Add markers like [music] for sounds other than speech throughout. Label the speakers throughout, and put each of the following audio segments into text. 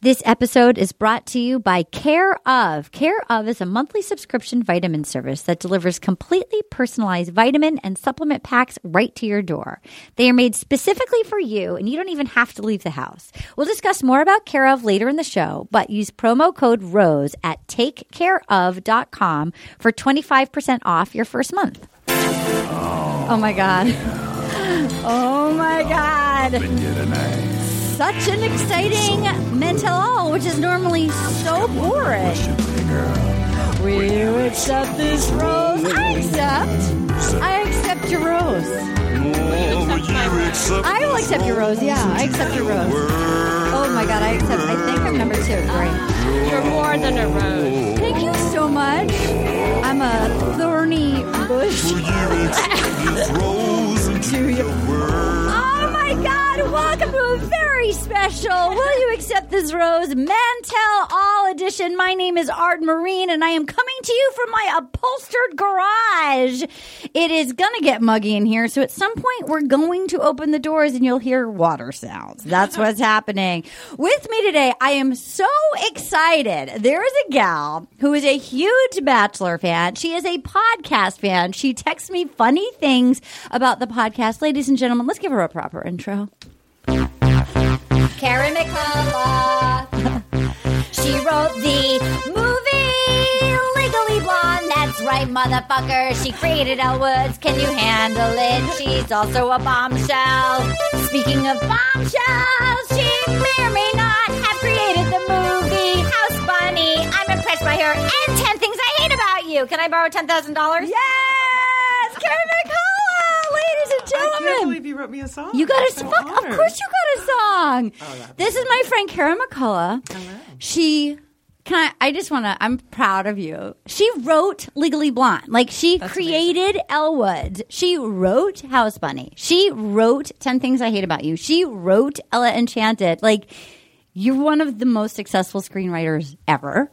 Speaker 1: This episode is brought to you by Care of. Care of is a monthly subscription vitamin service that delivers completely personalized vitamin and supplement packs right to your door. They are made specifically for you, and you don't even have to leave the house. We'll discuss more about Care of later in the show, but use promo code ROSE at takecareof.com for 25% off your first month. Oh my God. Oh my God such an exciting mental all, which is normally so boring. Will you accept this rose? I accept. I accept your rose. I will accept your rose. Yeah, I accept your rose. Oh my god, I accept. I think I'm number two. Great.
Speaker 2: You're more than a rose.
Speaker 1: Thank you so much. I'm a thorny bush to you. Oh my god, welcome to a very special Will You Accept This Rose Mantel All Edition. My name is Art Marine and I am coming to you from my upholstered garage. It is gonna get muggy in here, so at some point we're going to open the doors and you'll hear water sounds. That's what's happening. With me today, I am so excited. There is a gal who is a huge Bachelor fan. She is a podcast fan. She texts me funny things about the podcast. Ladies and gentlemen, let's give her a proper intro. Karen McCullough. She wrote the movie Legally Blonde. That's right, motherfucker. She created Elwood's. Can you handle it? She's also a bombshell. Speaking of bombshells, she may or may not have created the movie House Bunny. I'm impressed by her. And 10 Things I Hate About You. Can I borrow $10,000? Yes! Karen McCullough, ladies and
Speaker 3: I
Speaker 1: gentlemen.
Speaker 3: can't believe you wrote me a song.
Speaker 1: You got
Speaker 3: I'm
Speaker 1: a
Speaker 3: so Oh,
Speaker 1: song. Of
Speaker 3: honored.
Speaker 1: course, you got a song. this is my friend Kara McCullough. She. Can I, I just want to. I'm proud of you. She wrote Legally Blonde. Like she created Elwood. She wrote House Bunny. She wrote Ten Things I Hate About You. She wrote Ella Enchanted. Like you're one of the most successful screenwriters ever.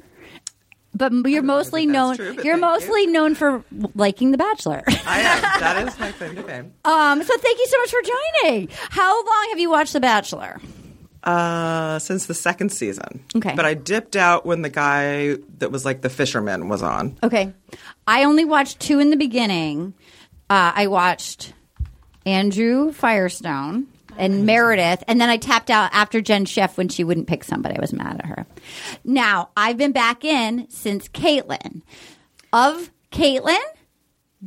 Speaker 1: But you're mostly
Speaker 3: that's
Speaker 1: known.
Speaker 3: true, but
Speaker 1: you're
Speaker 3: thank you.
Speaker 1: mostly known for liking The Bachelor. [laughs]
Speaker 3: I am. That is my claim to fame.
Speaker 1: Um, so thank you so much for joining. How long have you watched The Bachelor?
Speaker 3: Uh, since the second season.
Speaker 1: Okay.
Speaker 3: But I dipped out when the guy that was like the fisherman was on.
Speaker 1: Okay, I only watched two in the beginning. Uh, I watched Andrew Firestone and Meredith, and then I tapped out after Jen Sheff when she wouldn't pick somebody. I was mad at her. Now I've been back in since Caitlin. Of Caitlin,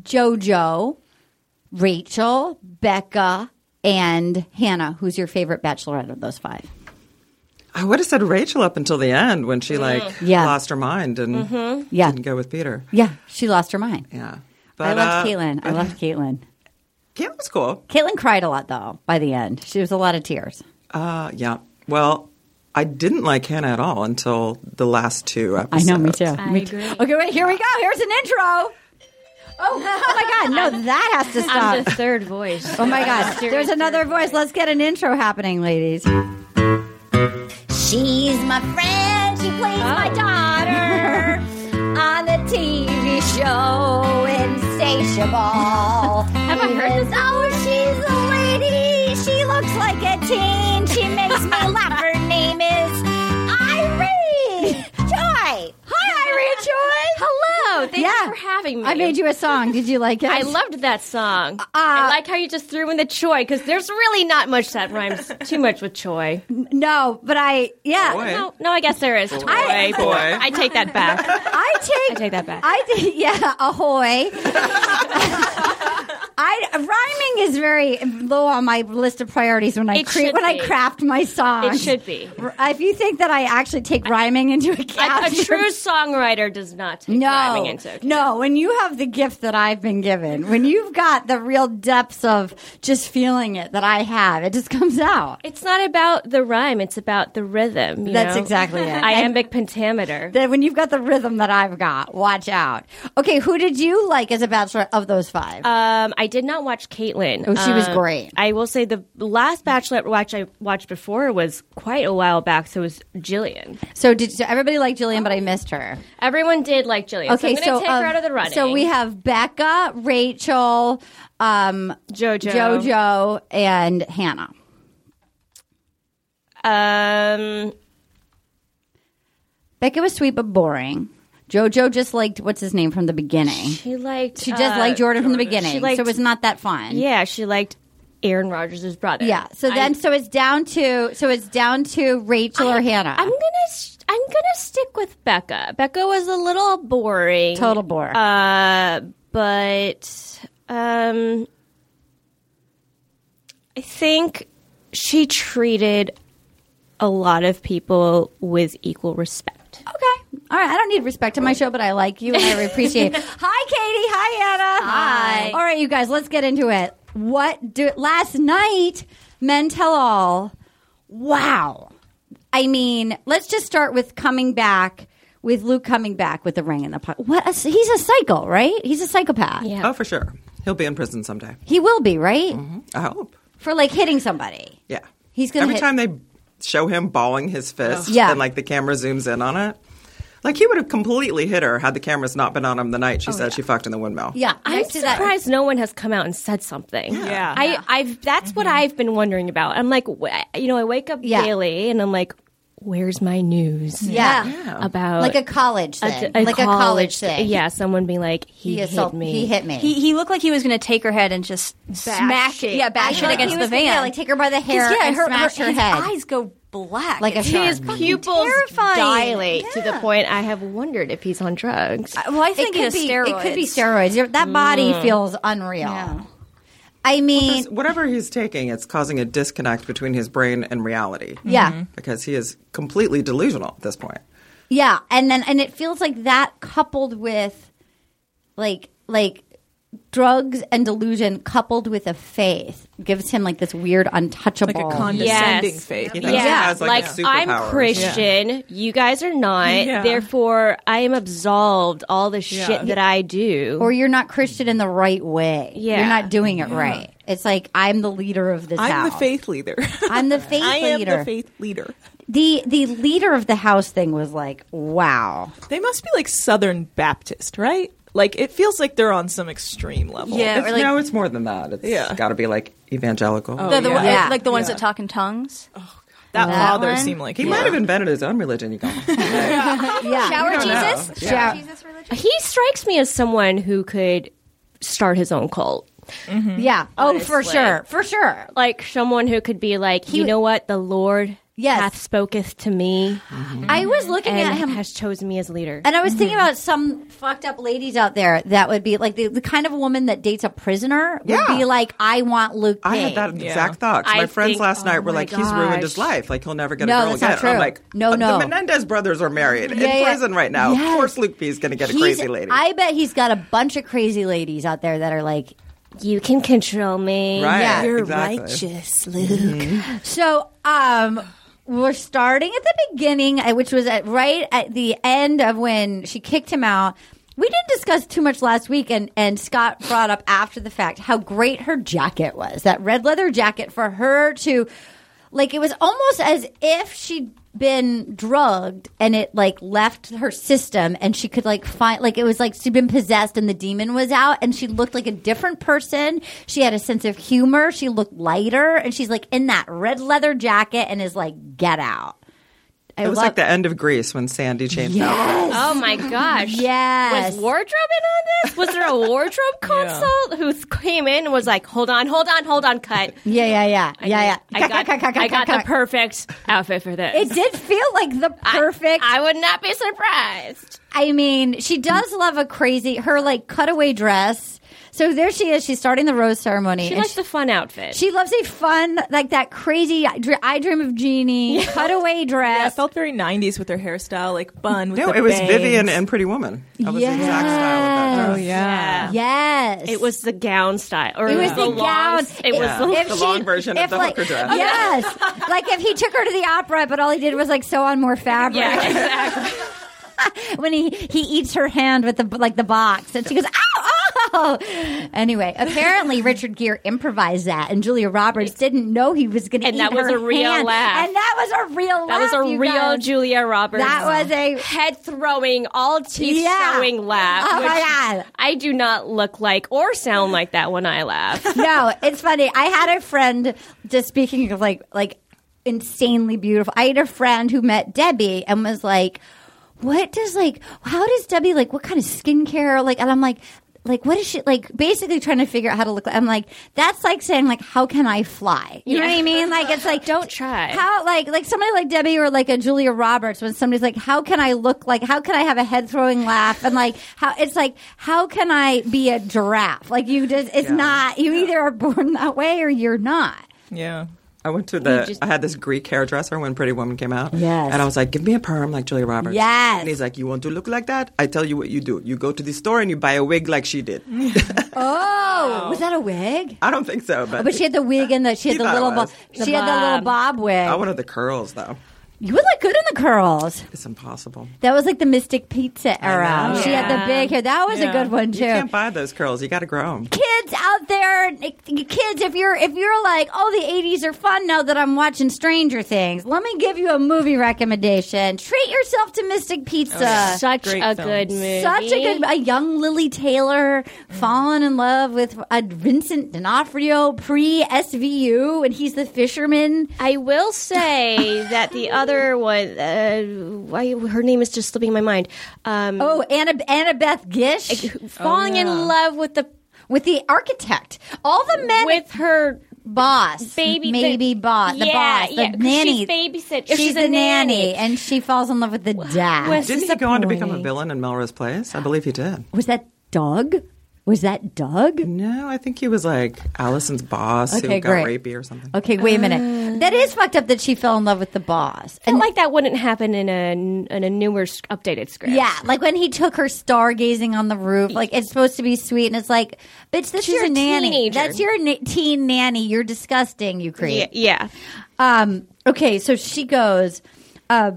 Speaker 1: JoJo, Rachel, Becca, and Hannah. Who's your favorite Bachelorette of those five?
Speaker 3: I would have said Rachel up until the end when she like
Speaker 1: Mm. Yeah. Mm-hmm.
Speaker 3: lost her mind and
Speaker 1: Yeah.
Speaker 3: didn't go with Peter.
Speaker 1: Yeah, she lost her mind.
Speaker 3: Yeah.
Speaker 1: I loved
Speaker 3: uh,
Speaker 1: Caitlyn. I loved Caitlyn.
Speaker 3: Caitlin was cool.
Speaker 1: Caitlyn cried a lot though by the end. She was a lot of tears.
Speaker 3: Uh, yeah. Well, I didn't like Hannah at all until the last two
Speaker 1: I
Speaker 3: episodes.
Speaker 1: know, me too.
Speaker 2: I
Speaker 1: me too.
Speaker 2: agree.
Speaker 1: Okay, wait, here we go. Here's an intro. Oh, oh [laughs] my God. No, that has to
Speaker 2: I'm
Speaker 1: stop.
Speaker 2: the third voice.
Speaker 1: Oh my God. There's another voice. Let's get an intro happening, ladies. She's my friend. She plays my [laughs] daughter on the TV show Insatiable. Have I heard this? Oh, she's a lady. She looks like a teen. She makes me [laughs] laugh. Her name is Irene Joy. Hi, Irene Joy. [laughs]
Speaker 2: Hello. Thank
Speaker 1: Yeah.
Speaker 2: you for having me.
Speaker 1: I made you Uh, a song. Did you like it?
Speaker 2: I loved that song. I like how you just threw in the choy because there's really not much
Speaker 1: [laughs]
Speaker 2: that rhymes too much with choy.
Speaker 1: No, but I yeah.
Speaker 3: Boy.
Speaker 2: No, no, I guess there is choy.
Speaker 1: I-
Speaker 3: Boy.
Speaker 2: I take that back.
Speaker 1: I take
Speaker 2: I take that back.
Speaker 1: [laughs] I take yeah,
Speaker 2: [laughs]
Speaker 1: ahoy. I rhyming is very low on my list of priorities when I
Speaker 2: It
Speaker 1: create
Speaker 2: should
Speaker 1: when I
Speaker 2: be.
Speaker 1: craft my song.
Speaker 2: It should be.
Speaker 1: If you think that I actually take rhyming into
Speaker 2: A, a
Speaker 1: account,
Speaker 2: true songwriter does not take
Speaker 1: [laughs] no,
Speaker 2: rhyming into account.
Speaker 1: no. When you have the gift that I've been given, when you've got the real depths of just feeling it that I have, it just comes out.
Speaker 2: It's not about the rhyme. It's about the rhythm. you
Speaker 1: That's
Speaker 2: know?
Speaker 1: exactly it.
Speaker 2: [laughs] Iambic pentameter.
Speaker 1: That when you've got the rhythm that I've got, watch out. Okay, who did you like as a bachelor of those five?
Speaker 2: Um, I did not watch Caitlyn.
Speaker 1: Oh, she was
Speaker 2: Um,
Speaker 1: great.
Speaker 2: I will say the last Bachelorette watch I watched before was quite a while back, so it was Jillian.
Speaker 1: So did so everybody liked Jillian, but I missed her.
Speaker 2: Everyone did like Jillian.
Speaker 1: Okay,
Speaker 2: so
Speaker 1: so
Speaker 2: I'm gonna take
Speaker 1: um,
Speaker 2: her out of the running.
Speaker 1: So we have Becca, Rachel, um,
Speaker 2: JoJo.
Speaker 1: JoJo, and Hannah.
Speaker 2: Um,
Speaker 1: Becca was sweet but boring. JoJo just liked what's his name from the beginning.
Speaker 2: She liked.
Speaker 1: She just
Speaker 2: uh,
Speaker 1: liked Jordan from the
Speaker 2: Jordan.
Speaker 1: beginning,
Speaker 2: She liked,
Speaker 1: so it was not that fun.
Speaker 2: Yeah, she liked Aaron Rodgers' brother.
Speaker 1: Yeah. So then,
Speaker 2: I'm,
Speaker 1: so it's down to so it's down to Rachel or Hannah.
Speaker 2: I'm gonna s- I'm gonna stick with Becca. Becca was a little boring.
Speaker 1: Total bore.
Speaker 2: Uh, but um, I think she treated a lot of people with equal respect.
Speaker 1: okay. All right. I don't need respect on my show, but I like you and I appreciate. it. Hi, Katie. Hi, Anna. Hi. All right, you guys. Let's get into it. What do last night? Men tell all. Wow. I mean, let's just start with coming back with Luke coming back with the ring in the pocket. What a, he's a psycho, right? He's a psychopath.
Speaker 2: Yeah.
Speaker 3: Oh, for sure. He'll be in prison someday.
Speaker 1: He will be right
Speaker 3: I hope.
Speaker 1: for like hitting somebody.
Speaker 3: Yeah.
Speaker 1: He's gonna
Speaker 3: Every
Speaker 1: hit-
Speaker 3: time they show him balling his fist
Speaker 1: Yeah.
Speaker 3: and like the camera zooms in on it. Like he would have completely hit her had the cameras not been on him the night she said she fucked in the windmill.
Speaker 1: Oh, Yeah,
Speaker 2: I'm
Speaker 1: next to that-
Speaker 2: surprised no one has come out and said something.
Speaker 4: Yeah.
Speaker 2: I, I've that's what I've been wondering about. I'm like, wh- you know, I wake up
Speaker 1: Mm-hmm. Yeah.
Speaker 2: daily and I'm like, where's my news?
Speaker 1: Yeah.
Speaker 2: about
Speaker 1: Like a college thing. like a college thing.
Speaker 2: Yeah, someone being like, he,
Speaker 1: He
Speaker 2: hit
Speaker 1: assaulted
Speaker 2: me.
Speaker 1: He hit me.
Speaker 4: He, he looked like he was going to take her head and just smash
Speaker 1: it.
Speaker 4: it. Yeah, bash
Speaker 1: I
Speaker 4: it
Speaker 1: thought
Speaker 4: against
Speaker 1: he
Speaker 4: the
Speaker 1: was gonna,
Speaker 4: van.
Speaker 1: like, take her by the hair
Speaker 4: Because, yeah,
Speaker 1: and
Speaker 4: her,
Speaker 1: smash her
Speaker 4: his
Speaker 1: head.
Speaker 4: eyes go black.
Speaker 1: Like a
Speaker 4: It's-
Speaker 1: shark.
Speaker 2: His
Speaker 1: Fucking
Speaker 2: pupils
Speaker 4: terrifying.
Speaker 2: dilate to the point I have wondered if he's on drugs.
Speaker 4: Well, I
Speaker 1: it
Speaker 4: think
Speaker 1: could,
Speaker 4: it's
Speaker 1: be,
Speaker 4: steroids.
Speaker 1: it could be steroids. Your- That body
Speaker 5: Mm.
Speaker 1: feels unreal. I mean,
Speaker 3: Because Whatever he's taking, it's causing a disconnect between his brain and reality.
Speaker 1: Yeah. Mhm.
Speaker 3: Because he is completely delusional at this point.
Speaker 1: yeah, and then and it feels like that coupled with like like drugs and delusion coupled with a faith gives him like this weird untouchable
Speaker 5: Like a condescending
Speaker 2: Yes.
Speaker 5: faith.
Speaker 3: You know,
Speaker 2: Yeah,
Speaker 3: he has like,
Speaker 2: like,
Speaker 3: a superpower or
Speaker 2: I'm Christian, you guys are not.
Speaker 5: Yeah.
Speaker 2: Therefore, I am absolved all the shit that I do.
Speaker 1: or you're not Christian in the right way.
Speaker 2: Yeah.
Speaker 1: You're not doing it right. It's like I'm the leader of this
Speaker 5: I'm
Speaker 1: house.
Speaker 5: the faith
Speaker 3: [laughs]
Speaker 5: leader.
Speaker 1: I'm the faith
Speaker 5: I am
Speaker 1: leader.
Speaker 5: the faith leader.
Speaker 1: the the leader of the house thing was like, wow.
Speaker 5: They must be like Southern Baptist, right? Like it feels like they're on some extreme level.
Speaker 4: Yeah,
Speaker 3: It's,
Speaker 4: or like
Speaker 3: no, it's more than that. It's
Speaker 5: Yeah.
Speaker 3: got to be like evangelical.
Speaker 1: Oh.
Speaker 4: the, the, one-
Speaker 1: Yeah. Uh-huh.
Speaker 4: like the ones
Speaker 5: Yeah.
Speaker 4: that talk in tongues.
Speaker 5: That,
Speaker 1: That
Speaker 5: father
Speaker 1: one?
Speaker 5: seemed like
Speaker 3: He might have invented his own religion, you guys.
Speaker 1: Yeah.
Speaker 4: Shower
Speaker 3: know.
Speaker 4: Jesus.
Speaker 3: Yeah.
Speaker 1: Shower-
Speaker 4: Jesus religion.
Speaker 2: he strikes me as someone who could start his own cult.
Speaker 5: Mm-hmm.
Speaker 1: Yeah. Oh, for
Speaker 2: Honestly.
Speaker 1: sure. For sure.
Speaker 2: Like someone who could be like, you know what, the Lord
Speaker 1: Yes.
Speaker 2: hath spoketh to me
Speaker 1: I
Speaker 3: Mm-hmm.
Speaker 1: was looking
Speaker 2: and
Speaker 1: at him
Speaker 2: has chosen me as leader.
Speaker 1: and I was thinking about some fucked up ladies out there that would be like the, the kind of woman that dates a prisoner would
Speaker 3: Yeah.
Speaker 1: be like, I want Luke
Speaker 3: I
Speaker 1: Cage.
Speaker 3: had that
Speaker 5: Yeah.
Speaker 3: exact thought. 'cause
Speaker 2: I
Speaker 3: my friends
Speaker 2: think-
Speaker 3: last night
Speaker 2: oh
Speaker 3: were
Speaker 2: my
Speaker 3: like, "He's ruined his
Speaker 2: gosh.
Speaker 3: life. Like he'll never get a
Speaker 1: No,
Speaker 3: girl
Speaker 1: that's not
Speaker 3: again."
Speaker 1: true.
Speaker 3: I'm like,
Speaker 1: No,
Speaker 3: "Uh,
Speaker 1: no.
Speaker 3: The Menendez brothers are married
Speaker 1: Yeah,
Speaker 3: in
Speaker 1: yeah.
Speaker 3: prison right now.
Speaker 1: Yes.
Speaker 3: Of course, Luke B's going to get a
Speaker 1: He's-
Speaker 3: crazy lady.
Speaker 1: I bet he's got a bunch of crazy ladies out there that are like,
Speaker 2: you can control me.
Speaker 3: right?
Speaker 1: yeah.
Speaker 3: You're exactly.
Speaker 1: So, um, we're starting at the beginning, uh, which was at, right at the end of when she kicked him out. We didn't discuss too much last week, and, and Scott brought up after the fact how great her jacket was that red leather jacket for her to, like, it was almost as if she'd been drugged and it, like, left her system and she could, like, find, like, it was like she'd been possessed and the demon was out and she looked like a different person. She had a sense of humor. She looked lighter and she's, like, in that red leather jacket and is like, get out. I
Speaker 3: It was
Speaker 1: love-
Speaker 3: like the end of Greece when Sandy changed out.
Speaker 2: [gasps] Oh
Speaker 1: [laughs]
Speaker 2: my gosh.
Speaker 1: Yes.
Speaker 2: Was wardrobe in on this? Was there a wardrobe consult who came in and was like, hold on, hold on, hold on, cut.
Speaker 1: Yeah, yeah, yeah, yeah, yeah.
Speaker 2: I
Speaker 1: Cut,
Speaker 2: got,
Speaker 1: cut, cut, cut,
Speaker 2: I
Speaker 1: cut,
Speaker 2: got the
Speaker 1: cut.
Speaker 2: perfect outfit for this.
Speaker 1: It did feel like the perfect.
Speaker 2: I would not be surprised.
Speaker 1: I mean, she does love a crazy her like cutaway dress. So there she is. She's starting the rose ceremony.
Speaker 2: She
Speaker 1: and
Speaker 2: likes the fun outfit.
Speaker 1: she loves a fun like that crazy I dr- I dream of
Speaker 2: [laughs]
Speaker 1: Jeannie cutaway
Speaker 5: Yeah, it
Speaker 1: dress.
Speaker 5: felt very '90s with her hairstyle, like bun. With
Speaker 3: No,
Speaker 5: the
Speaker 3: it was
Speaker 5: bangs.
Speaker 3: Vivian and Pretty Woman. That was the exact style of that.
Speaker 1: Oh,
Speaker 3: dress.
Speaker 5: yeah.
Speaker 1: yes,
Speaker 2: It was the gown style, or
Speaker 1: It was
Speaker 2: the
Speaker 1: the
Speaker 2: long-
Speaker 1: gown.
Speaker 2: It was
Speaker 3: Yeah.
Speaker 2: the
Speaker 1: if
Speaker 3: The long version of
Speaker 1: if,
Speaker 3: the
Speaker 1: like,
Speaker 3: hooker dress.
Speaker 1: Yes, like if he took her to the opera, but all he did was like sew on more fabric. [laughs]
Speaker 2: yeah, exactly.
Speaker 1: when he he eats her hand with the like the box, and she goes, "Ow, oh!" Anyway, apparently Richard Gere improvised that, and Julia Roberts didn't know he was going to.
Speaker 2: And that was a real
Speaker 1: hand.
Speaker 2: laugh.
Speaker 1: and that was a real.
Speaker 2: That was
Speaker 1: laugh,
Speaker 2: a
Speaker 1: you
Speaker 2: real
Speaker 1: guys.
Speaker 2: Julia Roberts.
Speaker 1: That was a-
Speaker 2: head throwing, all teeth
Speaker 1: Yeah.
Speaker 2: showing laugh.
Speaker 1: Oh my
Speaker 2: which
Speaker 1: God.
Speaker 2: I do not look like or sound like that when I laugh.
Speaker 1: [laughs] no, it's funny. I had a friend just speaking of like like insanely beautiful. I had a friend who met Debbie and was like, what does like how does Debbie like what kind of skincare like and I'm like like what is she like basically trying to figure out how to look like I'm like that's like saying like how can I fly? You know what I mean? Like it's like
Speaker 2: Don't try.
Speaker 1: How like like somebody like Debbie or like a Julia Roberts when somebody's like how can I look like how can I have a head throwing laugh and like how it's like how can I be a giraffe? Like you just it's not you either are born that way or you're not.
Speaker 5: Yeah.
Speaker 3: I went to the.
Speaker 2: just-
Speaker 3: I had this Greek hairdresser when Pretty Woman came out.
Speaker 1: Yes.
Speaker 3: And I was like, "Give me a perm like Julia Roberts."
Speaker 1: Yes.
Speaker 3: And he's like, "You want to look like that? I tell you what you do. You go to the store and you buy a wig like she did."
Speaker 1: Oh, was that a wig?
Speaker 3: I don't think so, but,
Speaker 1: But she had the wig and the she had
Speaker 3: He
Speaker 1: the
Speaker 3: thought it
Speaker 1: little
Speaker 3: was.
Speaker 1: bob. She had the little bob wig.
Speaker 3: I wanted the curls though.
Speaker 1: You would look good in the curls.
Speaker 3: It's impossible.
Speaker 1: That was like the Mystic Pizza era.
Speaker 3: know.
Speaker 1: She had the big hair. That was a
Speaker 5: Yeah.
Speaker 1: good one
Speaker 3: You
Speaker 1: too.
Speaker 3: can't buy those curls. You got to grow them.
Speaker 1: Kids out there, kids, if you're if you're like, oh, the '80s are fun now that I'm watching Stranger Things. Let me give you a movie recommendation. Treat yourself to Mystic Pizza.
Speaker 2: Such
Speaker 5: Great
Speaker 2: a
Speaker 5: film.
Speaker 2: good movie.
Speaker 1: Such a good, a young Lily Taylor falling in love with a Vincent D'Onofrio pre SVU, and he's the fisherman.
Speaker 2: I will say that [laughs] the other one, uh, why her name is just slipping my mind. Um,
Speaker 1: Oh, Anna Annabeth Gish
Speaker 2: falling in love with the
Speaker 1: with the architect. All the men
Speaker 2: with her
Speaker 1: boss,
Speaker 2: baby,
Speaker 1: maybe
Speaker 2: the,
Speaker 1: boss, the
Speaker 2: yeah,
Speaker 1: boss, the
Speaker 2: yeah, 'cause
Speaker 1: nanny.
Speaker 2: She's babysit.
Speaker 1: she's a nanny. and she falls in love with the dad.
Speaker 2: Was-
Speaker 3: Didn't he go on to become a
Speaker 2: disappointing.
Speaker 3: villain in Melrose Place? I believe he did.
Speaker 1: Was that Doug? Was that Doug?
Speaker 3: No, I think he was like Allison's boss
Speaker 1: Okay,
Speaker 3: who got
Speaker 1: great.
Speaker 3: rapey or something.
Speaker 1: Okay, wait a minute. That is fucked up that she fell in love with the boss.
Speaker 2: I felt like that wouldn't happen in a in a newer sc- updated script.
Speaker 1: Yeah, like when he took her stargazing on the roof. Like it's supposed to be sweet, and it's like, bitch, that's
Speaker 2: She's
Speaker 1: your
Speaker 2: a
Speaker 1: nanny.
Speaker 2: teenager.
Speaker 1: That's your na- teen nanny. You're disgusting. You creep.
Speaker 2: yeah, yeah.
Speaker 1: Um, okay, so she goes, uh,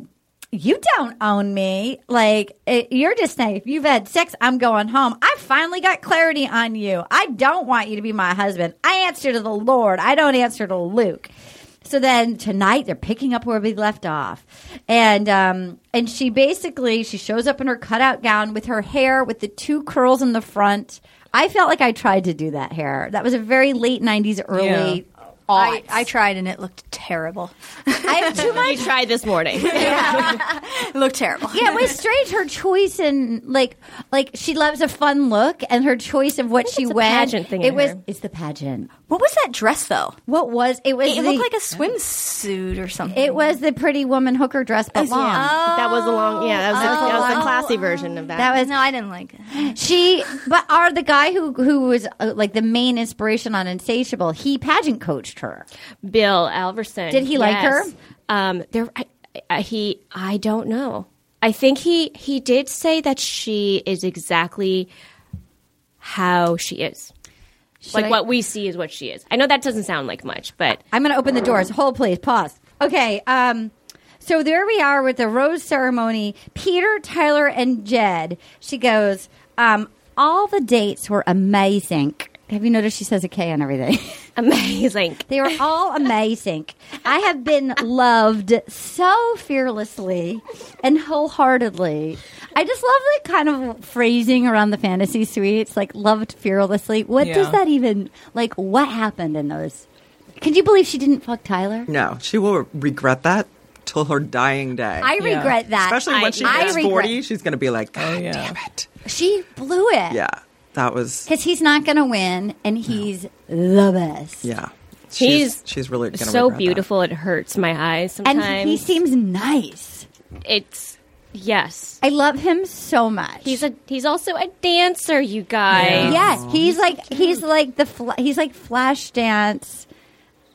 Speaker 1: You don't own me. Like, it, you're just saying, if you've had sex, I'm going home. I finally got clarity on you. I don't want you to be my husband. I answer to the Lord, I don't answer to Luke. So then tonight they're picking up where we left off, and um, and she basically she shows up in her cutout gown with her hair with the two curls in the front. I felt like I tried to do that hair. That was a very late '90s, early.
Speaker 4: I,
Speaker 1: aughts.
Speaker 4: I tried and it looked terrible.
Speaker 1: I have too much.
Speaker 2: I tried this [laughs] morning.
Speaker 4: It looked terrible.
Speaker 1: Yeah, it was strange her choice and like like she loves a fun look and her choice of what she
Speaker 2: it's a
Speaker 1: went.
Speaker 2: pageant thing
Speaker 1: it
Speaker 2: in
Speaker 1: was
Speaker 2: her.
Speaker 1: it's the pageant.
Speaker 4: What was that dress though?
Speaker 1: What was it was
Speaker 4: It, it
Speaker 1: the,
Speaker 4: looked like a swimsuit or something.
Speaker 1: it was the pretty woman hooker dress but long.
Speaker 2: that was a long. Yeah, that was, a, that was a classy version of that.
Speaker 1: That was
Speaker 4: no, I didn't like it.
Speaker 1: she but are the guy who who was uh, like the main inspiration on Insatiable, he pageant coached her.
Speaker 2: Bill Alverson.
Speaker 1: Did he like
Speaker 2: Yes.
Speaker 1: her?
Speaker 2: Um, there, I, I, he. I don't know. I think he he did say that she is exactly how she is. like
Speaker 1: I-
Speaker 2: what we see is what she is. I know that doesn't sound like much, but [laughs]
Speaker 1: I'm going to open the doors. Hold, please. Pause. Okay. Um, so there we are with the rose ceremony. Peter, Tyler, and Jed. She goes, um, all the dates were amazing. Have you noticed she says a K on everything? [laughs]
Speaker 2: amazing.
Speaker 1: they were all amazing. I have been loved so fearlessly and wholeheartedly. I just love that kind of phrasing around the fantasy suites, like loved fearlessly. What does
Speaker 5: Yeah.
Speaker 1: that even like? What happened in those? Could you believe she didn't fuck Tyler?
Speaker 3: No, she will regret that till her dying day.
Speaker 1: I
Speaker 5: Yeah.
Speaker 1: regret that.
Speaker 3: Especially when she
Speaker 1: I
Speaker 3: gets
Speaker 1: regret-
Speaker 3: forty, she's going to be like, "God
Speaker 5: yeah.
Speaker 3: damn it!"
Speaker 1: She blew it.
Speaker 3: Yeah, that was.
Speaker 1: Because he's not going to win, and he's the best.
Speaker 3: Yeah, she's
Speaker 2: He's
Speaker 3: she's really gonna
Speaker 2: so
Speaker 3: regret that.
Speaker 2: beautiful. It hurts my eyes
Speaker 1: And
Speaker 2: sometimes.
Speaker 1: he seems nice.
Speaker 2: it's yes.
Speaker 1: I love him so much.
Speaker 2: He's a he's also a dancer, you guys.
Speaker 5: Yeah.
Speaker 1: yes. He's like he's like the fl- he's like Flashdance.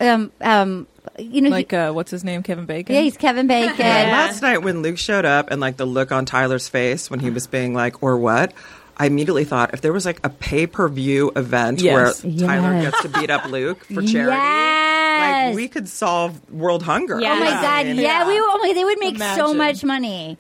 Speaker 1: Um um, you know. he-
Speaker 5: Like uh, what's his name? Kevin Bacon.
Speaker 1: yeah, he's
Speaker 5: [laughs]
Speaker 1: Kevin Bacon.
Speaker 3: Last night when Luke showed up and like the look on Tyler's face when he was being like, or what? I immediately thought if there was like a pay per view event
Speaker 5: Yes.
Speaker 3: where Tyler
Speaker 1: Yes.
Speaker 3: gets to beat up Luke for charity,
Speaker 1: Yes.
Speaker 3: like we could solve world hunger.
Speaker 2: Yeah.
Speaker 1: Oh my
Speaker 2: Yeah.
Speaker 1: god! Yeah,
Speaker 3: And
Speaker 1: we would, oh my, they would make so
Speaker 5: Imagine.
Speaker 1: much money.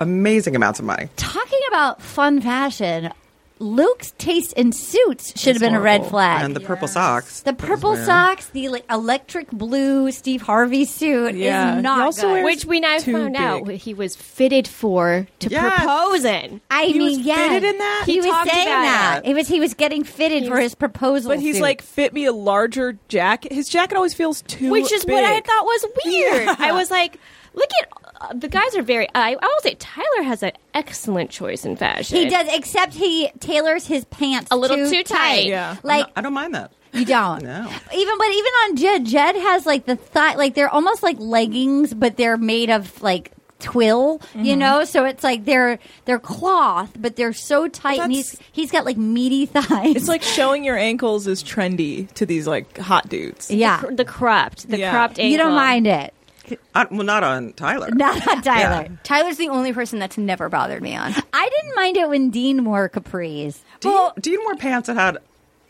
Speaker 3: Amazing amounts of money.
Speaker 1: Talking about fun fashion, Luke's taste in suits should have been a red
Speaker 5: horrible.
Speaker 1: flag.
Speaker 3: And the purple socks.
Speaker 1: The
Speaker 3: that was
Speaker 1: purple
Speaker 3: weird.
Speaker 1: socks, the like, electric blue Steve Harvey suit
Speaker 5: Yeah.
Speaker 1: is not
Speaker 5: He also
Speaker 1: good.
Speaker 5: wears-
Speaker 2: Which we now
Speaker 5: Too
Speaker 2: found out
Speaker 5: big.
Speaker 2: he was fitted for to
Speaker 3: Yes.
Speaker 2: propose in.
Speaker 1: I
Speaker 5: he was
Speaker 1: mean, yeah,
Speaker 5: fitted in that?
Speaker 1: He,
Speaker 5: He
Speaker 1: was
Speaker 2: talked
Speaker 1: saying
Speaker 2: about
Speaker 1: that.
Speaker 2: it.
Speaker 1: It was he was getting fitted for his proposal.
Speaker 5: but he's
Speaker 1: suit.
Speaker 5: like, fit me a larger jacket. His jacket always feels too
Speaker 2: which is what I
Speaker 5: big. [laughs]
Speaker 2: thought was weird. I was like, look at uh, the guys are very. I, I will say Tyler has an excellent choice in fashion.
Speaker 1: He does, except he tailors his pants
Speaker 2: A little too tight.
Speaker 5: Yeah.
Speaker 1: Like
Speaker 3: I don't mind that.
Speaker 1: you don't.
Speaker 3: No.
Speaker 1: Even but even on Jed, Jed has like the thigh, like they're almost like leggings, but they're made of like twill, you know. So it's like they're they're cloth, but they're so tight, and he's
Speaker 5: That's-
Speaker 1: he's got like meaty [laughs] thighs.
Speaker 5: It's like showing your ankles is trendy to these like hot dudes.
Speaker 1: yeah,
Speaker 2: Cr- the cropped, the
Speaker 5: Yeah.
Speaker 2: cropped ankle.
Speaker 1: you don't mind it. [laughs]
Speaker 3: I, well, not on Tyler.
Speaker 1: Not on Tyler.
Speaker 4: Tyler's the only person that's never bothered me on.
Speaker 1: I didn't mind it when Dean wore capris.
Speaker 3: Dean,
Speaker 4: Well-
Speaker 3: Dean wore pants that had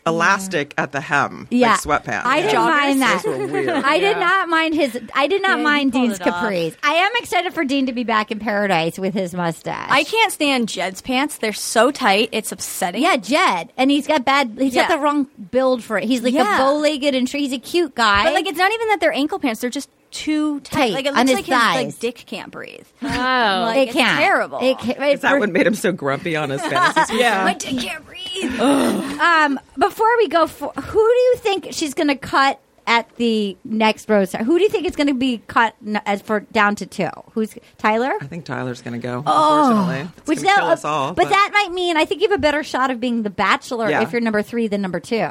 Speaker 3: elastic at the hem,
Speaker 1: Yeah,
Speaker 3: like sweatpants.
Speaker 1: I didn't
Speaker 4: Joggers?
Speaker 1: mind that.
Speaker 3: Those were weird.
Speaker 1: I did not mind his. I did not
Speaker 4: he
Speaker 1: mind
Speaker 4: pulled
Speaker 1: Dean's
Speaker 4: it off.
Speaker 1: capris. I am excited for Dean to be back in paradise with his mustache.
Speaker 4: I can't stand Jed's pants. They're so tight. It's upsetting.
Speaker 1: Yeah, Jed, and he's got bad. He's
Speaker 4: Yeah.
Speaker 1: got the wrong build for it. He's like
Speaker 4: Yeah.
Speaker 1: a bow-legged and he's a cute guy.
Speaker 4: But like, it's not even that they're ankle pants. They're just too tight.
Speaker 1: Tight,
Speaker 4: Like it
Speaker 1: on
Speaker 4: looks
Speaker 1: his
Speaker 4: like
Speaker 1: thighs.
Speaker 4: his like dick can't breathe. [laughs]
Speaker 2: Oh,
Speaker 4: Like, it's
Speaker 1: can't.
Speaker 4: terrible.
Speaker 1: It can't.
Speaker 3: Is that what made him so
Speaker 1: [laughs]
Speaker 3: grumpy on his fantasy?
Speaker 5: Yeah.
Speaker 4: My dick can't breathe.
Speaker 1: um, before we go, for, who do you think she's going to cut at the next rose? Who do you think is going to be cut n- as for down to two? Who's Tyler?
Speaker 3: I think Tyler's going to go.
Speaker 1: Oh,
Speaker 3: Unfortunately, It's
Speaker 1: Which
Speaker 3: gonna
Speaker 1: that- uh,
Speaker 3: kill us all.
Speaker 1: but, that might mean I think you have a better shot of being the bachelor
Speaker 3: Yeah.
Speaker 1: if you're number three than number two.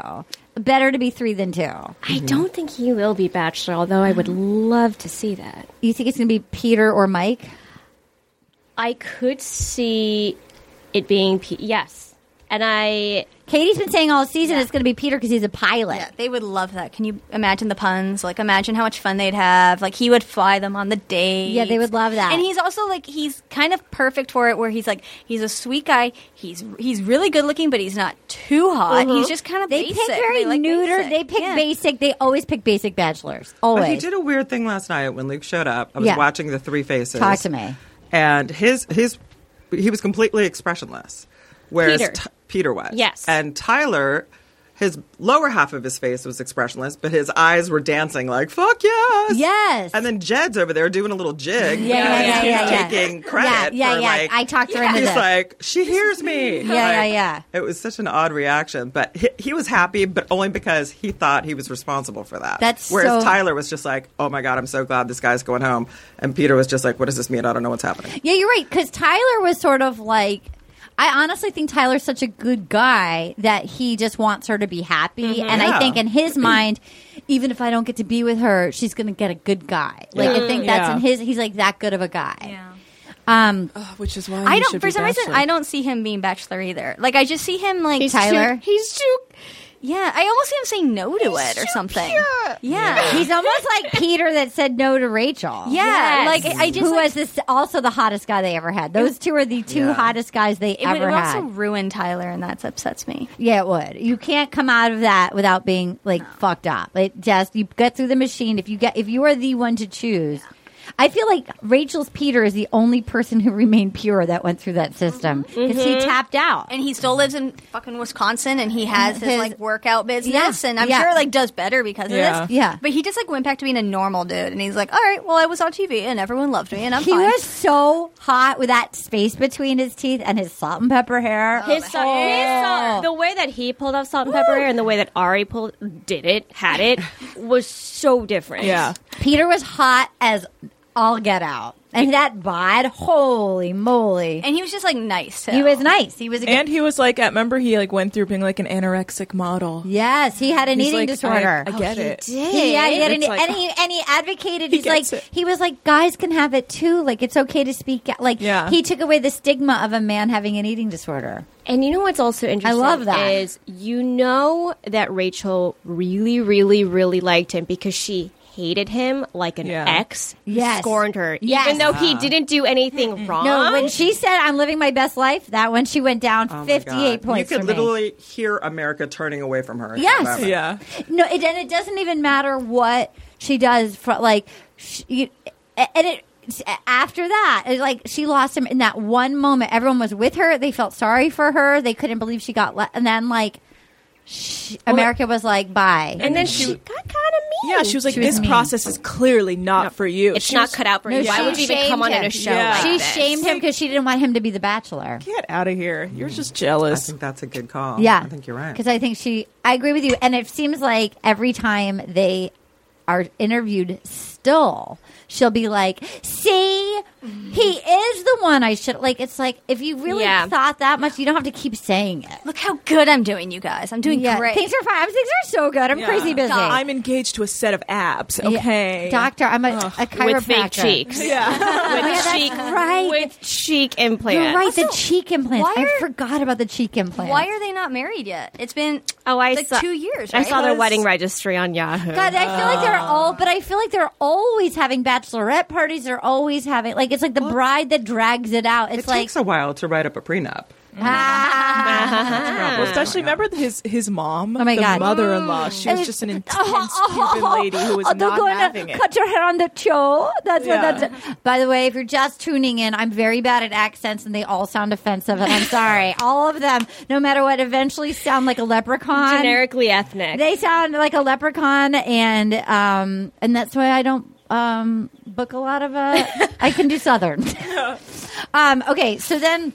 Speaker 1: Better to be three than two.
Speaker 2: I don't think he will be bachelor. Although I would love to see that.
Speaker 1: You think it's going to be Peter or Mike?
Speaker 2: I could see it being P- yes, and I
Speaker 1: Katie's been saying all season it's going to be Peter because he's a pilot.
Speaker 4: Yeah, they would love that. Can you imagine the puns? Like, imagine how much fun they'd have. Like, he would fly them on the date.
Speaker 1: Yeah, they would love that.
Speaker 4: And he's also like, he's kind of perfect for it. Where he's like, he's a sweet guy. He's he's really good looking, but he's not too hot. He's just kind of
Speaker 1: Uh-huh. They
Speaker 4: basic.
Speaker 1: pick very
Speaker 4: They like
Speaker 1: neuter.
Speaker 4: basic.
Speaker 1: They pick
Speaker 4: Yeah.
Speaker 1: basic. They always pick basic bachelors. Always.
Speaker 3: But Oh, he did a weird thing last night when Luke showed up. I was
Speaker 1: Yeah.
Speaker 3: watching the Three Faces.
Speaker 1: Talk to me.
Speaker 3: And his his he was completely expressionless, whereas
Speaker 2: Peter.
Speaker 3: T- Peter was.
Speaker 2: Yes.
Speaker 3: And Tyler, his lower half of his face was expressionless, but his eyes were dancing like "fuck yes."
Speaker 1: Yes.
Speaker 3: And then Jed's over there doing a little jig.
Speaker 1: yeah, yeah,
Speaker 3: because
Speaker 1: yeah,
Speaker 3: he's
Speaker 1: yeah, yeah.
Speaker 3: Taking credit.
Speaker 1: Yeah, yeah,
Speaker 3: for,
Speaker 1: yeah.
Speaker 3: Like,
Speaker 1: I talked her into
Speaker 3: He's
Speaker 1: this.
Speaker 3: like, she hears me. Yeah,
Speaker 1: yeah, yeah.
Speaker 3: It was such an odd reaction, but he, he was happy, but only because he thought he was responsible for that.
Speaker 1: That's
Speaker 3: whereas
Speaker 1: so-
Speaker 3: Tyler was just like, "Oh my god, I'm so glad this guy's going home," and Peter was just like, "What does this mean? I don't know what's happening."
Speaker 1: Yeah, you're right. Because Tyler was sort of like, I honestly think Tyler's such a good guy that he just wants her to be happy. And I
Speaker 3: Yeah.
Speaker 1: think in [clears throat] his mind, even if I don't get to be with her, she's going to get a good guy. Like, I think that's
Speaker 5: Yeah.
Speaker 1: in his, he's like that good of a guy.
Speaker 4: Yeah.
Speaker 1: Um,
Speaker 5: Which is why
Speaker 4: I
Speaker 5: you
Speaker 4: don't.
Speaker 5: should
Speaker 4: For
Speaker 5: be
Speaker 4: some reason,
Speaker 5: bachelor.
Speaker 4: I don't see him being bachelor either. Like, I just see him like
Speaker 1: He's Tyler?
Speaker 2: Too, he's too.
Speaker 4: Yeah, I almost see him saying no to it or something.
Speaker 1: [laughs]
Speaker 2: [laughs]
Speaker 4: Yeah.
Speaker 1: he's almost like Peter that said no to Rachel.
Speaker 4: Yeah,
Speaker 2: Yes.
Speaker 4: like I just
Speaker 1: Who
Speaker 4: like,
Speaker 1: was this also the hottest guy they ever had? Those two are the two
Speaker 3: Yeah.
Speaker 1: hottest guys they
Speaker 4: it would
Speaker 1: ever
Speaker 4: it would
Speaker 1: had.
Speaker 4: also ruin Tyler, and that upsets me.
Speaker 1: Yeah, it would. You can't come out of that without being like fucked up. It just you get through the machine. If you get if you are the one to choose, I feel like Rachel's Peter is the only person who [laughs] remained pure that went through that system because he tapped out.
Speaker 4: And he still lives in fucking Wisconsin, and he has his,
Speaker 1: His-
Speaker 4: like workout business,
Speaker 1: Yeah,
Speaker 4: and I'm
Speaker 1: yeah.
Speaker 4: sure like does better because
Speaker 5: Yeah.
Speaker 4: of this.
Speaker 1: Yeah.
Speaker 4: but he just like went back to being a normal dude, and he's like, all right, well, I was on TV, and everyone loved me, and I'm
Speaker 1: he
Speaker 4: fine.
Speaker 1: was so hot with that space between his teeth and his salt and pepper hair. Oh.
Speaker 2: His salt, his salt, the way that he pulled off salt and pepper hair and the way that Ari pulled did it, had [laughs] it, was so different.
Speaker 5: Yeah.
Speaker 1: Peter was hot as all get out, and that bod, holy moly!
Speaker 4: and he was just like nice. Too.
Speaker 1: He was nice. He was a good.
Speaker 5: And he was like, I remember he like went through being like an anorexic model.
Speaker 1: yes, he had an
Speaker 5: He's
Speaker 1: eating
Speaker 5: like,
Speaker 1: disorder. Oh,
Speaker 5: I, I get it.
Speaker 1: He- Yeah, he had
Speaker 5: It's
Speaker 1: an-
Speaker 5: like-
Speaker 1: and he and he advocated.
Speaker 5: He
Speaker 1: he's like
Speaker 5: gets it.
Speaker 1: he was like guys can have it too. Like it's okay to speak. out." Like
Speaker 5: Yeah.
Speaker 1: he took away the stigma of a man having an eating disorder.
Speaker 2: And you know what's also interesting?
Speaker 1: love that.
Speaker 2: Is you know that Rachel really, really, really liked him because she hated him like an
Speaker 5: Yeah. Uh-huh.
Speaker 2: ex. who
Speaker 1: Yes.
Speaker 2: Scorned her.
Speaker 1: Yes.
Speaker 2: Even though he didn't do anything wrong.
Speaker 1: No, when she said I'm living my best life, that one she went down
Speaker 3: Oh my
Speaker 1: 58
Speaker 3: God.
Speaker 1: points.
Speaker 3: You could
Speaker 1: for me.
Speaker 3: literally hear America turning away from her. at that
Speaker 1: Yes.
Speaker 3: moment.
Speaker 5: Yeah.
Speaker 1: No, it, and it doesn't even matter what she does for like she, you, and it after that it, like she lost him in that one moment everyone was with her they felt sorry for her they couldn't believe she got let and then like she, america was like bye
Speaker 2: and then she, got kind of mean.
Speaker 5: Yeah, she was like,
Speaker 1: She was
Speaker 5: this
Speaker 1: mean.
Speaker 5: process is clearly not for you.
Speaker 2: It's
Speaker 5: She
Speaker 2: not
Speaker 5: was-
Speaker 2: cut out for you.
Speaker 1: No,
Speaker 2: Why
Speaker 1: she
Speaker 2: would you even
Speaker 1: shamed
Speaker 2: come on in
Speaker 1: him.
Speaker 2: a show
Speaker 5: Yeah.
Speaker 2: like
Speaker 1: she
Speaker 2: this?
Speaker 1: shamed him because she didn't want him to be the bachelor.
Speaker 5: Get out of here. You're just
Speaker 3: I
Speaker 5: jealous.
Speaker 3: think that's a good call.
Speaker 1: Yeah,
Speaker 3: I think you're right.
Speaker 1: Because I think she, I agree with you, and it seems like every time they are interviewed still, she'll be like, "See, he is the one I should like." It's like if you really
Speaker 2: Yeah.
Speaker 1: thought that much, you don't have to keep saying it.
Speaker 4: Look how good I'm doing, you guys. I'm doing great.
Speaker 1: things are fine. Things are so good. I'm
Speaker 5: Yeah.
Speaker 1: crazy busy.
Speaker 5: I'm engaged to a set of abs.
Speaker 1: Yeah.
Speaker 5: Okay.
Speaker 1: doctor. I'm a, a chiropractor.
Speaker 2: with
Speaker 1: [laughs]
Speaker 2: fake cheeks.
Speaker 1: Oh
Speaker 2: With cheek,
Speaker 1: right.
Speaker 2: With cheek implants.
Speaker 1: You're right. the
Speaker 4: Also,
Speaker 1: cheek implants.
Speaker 4: why
Speaker 1: I
Speaker 4: are-
Speaker 1: forgot about the cheek implants.
Speaker 4: Why are they not married yet? It's been
Speaker 2: Oh, I
Speaker 4: like
Speaker 2: saw
Speaker 4: two years.
Speaker 2: I
Speaker 4: Right?
Speaker 2: saw their wedding registry on Yahoo.
Speaker 1: God, I feel like they're all, but I feel like they're always having bachelorette parties. They're always having, like, it's like the bride that drags it out. It's
Speaker 3: It
Speaker 1: like, "Ah,
Speaker 3: takes a while to write up a prenup.
Speaker 5: Well, especially remember his his mom.
Speaker 1: Oh my
Speaker 5: the
Speaker 1: God.
Speaker 5: mother-in-law. She was just
Speaker 1: [laughs]
Speaker 5: an intense Cuban lady who was
Speaker 1: Oh, they're
Speaker 5: not
Speaker 1: going to
Speaker 5: having it.
Speaker 1: cut your hair on the show. That's
Speaker 5: Yeah.
Speaker 1: what that's. By the way, if you're just tuning in, I'm very bad at accents and they all sound offensive. And I'm
Speaker 5: [laughs]
Speaker 1: sorry. all of them, no matter what, eventually sound like a leprechaun.
Speaker 2: Generically ethnic.
Speaker 1: They sound like a leprechaun, and um, and that's why I don't um, book a lot of. Uh, I can do southern. um, okay, so then.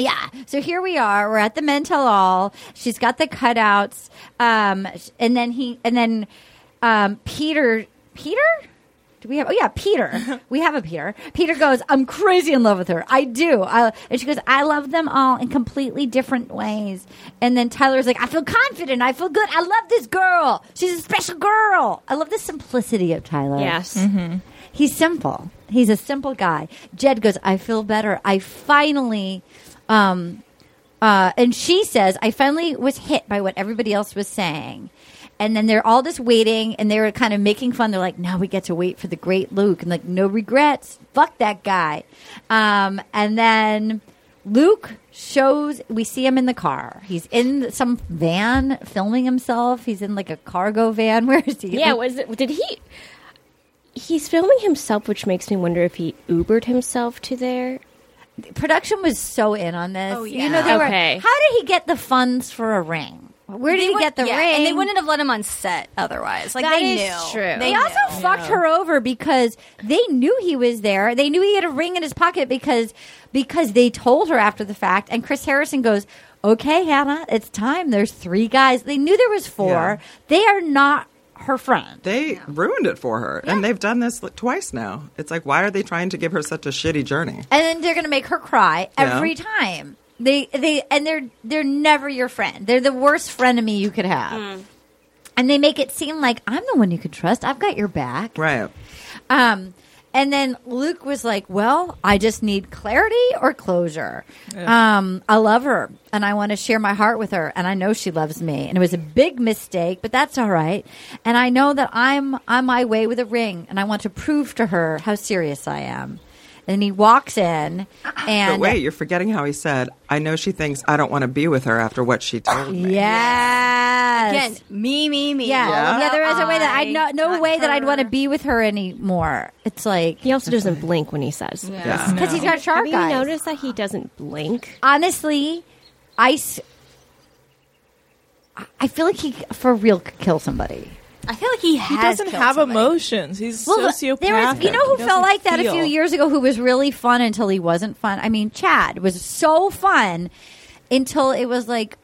Speaker 1: Yeah, so here we are. We're at the Men Tell All. She's got the cutouts, um, sh- and then he, and then um, Peter. Peter, do we have? Oh yeah, Peter. we have a Peter. Peter goes. I'm crazy in love with her. I do. I, and she goes. I love them all in completely different ways. And then Tyler's like, I feel confident. I feel good. I love this girl. She's a special girl. I love the simplicity of Tyler.
Speaker 2: yes.
Speaker 1: He's simple. He's a simple guy. Jed goes, I feel better. I finally, um, uh, and she says, I finally was hit by what everybody else was saying. And then they're all just waiting and they were kind of making fun. They're like, now we get to wait for the great Luke. And like, no regrets. Fuck that guy. Um, and then Luke shows, we see him in the car. He's in some van filming himself. He's in like a cargo van. [laughs] Where is he?
Speaker 2: Yeah, was it did he He's filming himself, which makes me wonder if he Ubered himself to there.
Speaker 1: production was so in on this.
Speaker 4: Oh,
Speaker 1: You know, they
Speaker 4: yeah.
Speaker 2: Okay.
Speaker 1: were. How did he get the funds for a ring? Where did
Speaker 4: They
Speaker 1: he
Speaker 4: would-
Speaker 1: get the
Speaker 4: yeah,
Speaker 1: ring?
Speaker 4: And they wouldn't have let him on set otherwise. Like
Speaker 2: That
Speaker 4: they
Speaker 2: is
Speaker 4: knew.
Speaker 2: true.
Speaker 4: They
Speaker 1: They also
Speaker 4: knew.
Speaker 1: fucked her over because they knew he was there. They knew he had a ring in his pocket because because they told her after the fact. And Chris Harrison goes, "Okay, Hannah, it's time. There's three guys. They knew there was four.
Speaker 3: Yeah.
Speaker 1: They are not her friend."
Speaker 3: They ruined it for her, and they've done this like, twice now. It's like, why are they trying to give her such a shitty journey?
Speaker 1: and then they're going to make her cry
Speaker 3: Yeah.
Speaker 1: every time. They they and they're they're never your friend. They're the worst frenemy you could have. And they make it seem like I'm the one you can trust. I've got your back.
Speaker 3: Right.
Speaker 1: Um, and then Luke was like, "Well, I just need clarity or closure. Um, I love her, and I want to share my heart with her, and I know she loves me. And it was a big mistake, but that's all right. And I know that I'm on my way with a ring, and I want to prove to her how serious I am." And then he walks [laughs] in, and
Speaker 3: But wait, you're forgetting how he said, I know she thinks I don't want to be with her after what she told me.
Speaker 1: yes,
Speaker 4: Again, me, me, me.
Speaker 1: yeah,
Speaker 4: All
Speaker 1: yeah.
Speaker 4: about
Speaker 1: There is a way that I no, no
Speaker 4: not
Speaker 1: way that I'd
Speaker 4: her.
Speaker 1: want to be with her anymore. It's like
Speaker 2: He
Speaker 3: [laughs]
Speaker 2: also doesn't blink when he says. Yeah.
Speaker 3: Yeah.
Speaker 1: because he's got
Speaker 2: Have
Speaker 1: shark
Speaker 2: you
Speaker 1: eyes.
Speaker 2: noticed that he doesn't blink?
Speaker 1: honestly, I, s- I feel like he for real could kill somebody.
Speaker 4: I feel like he,
Speaker 5: He doesn't have emotions. He's sociopathic.
Speaker 1: there was, you know who
Speaker 5: He
Speaker 1: felt
Speaker 5: doesn't
Speaker 1: like that a few
Speaker 5: feel.
Speaker 1: years ago who was really fun until he wasn't fun? I mean, Chad was so fun until it was like,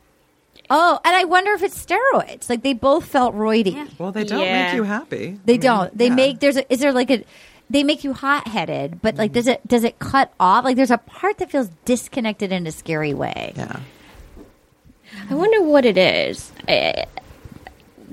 Speaker 1: oh, and I wonder if it's steroids. Like they both felt roidy.
Speaker 3: Well, they don't
Speaker 2: Yeah.
Speaker 3: make you happy.
Speaker 1: They
Speaker 3: I mean,
Speaker 1: don't. They
Speaker 3: yeah.
Speaker 1: make there's a, is there like a they make you hot headed, but like does it does it cut off? Like there's a part that feels disconnected in a scary way.
Speaker 3: Yeah.
Speaker 2: I wonder what it is. I-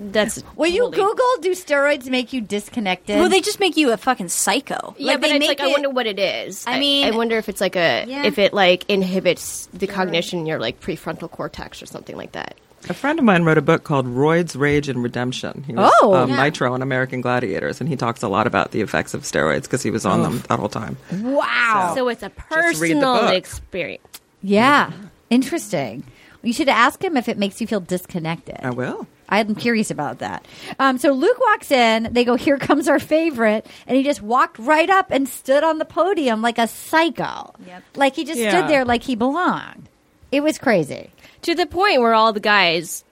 Speaker 2: that's
Speaker 1: Will you
Speaker 2: totally-
Speaker 1: Google do steroids make you disconnected?
Speaker 4: Well, they just make you a fucking psycho.
Speaker 2: Yeah,
Speaker 4: Like,
Speaker 2: but
Speaker 4: they
Speaker 2: it's
Speaker 4: make
Speaker 2: like I
Speaker 4: it-
Speaker 2: wonder what it is.
Speaker 4: I mean-
Speaker 2: I wonder if it's like a
Speaker 1: Yeah.
Speaker 2: if it like inhibits the cognition in your like prefrontal cortex or something like that.
Speaker 3: A friend of mine wrote a book called Roids, Rage, and Redemption. He was
Speaker 1: Oh.
Speaker 3: um, Nitro on American Gladiators, and he talks a lot about the effects of steroids because he was on them that whole time.
Speaker 1: wow.
Speaker 2: So it's a
Speaker 3: Oh. read the
Speaker 2: personal
Speaker 3: book.
Speaker 2: experience.
Speaker 1: yeah. Interesting. You should ask him if it makes you feel disconnected.
Speaker 3: I will.
Speaker 1: I'm curious about that. Um, so Luke walks in. They go, "Here comes our favorite," and he just walked right up and stood on the podium like a psycho.
Speaker 4: Yep.
Speaker 1: Like he just
Speaker 5: Yeah.
Speaker 1: stood there like he belonged. It was crazy.
Speaker 2: To the point where all the guys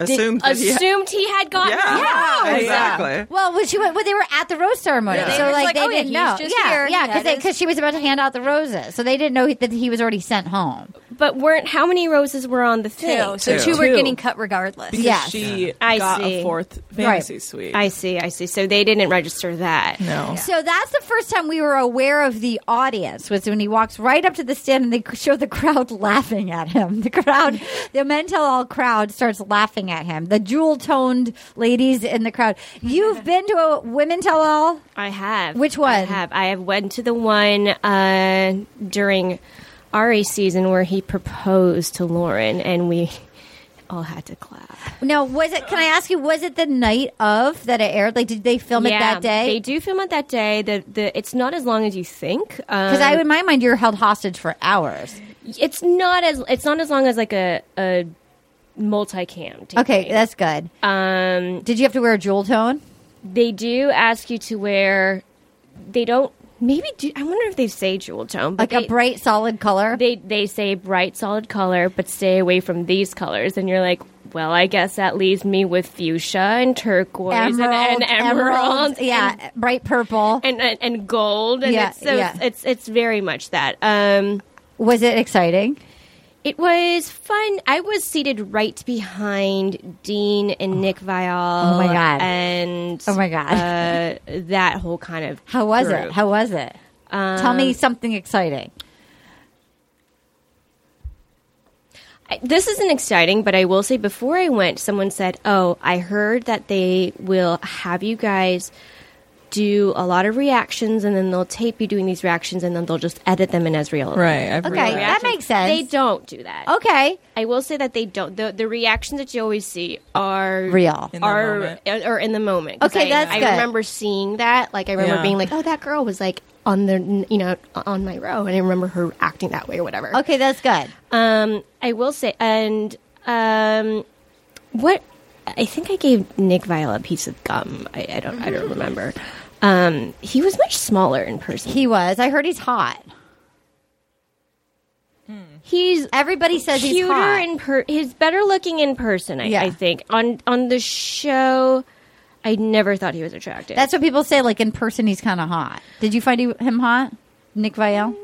Speaker 3: Assumed that he
Speaker 2: assumed he had gotten
Speaker 3: Yeah.
Speaker 2: out.
Speaker 3: [laughs] Exactly.
Speaker 1: Well, when she went, well, they were at the rose ceremony,
Speaker 4: Yeah.
Speaker 1: so
Speaker 4: They were
Speaker 1: like,
Speaker 4: like,
Speaker 1: they
Speaker 4: "Oh, yeah,
Speaker 1: didn't
Speaker 4: he's
Speaker 1: know.
Speaker 4: just
Speaker 1: yeah,
Speaker 4: here.
Speaker 1: yeah,
Speaker 4: He
Speaker 1: because
Speaker 4: had his-
Speaker 1: she was about to hand out the roses, so they didn't know that he was already sent home.
Speaker 2: but weren't how many roses were on the thing?
Speaker 4: Two. So
Speaker 3: Two.
Speaker 4: two, were
Speaker 5: Two.
Speaker 4: getting cut regardless.
Speaker 5: because
Speaker 1: Yes.
Speaker 5: she
Speaker 2: I
Speaker 5: got
Speaker 2: see.
Speaker 5: a fourth fantasy suite.
Speaker 2: I see, I see. So they didn't register that.
Speaker 5: no.
Speaker 1: So that's the first time we were aware of the audience was when he walks right up to the stand and they [laughs] show the crowd laughing at him. The
Speaker 2: [laughs]
Speaker 1: crowd, the Mental All crowd starts laughing at him. The jewel toned ladies in the crowd.
Speaker 2: [laughs]
Speaker 1: You've been to a Women Tell All?
Speaker 2: I have.
Speaker 1: Which one?
Speaker 2: I have. I have went to the one uh, during Ari season where he proposed to Lauren, and we all had to clap.
Speaker 1: No, was it? Can I ask you? Was it the night of that it aired? Like, did they film it that
Speaker 2: They
Speaker 1: day?
Speaker 2: do film it that day. The, the it's not as long as you think.
Speaker 1: Because
Speaker 2: Because
Speaker 1: I, in my mind, you're held hostage for hours.
Speaker 2: it's not as it's not as long as like a a multicam. tape.
Speaker 1: Okay, that's good.
Speaker 2: Um,
Speaker 1: Did you have to wear a jewel tone?
Speaker 2: they do ask you to wear. They don't. Maybe do. I wonder if they say jewel tone, but
Speaker 1: Like a
Speaker 2: they-
Speaker 1: bright, solid color?
Speaker 2: they they say bright solid color but stay away from these colors and you're like well i guess that leaves me with fuchsia and turquoise and- and, emeralds
Speaker 1: yeah, bright purple.
Speaker 2: and, and, and gold and
Speaker 1: Yeah,
Speaker 2: it's, so
Speaker 1: yeah.
Speaker 2: it's, it's it's very much that um
Speaker 1: was it exciting?
Speaker 2: it was fun i was seated right behind dean and nick vial
Speaker 1: Oh my God.
Speaker 2: and
Speaker 1: Oh my God.
Speaker 2: uh, that whole kind of
Speaker 1: How was it?
Speaker 2: group.
Speaker 1: How was it? Tell
Speaker 2: Um,
Speaker 1: me something exciting.
Speaker 2: I- This isn't exciting, but I will say before I went, someone said, Oh, I heard that they will have you guys do a lot of reactions and then they'll tape you doing these reactions and then they'll just edit them in as real.
Speaker 5: Right. I've
Speaker 1: Okay,
Speaker 5: realized.
Speaker 1: that makes sense.
Speaker 2: They don't do that.
Speaker 1: Okay,
Speaker 2: I will say that they don't. The, the reactions that you always see are
Speaker 1: Real. In
Speaker 5: the
Speaker 2: are uh,
Speaker 5: moment.
Speaker 2: or in the moment. 'Cause
Speaker 1: Okay,
Speaker 2: I,
Speaker 1: that's
Speaker 2: I
Speaker 1: good.
Speaker 2: remember seeing that. Like I remember
Speaker 5: Yeah.
Speaker 2: being like, "Oh, that girl was like on the you know on my row," and I remember her acting that way or whatever.
Speaker 1: okay, that's good.
Speaker 2: Um, I will say, and um, what I think I gave Nick Vile a piece of gum. I, I don't, I don't remember. Um, he was much smaller in person.
Speaker 1: He was. I heard he's hot.
Speaker 2: He's
Speaker 1: Everybody says he's
Speaker 2: cuter
Speaker 1: hot.
Speaker 2: in per. He's better looking in person. I,
Speaker 1: Yeah.
Speaker 2: I think on on the show, I never thought he was attractive.
Speaker 1: That's what people say. Like in person, he's kind of hot. Did you find he- him hot, Nick Vial?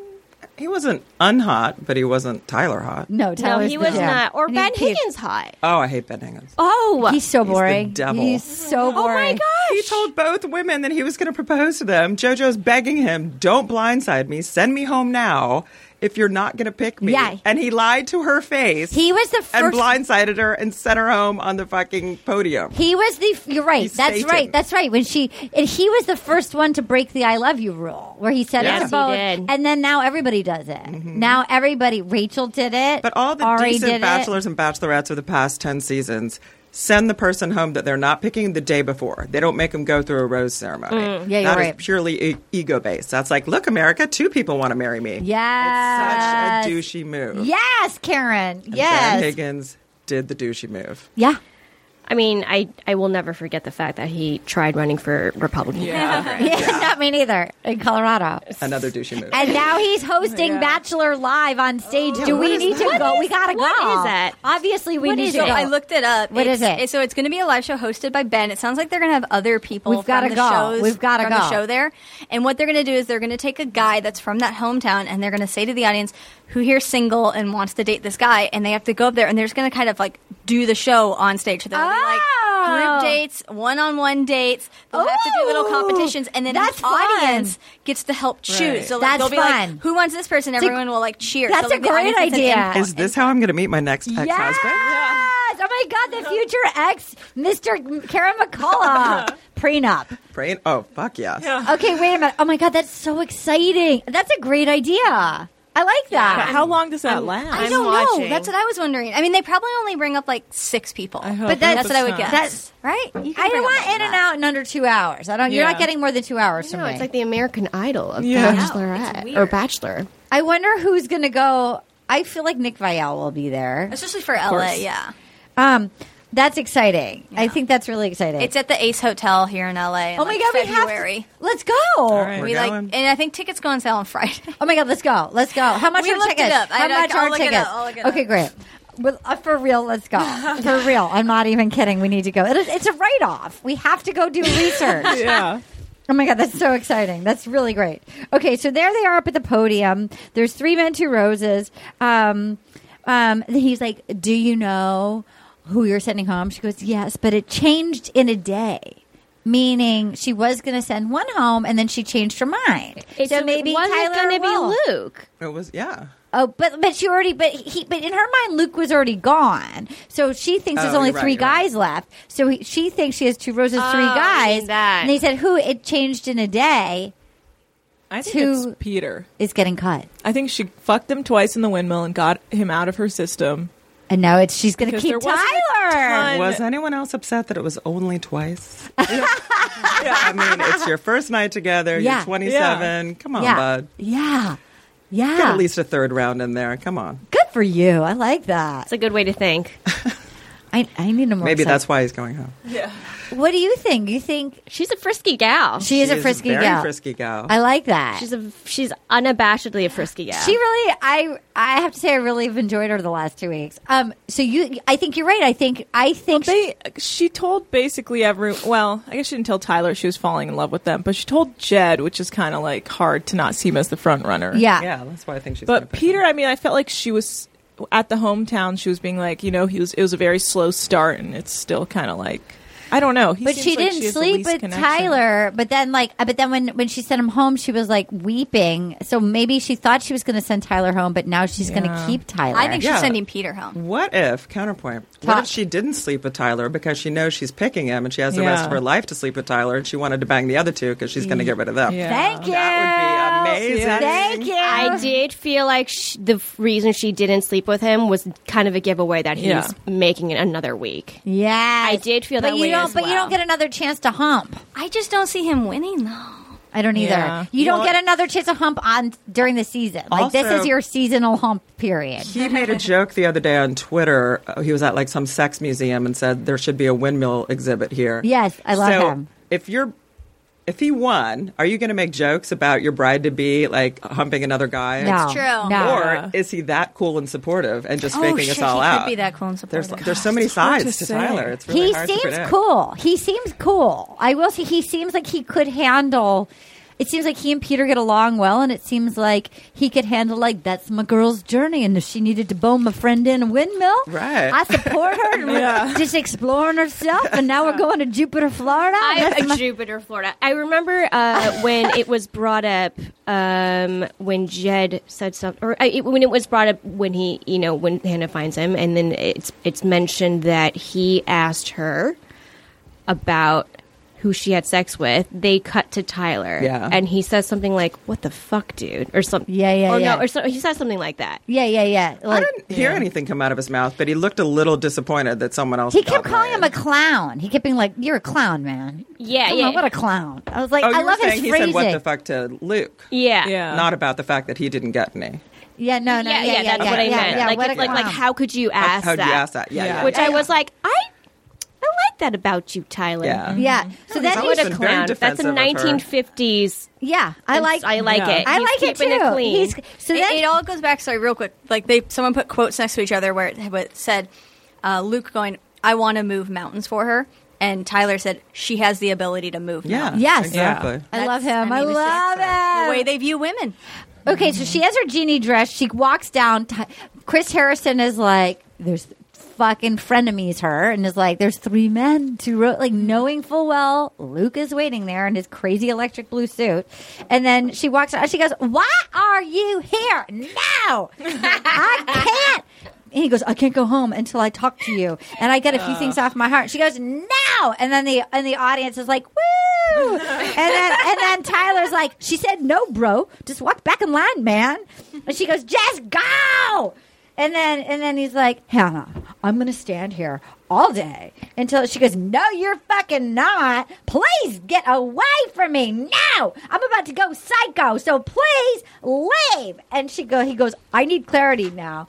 Speaker 3: He wasn't unhot, but he wasn't Tyler hot.
Speaker 1: No,
Speaker 2: no,
Speaker 1: Tyler's
Speaker 2: he
Speaker 1: the
Speaker 2: was
Speaker 1: gem.
Speaker 2: not. Or
Speaker 1: And
Speaker 2: Ben
Speaker 1: he's cute.
Speaker 2: Higgins hot.
Speaker 3: Oh, I hate Ben Higgins.
Speaker 2: Oh,
Speaker 1: He's so boring.
Speaker 3: devil.
Speaker 1: He's so
Speaker 2: oh my
Speaker 1: boring.
Speaker 2: gosh.
Speaker 3: He told both women that he was going to propose to them. JoJo's begging him, "Don't blindside me. Send me home now if you're not going to pick me."
Speaker 1: Yeah.
Speaker 3: And he lied to her face.
Speaker 1: He was the first.
Speaker 3: and blindsided her and sent her home on the fucking podium.
Speaker 1: He was the. You're right.
Speaker 3: He's
Speaker 1: that's
Speaker 3: Satan.
Speaker 1: right. That's right. When she and he was the first one to break the "I love you" rule, where he said
Speaker 3: Yes,
Speaker 1: it's
Speaker 3: he
Speaker 1: about,
Speaker 2: did.
Speaker 1: and then now everybody does it. Now everybody. Rachel did it,
Speaker 3: Mm-hmm. But all the
Speaker 1: Ari did
Speaker 3: decent
Speaker 1: it.
Speaker 3: bachelors and bachelorettes of the past 10 seasons send the person home that they're not picking the day before. They don't make them go through a rose ceremony.
Speaker 1: Mm. Yeah, you're
Speaker 3: That is
Speaker 1: right.
Speaker 3: purely e- ego based. That's like, look, America, two people want to marry me.
Speaker 1: Yes.
Speaker 3: Such a douchey move.
Speaker 1: Yes, Karen.
Speaker 3: And
Speaker 1: yes.
Speaker 3: Ben Higgins did the douchey move.
Speaker 1: Yeah.
Speaker 2: I mean, I I will never forget the fact that he tried running for Republican.
Speaker 1: [laughs]
Speaker 5: Yeah.
Speaker 1: yeah. Not me neither. In Colorado.
Speaker 3: Another douchey move.
Speaker 1: And now he's hosting Bachelor Live on stage.
Speaker 2: Oh,
Speaker 1: Do we need to go? we gotta
Speaker 2: what
Speaker 1: go.
Speaker 2: is that?
Speaker 1: Obviously, we
Speaker 2: What
Speaker 1: need
Speaker 2: is
Speaker 1: to
Speaker 2: it?
Speaker 1: go.
Speaker 4: I looked it up.
Speaker 1: What
Speaker 4: What
Speaker 1: is
Speaker 4: is
Speaker 1: it?
Speaker 4: So it's going to be a live show hosted by Ben. It sounds like they're going to have other people.
Speaker 1: We've gotta
Speaker 4: from the
Speaker 1: go.
Speaker 4: Shows,
Speaker 1: We've gotta
Speaker 4: from
Speaker 1: go.
Speaker 4: The show there, and what they're going to do is they're going to take a guy that's from that hometown, and they're going to say to the audience, "Who here's single and wants to date this guy?" And they have to go up there, and they're just going to kind of like do the show on stage. So they'll be like
Speaker 1: Oh.
Speaker 4: group dates, one-on-one dates. They'll have to do little
Speaker 1: Ooh.
Speaker 4: competitions, and then
Speaker 1: That's
Speaker 4: the audience gets to help choose.
Speaker 5: Right.
Speaker 4: So
Speaker 1: That's
Speaker 4: like, they'll be
Speaker 1: fun.
Speaker 4: like, "Who wants this person?"
Speaker 1: a-
Speaker 4: Everyone will like cheer.
Speaker 1: That's
Speaker 4: So, like,
Speaker 1: a
Speaker 4: the
Speaker 1: great
Speaker 4: audience gets an
Speaker 1: idea.
Speaker 4: input.
Speaker 1: Yes.
Speaker 3: Is this how I'm going to meet my next ex husband?
Speaker 1: Yes! Oh my God, the future ex, Mr. Karen
Speaker 4: [laughs]
Speaker 1: McCullough. Prenup.
Speaker 3: Praying? Oh, fuck yes.
Speaker 1: Okay, wait a minute. Oh my God, that's so exciting. That's a great idea. I like
Speaker 5: But
Speaker 1: that.
Speaker 5: how long does that
Speaker 2: [laughs]
Speaker 5: last?
Speaker 4: I
Speaker 2: I'm
Speaker 4: don't know.
Speaker 2: watching.
Speaker 4: That's what I was wondering. I mean, they probably only bring up like six people. I
Speaker 5: hope
Speaker 4: but that's,
Speaker 5: it's
Speaker 4: what I would
Speaker 5: not.
Speaker 4: guess.
Speaker 1: That's-
Speaker 4: right. You can
Speaker 1: I
Speaker 4: bring
Speaker 1: want
Speaker 4: up more than
Speaker 1: in and
Speaker 4: that.
Speaker 1: out in under two hours. I don't. You're not
Speaker 5: Yeah.
Speaker 1: getting more than two hours from
Speaker 2: No,
Speaker 1: me.
Speaker 2: it's like the American Idol of
Speaker 5: Yeah. I know,
Speaker 4: it's
Speaker 2: Bachelorette
Speaker 4: weird.
Speaker 2: or Bachelor.
Speaker 1: I wonder who's going to go. I feel like Nick Vial will be there.
Speaker 4: especially for LA. Yeah,
Speaker 1: Um, that's exciting. I think that's really exciting.
Speaker 4: it's at the Ace Hotel here in LA. in,
Speaker 1: oh my
Speaker 4: like,
Speaker 1: god, we
Speaker 4: February.
Speaker 1: have. To, let's go.
Speaker 5: right.
Speaker 4: we
Speaker 3: We're
Speaker 4: like,
Speaker 3: going.
Speaker 4: and I think tickets go on sale on Friday. [laughs]
Speaker 1: Oh my god, let's go. Let's go. How much
Speaker 4: We
Speaker 1: are
Speaker 4: looked it
Speaker 1: tickets?
Speaker 4: up. I-
Speaker 1: How
Speaker 4: I-
Speaker 1: much
Speaker 4: I'll
Speaker 1: are
Speaker 4: look it
Speaker 1: tickets?
Speaker 4: up. I'll look it
Speaker 1: okay,
Speaker 4: up.
Speaker 1: great. Well, uh, for real, let's
Speaker 4: [laughs]
Speaker 1: go. For real, I'm not even kidding. We need to go. It is, it's a write off. We have to go do research.
Speaker 4: [laughs]
Speaker 5: yeah.
Speaker 1: Oh my God, that's so exciting. That's really great. Okay, so there they are up at the podium. There's three men, two roses. Um, um, he's like, "Do you know who you're sending home?" She goes, "Yes," but it changed in a day. Meaning she was going to send one home and then she changed her mind.
Speaker 2: It's-
Speaker 1: so maybe
Speaker 2: it wasn't
Speaker 1: Tyler
Speaker 2: gonna
Speaker 1: will.
Speaker 2: be Luke.
Speaker 3: It was yeah.
Speaker 1: Oh, but but she already but he but in her mind Luke was already gone. So she thinks there's
Speaker 3: Oh,
Speaker 1: only
Speaker 3: you're right,
Speaker 1: three
Speaker 3: you're right.
Speaker 1: guys left. So he, she thinks she has two roses, three
Speaker 2: Oh, I mean
Speaker 1: guys.
Speaker 2: that.
Speaker 1: And they said who it changed in a day
Speaker 5: I think
Speaker 1: Two-
Speaker 5: it's Peter.
Speaker 1: is getting cut.
Speaker 5: I think she fucked him twice in the windmill and got him out of her system.
Speaker 1: And now it's she's going to
Speaker 5: Because
Speaker 1: keep
Speaker 5: there wasn't a
Speaker 1: Tyler.
Speaker 5: ton-
Speaker 3: Was anyone else upset that it was only twice? [laughs] yeah, I mean, it's your first night together.
Speaker 1: Yeah.
Speaker 3: You're 27. Come on,
Speaker 1: yeah.
Speaker 3: bud.
Speaker 1: Yeah. Yeah.
Speaker 3: Get at least a third round in there. Come on.
Speaker 1: Good for you. I like that.
Speaker 2: It's a good way to think.
Speaker 1: I, I need a more.
Speaker 3: Maybe
Speaker 1: upset.
Speaker 3: that's why he's going home.
Speaker 1: What do you think? You think
Speaker 2: She's a frisky gal.
Speaker 1: she is
Speaker 3: She
Speaker 1: a frisky
Speaker 3: very
Speaker 1: gal?
Speaker 3: frisky gal.
Speaker 1: I like that.
Speaker 2: she's a she's unabashedly a frisky gal.
Speaker 1: She really, I, I have to say, I really have enjoyed her the last two weeks. Um, so you, I think you're right. I think, I think
Speaker 5: They she told basically every well, I guess she didn't tell Tyler she was falling in love with them, but she told Jed, which is kind of like hard to not see him as the front runner.
Speaker 1: yeah,
Speaker 3: yeah, that's why I think she's. gonna
Speaker 5: But
Speaker 3: pick
Speaker 5: Peter,
Speaker 3: him.
Speaker 5: I mean, I felt like she was at the hometown. She was being like, you know, he was. It was a very slow start, and it's still kind of like, I don't know. He
Speaker 1: But
Speaker 5: seems
Speaker 1: she
Speaker 5: like
Speaker 1: didn't
Speaker 5: has the
Speaker 1: sleep
Speaker 5: least
Speaker 1: with
Speaker 5: connection.
Speaker 1: Tyler. But then, like, uh, but then when when she sent him home, she was like weeping. So maybe she thought she was going to send Tyler home, but now she's going to
Speaker 5: Yeah.
Speaker 1: keep Tyler.
Speaker 4: I think
Speaker 3: Yeah.
Speaker 4: she's sending Peter home.
Speaker 3: What if counterpoint? What
Speaker 1: Talk.
Speaker 3: if she didn't sleep with Tyler because she knows she's picking him and she has the rest
Speaker 5: Yeah.
Speaker 3: of her life to sleep with Tyler and she wanted to bang the other two because she's going to get rid of them.
Speaker 5: Yeah.
Speaker 1: Thank you.
Speaker 3: That would be amazing.
Speaker 1: Thank you.
Speaker 2: I did feel like sh- the f- reason she didn't sleep with him was kind of a giveaway that he's
Speaker 5: Yeah.
Speaker 2: making it another week.
Speaker 1: Yeah,
Speaker 2: I did feel
Speaker 1: but
Speaker 2: that
Speaker 1: you
Speaker 2: way
Speaker 1: Don't,
Speaker 2: as
Speaker 1: But you
Speaker 2: well.
Speaker 1: don't get another chance to hump.
Speaker 4: I just don't see him winning though.
Speaker 1: I don't either.
Speaker 5: Yeah.
Speaker 1: You don't
Speaker 3: Well-
Speaker 1: get another chance to hump on during the season. Like this
Speaker 3: Also-
Speaker 1: is your seasonal hump period.
Speaker 3: He made a joke the other day on Twitter. Uh, He was at like some sex museum and said there should be a windmill exhibit here.
Speaker 1: Yes, I love
Speaker 3: so
Speaker 1: him.
Speaker 3: If you're if he won, are you going to make jokes about your bride to be like humping another guy?
Speaker 1: No,
Speaker 4: true.
Speaker 1: No.
Speaker 3: Or is he that cool and supportive and just
Speaker 4: Oh,
Speaker 3: faking us
Speaker 4: shit,
Speaker 3: all
Speaker 4: he could
Speaker 3: out?
Speaker 4: be that cool and
Speaker 3: There's
Speaker 4: supportive.
Speaker 3: there's so many
Speaker 5: it's hard
Speaker 3: sides
Speaker 5: to
Speaker 3: to,
Speaker 5: say.
Speaker 3: Tyler. It's really
Speaker 1: he
Speaker 3: hard to
Speaker 1: seems
Speaker 3: predict.
Speaker 1: cool. He seems cool. I will say he seems like he could handle. It seems like he and Peter get along well, and it seems like he could handle like that's my girl's journey, and if she needed to bone my friend in a windmill,
Speaker 3: Right.
Speaker 1: I support her
Speaker 3: [laughs]
Speaker 1: and we're just exploring herself. And now we're going to Jupiter, [laughs] Florida. That's
Speaker 2: I
Speaker 1: my-
Speaker 2: Jupiter, Florida. I remember
Speaker 1: [laughs]
Speaker 2: uh, when it was brought up um, when Jed said something, or uh, it, when it was brought up when he, you know, when Hannah finds him, and then it's it's mentioned that he asked her about who she had sex with. They cut to Tyler,
Speaker 3: Yeah.
Speaker 2: and he says something like, "What the fuck, dude?" or something.
Speaker 1: Yeah, yeah,
Speaker 2: or
Speaker 1: yeah.
Speaker 2: no, or so, he says something like that.
Speaker 1: yeah, yeah, yeah.
Speaker 3: I
Speaker 1: Like,
Speaker 3: didn't hear anything come out of his mouth, but he looked a little disappointed that someone else.
Speaker 1: he kept
Speaker 3: got
Speaker 1: calling him a
Speaker 3: married.
Speaker 1: clown. He kept being like, "You're a clown, man."
Speaker 2: Yeah,
Speaker 1: Come
Speaker 2: yeah.
Speaker 1: on, what a clown. I was like,
Speaker 3: Oh, you
Speaker 1: I
Speaker 3: were
Speaker 1: love his
Speaker 3: saying he
Speaker 1: phrasing.
Speaker 3: said what the fuck to Luke.
Speaker 2: Yeah,
Speaker 5: Yeah.
Speaker 3: Not about the fact that he didn't get any.
Speaker 1: Yeah, no, Oh, no,
Speaker 2: yeah,
Speaker 1: yeah,
Speaker 2: yeah, that's
Speaker 1: yeah,
Speaker 2: what I
Speaker 1: yeah,
Speaker 2: meant.
Speaker 1: yeah,
Speaker 2: like,
Speaker 1: what
Speaker 2: it's
Speaker 1: a
Speaker 2: like, like,
Speaker 1: clown.
Speaker 2: how could you
Speaker 3: How-
Speaker 2: ask
Speaker 3: How'd
Speaker 2: that?
Speaker 3: you ask that? Yeah,
Speaker 5: Yeah.
Speaker 3: yeah.
Speaker 2: which
Speaker 3: yeah.
Speaker 2: I was like, I, I like that about you, Tyler.
Speaker 3: Yeah.
Speaker 1: Yeah. So
Speaker 3: he's
Speaker 1: then he's
Speaker 3: always
Speaker 2: Mm-hmm. What
Speaker 1: a
Speaker 2: a
Speaker 3: been
Speaker 1: clown.
Speaker 3: very
Speaker 2: clown. That's a
Speaker 3: defensive of her.
Speaker 2: 1950s.
Speaker 1: Yeah, I like.
Speaker 2: I like
Speaker 5: Yeah.
Speaker 2: it.
Speaker 1: I
Speaker 2: He's
Speaker 1: like it too.
Speaker 2: keeping It clean.
Speaker 1: He's- so
Speaker 4: It-
Speaker 1: then,
Speaker 4: it, all goes back. Sorry, real quick. Like they, someone put quotes next to each other where it had- what said, uh, "Luke going, I want to move mountains for her," and Tyler said, "She has the ability to move."
Speaker 3: yeah.
Speaker 4: mountains."
Speaker 1: Yes.
Speaker 3: Exactly.
Speaker 1: I love
Speaker 4: That's-
Speaker 1: him. I,
Speaker 4: I mean, it's
Speaker 1: love him.
Speaker 4: The way they view women.
Speaker 1: okay, so she has her genie dress. She walks down. Ty- Chris Harrison is like, "There's fucking frenemies her," and is like, "There's three men." Two ro-, like knowing full well Luke is waiting there in his crazy electric blue suit, and then she walks out. She goes, "Why are you here?
Speaker 2: [laughs]
Speaker 1: No, I can't." And he goes, I can't go home until I talk to you, and I get a few things off my heart. She goes, no, and then the and the audience is like, woo, and then and then Tyler's like, she said no, bro, just walk back in line, man. And she goes, just go. And then and then he's like, Hannah, I'm gonna stand here all day until she goes, no, you're fucking not. Please get away from me. No, I'm about to go psycho, so please leave. And she go, he goes, I need clarity now.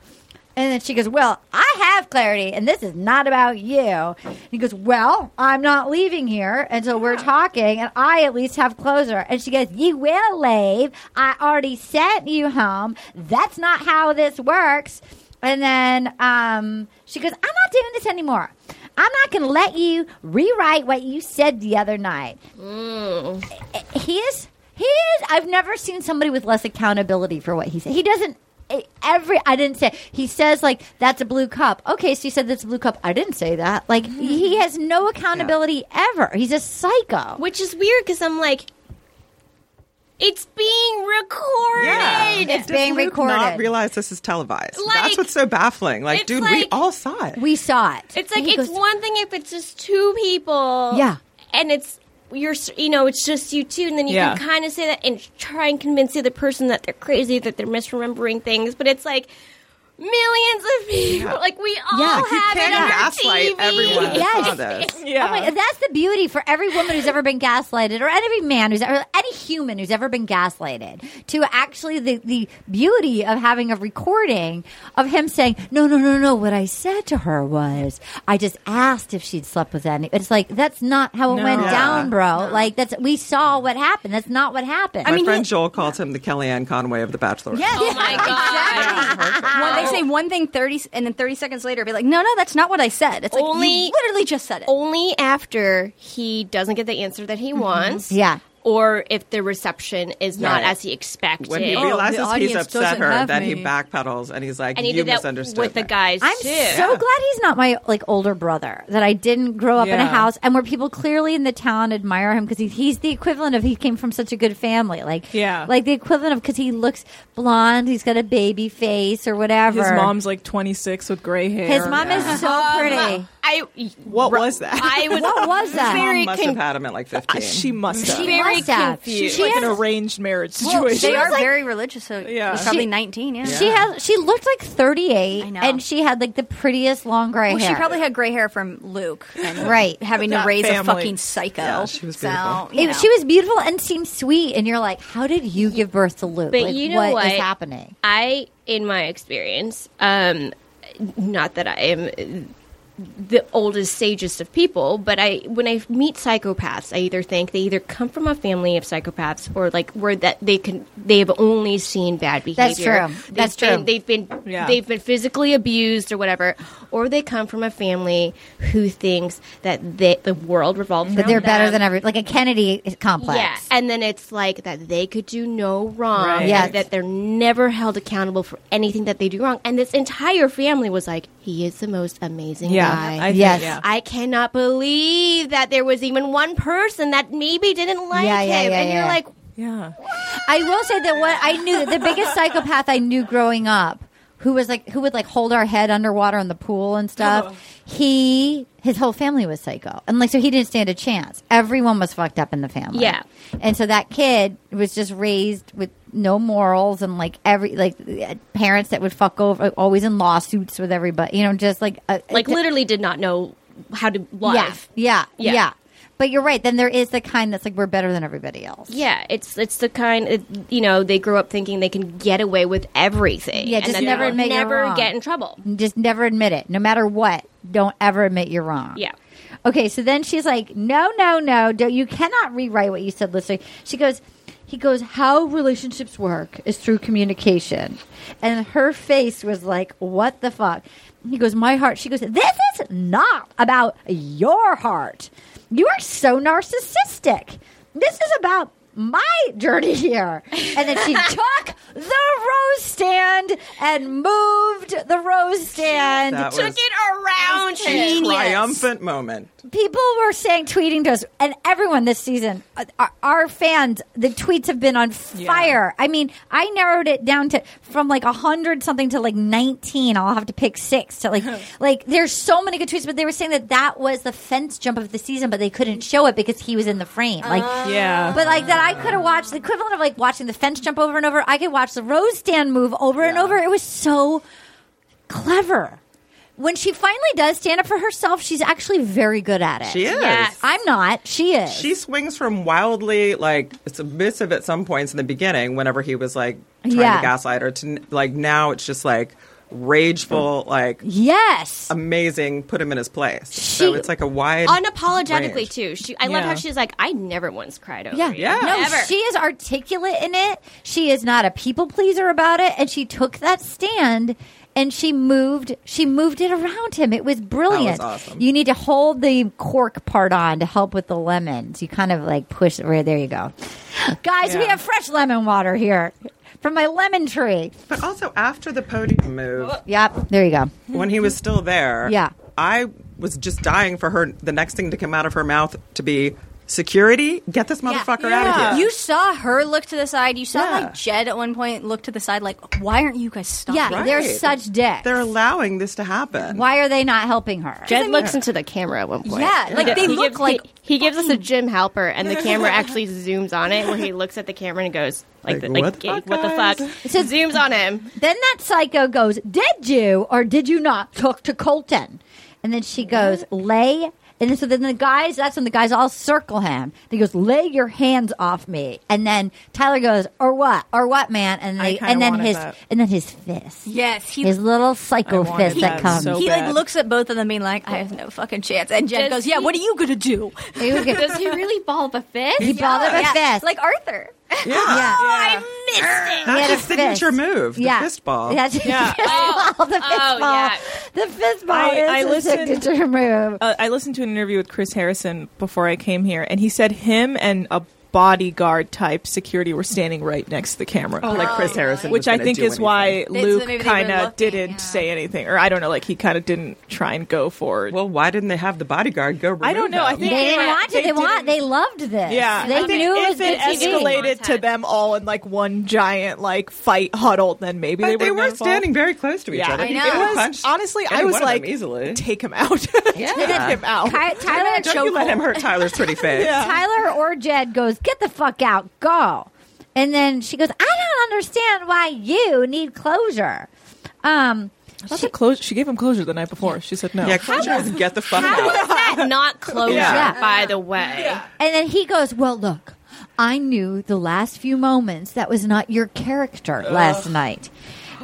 Speaker 1: And then she goes, Well, I have clarity, and this is not about you. And he goes, Well, I'm not leaving here until we're talking, and I at least have closure. And she goes, You will leave. I already sent you home. That's not how this works. And then um, she goes, I'm not doing this anymore. I'm not going to let you rewrite what you said the other night. He is. He is. I've never seen somebody with less accountability for what he said. He doesn't e, every I didn't say he says like that's a blue cup. Okay, so you said that's a blue cup. I didn't say that. Like he has no accountability ever. He's a psycho.
Speaker 2: Which is weird because I'm like, it's being recorded.
Speaker 3: Yeah.
Speaker 1: It's being
Speaker 3: Luke
Speaker 1: recorded.
Speaker 3: Not realize this is televised.
Speaker 2: Like,
Speaker 3: That's what's so baffling. Like,
Speaker 2: it's
Speaker 3: dude, we
Speaker 2: like-
Speaker 3: all saw it.
Speaker 1: we saw it.
Speaker 2: It's
Speaker 1: And
Speaker 2: like
Speaker 1: he
Speaker 2: it's
Speaker 1: goes,
Speaker 2: one thing if it's just two people.
Speaker 1: Yeah.
Speaker 2: And it's you're s- you know it's just you two, and then you
Speaker 5: Yeah.
Speaker 2: can kind of say that and try and convince the other person that they're crazy, that they're misremembering things, but it's like. Millions of people, like we all
Speaker 1: Yeah. Like,
Speaker 3: you
Speaker 2: have it
Speaker 3: can't
Speaker 2: on our Oh
Speaker 3: gaslight
Speaker 2: TV.
Speaker 3: everyone that
Speaker 1: Yes.
Speaker 3: saw this.
Speaker 1: [laughs]
Speaker 5: Yeah.
Speaker 1: Oh my, that's the beauty for every woman who's ever been gaslighted, or any man who's ever, any human who's ever been gaslighted, to actually the, the beauty of having a recording of him saying, No, no, no, no. What I said to her was, I just asked if she'd slept with any. It's like, that's not how it
Speaker 5: No.
Speaker 1: went
Speaker 5: Yeah.
Speaker 1: down, bro. Like, that's, we saw what happened. That's not what happened.
Speaker 3: My friend Joel calls him the Kellyanne Conway of The Bachelor.
Speaker 1: Yes.
Speaker 2: Oh
Speaker 1: [laughs]
Speaker 2: my god!
Speaker 4: When they say one thing thirty, s- and then thirty seconds later, be like, "No, no, that's not what I said." It's like
Speaker 2: Only-
Speaker 4: you literally just said it.
Speaker 2: Only after he doesn't get the answer that he wants,
Speaker 1: Yeah.
Speaker 2: or if the reception is not
Speaker 3: Right.
Speaker 2: as he expected.
Speaker 3: When he
Speaker 4: Oh,
Speaker 3: realizes
Speaker 4: the
Speaker 3: he's
Speaker 4: audience
Speaker 3: upset
Speaker 4: doesn't
Speaker 3: her,
Speaker 4: have
Speaker 3: then he
Speaker 4: me.
Speaker 3: backpedals and he's like,
Speaker 2: and he
Speaker 3: "You
Speaker 2: did that
Speaker 3: misunderstood
Speaker 2: with
Speaker 3: me."
Speaker 2: the guys
Speaker 1: I'm
Speaker 2: too.
Speaker 1: so glad he's not my like older brother that I didn't grow up in a
Speaker 5: Yeah.
Speaker 1: house and where people clearly in the town admire him because he, he's the equivalent of he came from such a good family like
Speaker 5: Yeah.
Speaker 1: like the equivalent of because he looks blonde he's got a baby face or whatever
Speaker 5: His mom's like 26 with gray hair.
Speaker 1: his mom is so pretty
Speaker 2: Um, I
Speaker 1: [laughs]
Speaker 5: What was that?
Speaker 2: I was
Speaker 1: what was that
Speaker 2: very
Speaker 3: Must have
Speaker 2: con-
Speaker 3: had him at
Speaker 4: uh,
Speaker 3: like 15.
Speaker 5: she must have.
Speaker 1: She
Speaker 5: She,
Speaker 2: very
Speaker 1: must have.
Speaker 2: confused.
Speaker 1: she
Speaker 5: like
Speaker 1: has,
Speaker 5: an arranged marriage
Speaker 4: Well,
Speaker 5: situation.
Speaker 4: they
Speaker 1: was
Speaker 5: [laughs]
Speaker 4: are
Speaker 1: like-
Speaker 4: very religious, so
Speaker 5: Yeah.
Speaker 4: he's probably
Speaker 1: She-
Speaker 4: nineteen. Yeah,
Speaker 1: she has she looked like 38
Speaker 4: I know.
Speaker 1: and she had like the prettiest long gray
Speaker 4: Well,
Speaker 1: hair
Speaker 4: she probably had gray hair from Luke, and
Speaker 1: Right.
Speaker 4: having to
Speaker 5: That
Speaker 4: raise a
Speaker 5: family.
Speaker 4: fucking psycho.
Speaker 3: Yeah, she was
Speaker 4: So,
Speaker 3: beautiful.
Speaker 4: you
Speaker 1: It-
Speaker 4: know.
Speaker 1: she was beautiful and seemed sweet and you're like how did you give birth to Luke
Speaker 2: But
Speaker 1: Like,
Speaker 2: you know
Speaker 1: what is
Speaker 2: what?
Speaker 1: happening
Speaker 2: I, in my experience, um, not that I am the oldest, sagest of people, but I, when I meet psychopaths, I either think they either come from a family of psychopaths or like where that they can they have only seen bad behavior.
Speaker 1: That's true.
Speaker 2: They've
Speaker 1: That's
Speaker 2: been-
Speaker 1: true.
Speaker 2: They've been
Speaker 5: Yeah.
Speaker 2: they've been physically abused or whatever, or they come from a family who thinks that they, the world revolves.
Speaker 1: but
Speaker 2: around
Speaker 1: they're better
Speaker 2: them.
Speaker 1: than every like a Kennedy complex
Speaker 2: Yeah, and then it's like that they could do no wrong.
Speaker 5: Right.
Speaker 1: Yes.
Speaker 2: That they're never held accountable for anything that they do wrong. And this entire family was like, he is the most amazing
Speaker 5: yeah.
Speaker 2: guy.
Speaker 5: I
Speaker 2: I,
Speaker 5: think,
Speaker 1: Yes.
Speaker 5: yeah.
Speaker 2: cannot believe that there was even one person that maybe didn't like
Speaker 1: Yeah, yeah,
Speaker 2: him.
Speaker 1: yeah,
Speaker 2: and you're
Speaker 1: yeah.
Speaker 2: like,
Speaker 5: yeah.
Speaker 1: I will say that what I knew the
Speaker 2: [laughs]
Speaker 1: biggest psychopath I knew growing up, who was like who would like hold our head underwater in the pool and stuff.
Speaker 2: Oh.
Speaker 1: He his whole family was psycho, and like so he didn't stand a chance. Everyone was fucked up in the family.
Speaker 2: Yeah.
Speaker 1: and so that kid was just raised with no morals and like every like parents that would fuck over, always in lawsuits with everybody. You know, just like uh, a,
Speaker 2: like literally did not know how to live.
Speaker 1: yeah, yeah,
Speaker 2: Yeah.
Speaker 1: yeah. But you're right. Then there is the kind that's like we're better than everybody else.
Speaker 2: Yeah, it's it's the kind it, you know they grow up thinking they can get away with everything.
Speaker 1: Yeah,
Speaker 2: and
Speaker 1: just
Speaker 2: that
Speaker 1: never
Speaker 2: they'll
Speaker 1: admit you're
Speaker 2: never
Speaker 1: wrong.
Speaker 2: get in trouble.
Speaker 1: Just never admit it. No matter what, don't ever admit you're wrong.
Speaker 2: Yeah.
Speaker 1: Okay, so then she's like, no, no, no, don't, you cannot rewrite what you said last week. She goes, he goes, how relationships work is through communication. And her face was like, what the fuck? He goes, my heart. She goes, this is not about your heart. You are so narcissistic. This is about my journey here. And then she took the rose stand and moved the rose stand
Speaker 3: That was
Speaker 2: around
Speaker 3: a triumphant moment.
Speaker 1: people were saying tweeting to us and everyone this season uh, our, our fans the tweets have been on fire i mean i narrowed it down to from like 100 something to like 19 i'll have to pick six so like like there's so many good tweets but they were saying that that was the fence jump of the season but they couldn't show it because he was in the frame like
Speaker 5: Yeah.
Speaker 1: but like that, I could have watched the equivalent of like watching the fence jump over and over. I could watch the rose stand move over and over. It was so clever. When she finally does stand up for herself, she's actually very good at it.
Speaker 3: She is.
Speaker 2: Yes.
Speaker 1: I'm not. She is.
Speaker 3: She swings from wildly like submissive at some points in the beginning, whenever he was like trying
Speaker 1: Yeah.
Speaker 3: to gaslight her, to like now it's just like rageful, like
Speaker 1: yes.
Speaker 3: amazing, put him in his place.
Speaker 1: She-
Speaker 3: so it's like a wide,
Speaker 2: unapologetically
Speaker 3: range.
Speaker 2: too. She, I love
Speaker 5: Yeah.
Speaker 2: how she's like, I never once cried over
Speaker 1: Yeah.
Speaker 2: you.
Speaker 3: Oh, Yeah.
Speaker 1: No,
Speaker 2: Never.
Speaker 1: she is articulate in it. She is not a people pleaser about it. And she took that stand and she moved she moved it around him. It was brilliant.
Speaker 3: awesome.
Speaker 1: You need to hold the cork part on to help with the lemons. You kind of like push right there you go. Guys, we
Speaker 5: Yeah.
Speaker 1: have fresh lemon water here. from my lemon tree.
Speaker 3: But also after the podium move,
Speaker 1: Yep, there you go.
Speaker 3: when he was still there,
Speaker 1: Yeah.
Speaker 3: I was just dying for her. The next thing to come out of her mouth to be security. Get this motherfucker out of
Speaker 5: Yeah.
Speaker 3: here.
Speaker 4: You saw her look to the side. You saw
Speaker 3: Yeah.
Speaker 4: like Jed at one point look to the side, like, why aren't you guys stopping?
Speaker 1: Yeah, they're
Speaker 3: Right.
Speaker 1: such dicks.
Speaker 3: They're allowing this to happen.
Speaker 1: Why are they not helping her?
Speaker 2: Jed looks into the camera at one point.
Speaker 4: Yeah, like, they look
Speaker 2: gives,
Speaker 4: like
Speaker 2: he, he gives us a Jim Halper, and the [laughs] camera actually zooms on it, where he looks at the camera and goes
Speaker 3: Like,
Speaker 2: like, the, like
Speaker 3: what the
Speaker 2: "Gay,
Speaker 3: fuck,
Speaker 2: what the
Speaker 3: guys?"
Speaker 2: fuck? zooms on him.
Speaker 1: Then that psycho goes, Did you or did you not talk to Colton? And then she goes, Lay. And then, so then the guys, that's when the guys all circle him. He goes, Lay your hands off me. And then Tyler goes, Or what? Or what, man? And,
Speaker 5: I
Speaker 1: they,
Speaker 5: kinda
Speaker 1: and then
Speaker 5: wanted
Speaker 1: his
Speaker 5: that.
Speaker 1: and then his fist.
Speaker 4: Yes, he-
Speaker 1: his little psycho
Speaker 5: I wanted
Speaker 1: fist that,
Speaker 5: that
Speaker 1: comes.
Speaker 5: so
Speaker 4: he like
Speaker 5: bad.
Speaker 4: looks at both of them being like, I have no fucking chance. And Jed
Speaker 2: Does
Speaker 4: goes, Yeah,
Speaker 2: he-
Speaker 4: what are you gonna do?
Speaker 1: He would
Speaker 3: [laughs]
Speaker 1: get-
Speaker 2: Does he really ball up a fist?
Speaker 1: he balled up a
Speaker 4: Yeah,
Speaker 1: fist.
Speaker 4: Like Arthur.
Speaker 2: Oh,
Speaker 3: Yeah.
Speaker 1: yeah. He
Speaker 3: That's
Speaker 1: had
Speaker 3: his
Speaker 1: a
Speaker 3: signature
Speaker 1: fist.
Speaker 3: move. The
Speaker 1: yeah.
Speaker 3: fist ball.
Speaker 1: That's his
Speaker 5: [laughs] Yeah.
Speaker 1: fist ball. The fist
Speaker 2: oh,
Speaker 1: ball.
Speaker 2: yeah.
Speaker 1: The fist ball
Speaker 5: I-
Speaker 1: is
Speaker 5: I
Speaker 1: his
Speaker 5: listened-
Speaker 1: signature move.
Speaker 5: uh, I listened to an interview with Chris Harrison before I came here, and he said him and a bodyguard type security were standing right next to the camera.
Speaker 3: Oh, like Chris Harrison,
Speaker 5: which
Speaker 3: was
Speaker 5: I
Speaker 3: gonna
Speaker 5: think
Speaker 3: do
Speaker 5: is why
Speaker 3: anything.
Speaker 4: They- so
Speaker 5: Luke
Speaker 4: maybe they were
Speaker 5: kind of
Speaker 4: looking,
Speaker 5: didn't
Speaker 4: yeah.
Speaker 5: say anything, or I don't know, like he kind of didn't try and go for it.
Speaker 3: Well, why didn't they have the bodyguard go?
Speaker 5: I don't
Speaker 3: remove
Speaker 5: know. I
Speaker 3: him?
Speaker 5: think
Speaker 1: They didn't
Speaker 5: Yeah,
Speaker 1: want to. They,
Speaker 5: they
Speaker 1: want.
Speaker 5: didn't-
Speaker 1: They loved this.
Speaker 5: yeah,
Speaker 1: they
Speaker 5: I think
Speaker 1: knew it was
Speaker 5: if
Speaker 1: good
Speaker 5: it
Speaker 1: TV.
Speaker 5: escalated to them all in like one giant like fight huddle, then maybe
Speaker 3: But
Speaker 5: they,
Speaker 3: they,
Speaker 5: would've
Speaker 3: were
Speaker 5: been involved.
Speaker 3: standing very close to each
Speaker 5: Yeah,
Speaker 3: other.
Speaker 4: I
Speaker 3: You
Speaker 4: know.
Speaker 3: could
Speaker 5: It
Speaker 3: have
Speaker 5: was-
Speaker 3: punched
Speaker 5: honestly,
Speaker 3: any
Speaker 5: I was
Speaker 3: one of them
Speaker 5: like,
Speaker 3: easily.
Speaker 5: take him out, [laughs]
Speaker 3: Yeah.
Speaker 5: take him out.
Speaker 1: Ty- Tyler,
Speaker 3: Don't you let him hurt Tyler's
Speaker 5: [laughs]
Speaker 3: pretty face.
Speaker 1: Tyler or Jed goes, get the fuck out, go. And then she goes, I don't understand why you need closure. Um,
Speaker 5: That's a close. She gave him closure the night before. She said no.
Speaker 3: Yeah, closure is get the fuck
Speaker 2: How
Speaker 3: out.
Speaker 2: is [laughs] that [laughs] not closure?
Speaker 3: Yeah.
Speaker 2: By the way,
Speaker 1: and then he goes, well, look, I knew the last few moments that was not your character last night.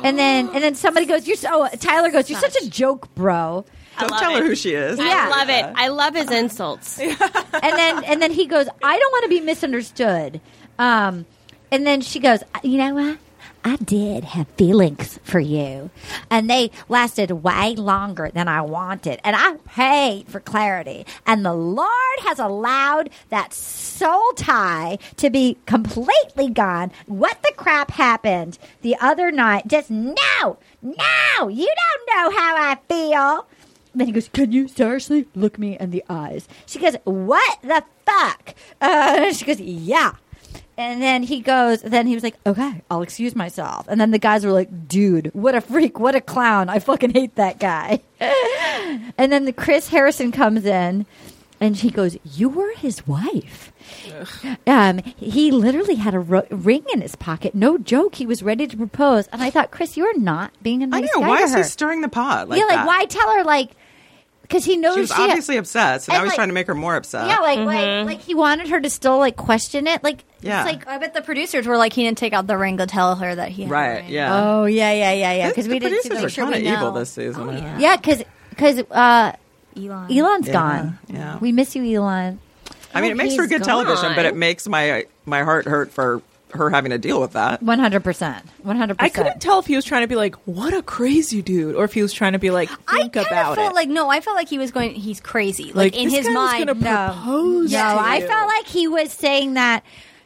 Speaker 1: And then, and then somebody goes, you're so. oh, Tyler goes, you're such a joke, bro.
Speaker 3: Don't
Speaker 2: love
Speaker 3: tell her
Speaker 2: it.
Speaker 3: who she is.
Speaker 1: Yeah.
Speaker 2: I love it. I love his [laughs] insults.
Speaker 1: and then and then he goes, I don't want to be misunderstood. Um, and then she goes, you know what? I did have feelings for you, and they lasted way longer than I wanted. And I paid for clarity, and the Lord has allowed that soul tie to be completely gone. What the crap happened the other night? Just no, no, you don't know how I feel. Then he goes, Can you seriously look me in the eyes? She goes, What the fuck? Uh, [laughs] she goes, Yeah. And then he goes, Then he was like, Okay, I'll excuse myself. And then the guys were like, Dude, what a freak. What a clown. I fucking hate that guy. [laughs] and then the Chris Harrison comes in and she goes, You were his wife. Um, he literally had a ro- ring in his pocket. No joke. He was ready to propose. And I thought, Chris, you're not being a
Speaker 3: I
Speaker 1: nice
Speaker 3: know.
Speaker 1: guy
Speaker 3: Why
Speaker 1: to
Speaker 3: is he
Speaker 1: her."
Speaker 3: stirring the pot? Like
Speaker 1: yeah, like
Speaker 3: that?
Speaker 1: why tell her like because he knows
Speaker 3: She was
Speaker 1: she
Speaker 3: obviously Mm-hmm. upset, so now
Speaker 1: and,
Speaker 3: he's
Speaker 1: like-
Speaker 3: trying to make her more upset.
Speaker 1: yeah, like, like like he wanted her to still like question it, like
Speaker 3: Yeah.
Speaker 1: it's like
Speaker 4: I bet the producers were like, he didn't take out the ring to tell her that he had
Speaker 3: right. Yeah.
Speaker 1: oh yeah yeah yeah yeah
Speaker 3: The-
Speaker 1: because
Speaker 3: the
Speaker 1: we didn't see
Speaker 3: producers
Speaker 1: the
Speaker 3: are
Speaker 1: sure
Speaker 3: kind
Speaker 1: we
Speaker 3: of
Speaker 1: know.
Speaker 3: evil this season. I think.
Speaker 1: yeah because because uh,
Speaker 4: Elon.
Speaker 1: Elon's
Speaker 3: Yeah,
Speaker 1: gone
Speaker 3: yeah.
Speaker 1: we miss you Elon
Speaker 3: I mean, it makes
Speaker 2: he's
Speaker 3: for good television, but
Speaker 2: gone.
Speaker 3: it makes my my heart hurt for her having to deal with that.
Speaker 1: one hundred percent one hundred
Speaker 5: I couldn't
Speaker 1: percent
Speaker 5: tell if he was trying to be like, "What a crazy dude," or if he was trying to be like,
Speaker 4: I
Speaker 5: "Think
Speaker 4: kind
Speaker 5: about
Speaker 4: of felt
Speaker 5: it."
Speaker 4: like no, I felt like he was going. He's crazy. Like, in
Speaker 5: this
Speaker 4: his
Speaker 5: guy was
Speaker 4: mind,
Speaker 5: gonna propose
Speaker 1: no
Speaker 5: to
Speaker 1: I
Speaker 5: you.
Speaker 1: felt like he was saying that.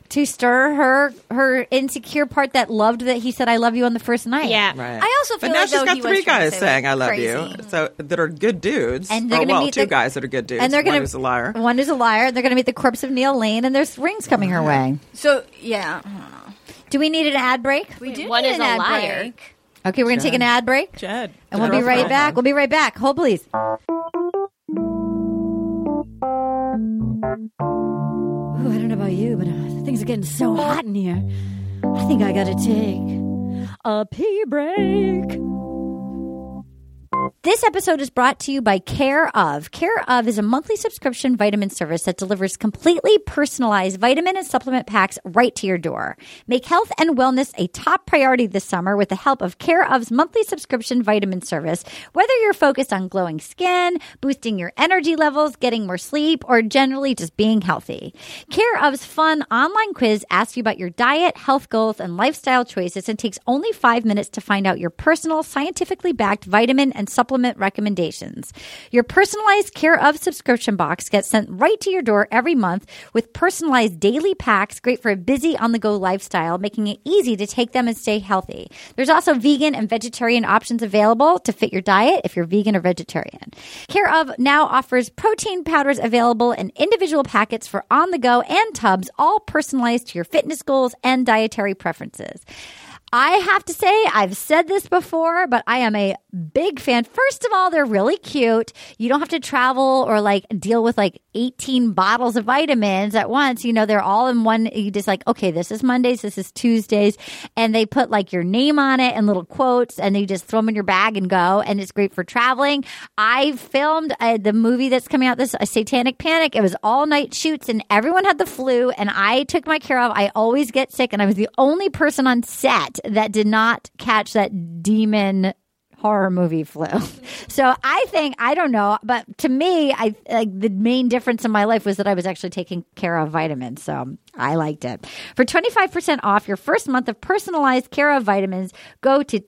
Speaker 1: To stir her her insecure part that loved that he said I love you on the first night.
Speaker 2: Yeah.
Speaker 3: Right.
Speaker 4: I also feel
Speaker 3: but now
Speaker 4: like,
Speaker 3: she's
Speaker 4: though,
Speaker 3: got
Speaker 4: he was
Speaker 3: three
Speaker 4: trying to
Speaker 3: guys
Speaker 4: say, like,
Speaker 3: saying "I love you,"
Speaker 4: crazy.
Speaker 3: so that are good dudes,
Speaker 1: And they're
Speaker 3: or,
Speaker 1: gonna
Speaker 3: well,
Speaker 1: meet
Speaker 3: two
Speaker 1: the-
Speaker 3: guys that are good dudes,
Speaker 1: and they're gonna
Speaker 3: one who's a liar.
Speaker 1: One who's a liar. They're gonna meet the corpse of Neil Lane, and there's rings coming her way.
Speaker 4: So yeah, I don't know.
Speaker 1: Do we need an ad break?
Speaker 4: we do.
Speaker 2: one
Speaker 4: need
Speaker 2: is
Speaker 4: an
Speaker 2: a
Speaker 4: ad
Speaker 2: liar.
Speaker 4: break.
Speaker 1: Okay, we're gonna take an ad break, [laughs]
Speaker 5: Jed,
Speaker 1: and
Speaker 5: the
Speaker 1: we'll be
Speaker 5: girlfriend.
Speaker 1: right back. We'll be right back. Hold please. Ooh, I don't know about you, but uh, things are getting so hot in here. I think I gotta take a pee break. This episode is brought to you by Care of. Care of is a monthly subscription vitamin service that delivers completely personalized vitamin and supplement packs right to your door. Make health and wellness a top priority this summer with the help of Care of's monthly subscription vitamin service. Whether you're focused on glowing skin, boosting your energy levels, getting more sleep, or generally just being healthy, Care of's fun online quiz asks you about your diet, health goals, and lifestyle choices and takes only five minutes to find out your personal, scientifically backed vitamin and supplement supplement recommendations. Your personalized Care of subscription box gets sent right to your door every month with personalized daily packs, great for a busy on the go lifestyle, making it easy to take them and stay healthy. There's also vegan and vegetarian options available to fit your diet if you're vegan or vegetarian. Care of now offers protein powders available in individual packets for on the go and tubs, all personalized to your fitness goals and dietary preferences. I have to say, I've said this before, but I am a big fan. First of all, they're really cute. You don't have to travel or like deal with like 18 bottles of vitamins at once. You know, they're all in one. You just like, okay, this is Mondays, this is Tuesdays. And they put like your name on it and little quotes, and you just throw them in your bag and go. And it's great for traveling. I filmed uh, the movie that's coming out this uh, Satanic Panic. It was all night shoots, and everyone had the flu, and I took my care of. I always get sick, and I was the only person on set that did not catch that demon horror movie flu. [laughs] so I think I don't know, but to me, I like the main difference in my life was that I was actually taking care of vitamins. So I liked it. For 25% off your first month of personalized care of vitamins, go to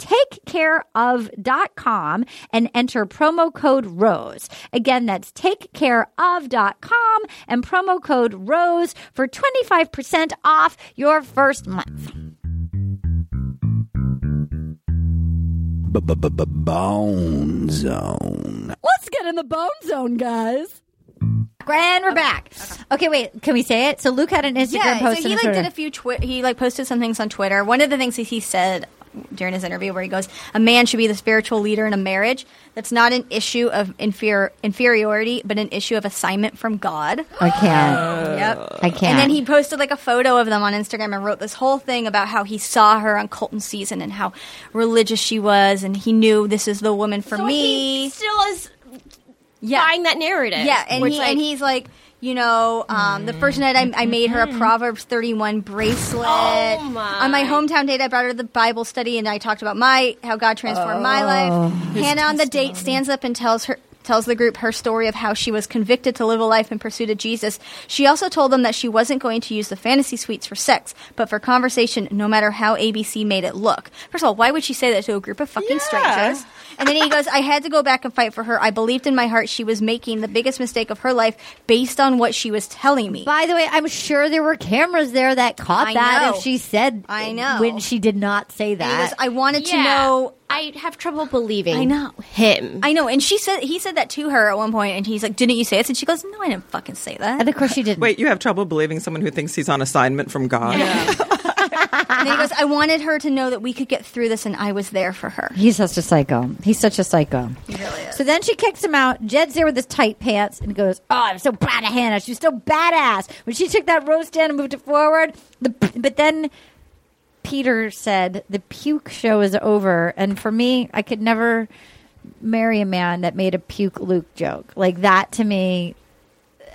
Speaker 1: takecareof.com and enter promo code ROSE. Again, that's takecareof.com and promo code ROSE for 25% off your first month.
Speaker 6: Bone Zone.
Speaker 1: Let's get in the bone zone, guys. And we're back. Okay, wait. Can we say it? So Luke had an Instagram
Speaker 4: yeah,
Speaker 1: post.
Speaker 4: so
Speaker 1: and
Speaker 4: he like
Speaker 1: sort of-
Speaker 4: did a few. Twi- he like posted some things on Twitter. One of the things that he said during his interview, where he goes, "A man should be the spiritual leader in a marriage. That's not an issue of inferior inferiority, but an issue of assignment from God."
Speaker 1: I can't.
Speaker 4: Yep.
Speaker 1: I can't.
Speaker 4: And then he posted like a photo of them on Instagram and wrote this whole thing about how he saw her on Colton season and how religious she was, and he knew this is the woman for me.
Speaker 2: he still is buying that narrative.
Speaker 4: Yeah, and,
Speaker 2: which,
Speaker 4: he,
Speaker 2: like,
Speaker 4: and he's like, you know, um, the first night I, I made her a Proverbs 31 bracelet.
Speaker 2: Mm-hmm. Oh my.
Speaker 4: On my hometown date, I brought her the Bible study, and I talked about my how God transformed my
Speaker 1: Oh.
Speaker 4: life. Hannah on the date stands up and tells her. Tells the group her story of how she was convicted to live a life in pursuit of Jesus. She also told them that she wasn't going to use the fantasy suites for sex, but for conversation, no matter how ABC made it look. First of all, why would she say that to a group of fucking strangers? And then he goes, I had to go back and fight for her. I believed in my heart she was making the biggest mistake of her life based on what she was telling me.
Speaker 1: By the way, I'm sure there were cameras there that caught
Speaker 4: I
Speaker 1: that
Speaker 4: know.
Speaker 1: if she said
Speaker 4: I know.
Speaker 1: when she did not say
Speaker 4: And he
Speaker 1: that.
Speaker 4: goes, I wanted
Speaker 2: Yeah.
Speaker 4: to know.
Speaker 2: I have trouble believing.
Speaker 4: I know.
Speaker 2: him.
Speaker 4: I know. And she said, he said that to her at one point, and he's like, Didn't you say this? And she goes, No, I didn't fucking say that.
Speaker 1: and of course she didn't.
Speaker 3: Wait, you have trouble believing someone who thinks he's on assignment from God?
Speaker 4: And then he goes, I wanted her to know that we could get through this, and I was there for her.
Speaker 1: He's such a psycho. He's such a psycho. So then she kicks him out. Jed's there with his tight pants and goes, "Oh, I'm so proud of Hannah. She's so badass." When she took that roast down and moved it forward, the, but then Peter said, "The puke show is over." And for me, I could never marry a man that made a puke Luke joke like that. To me,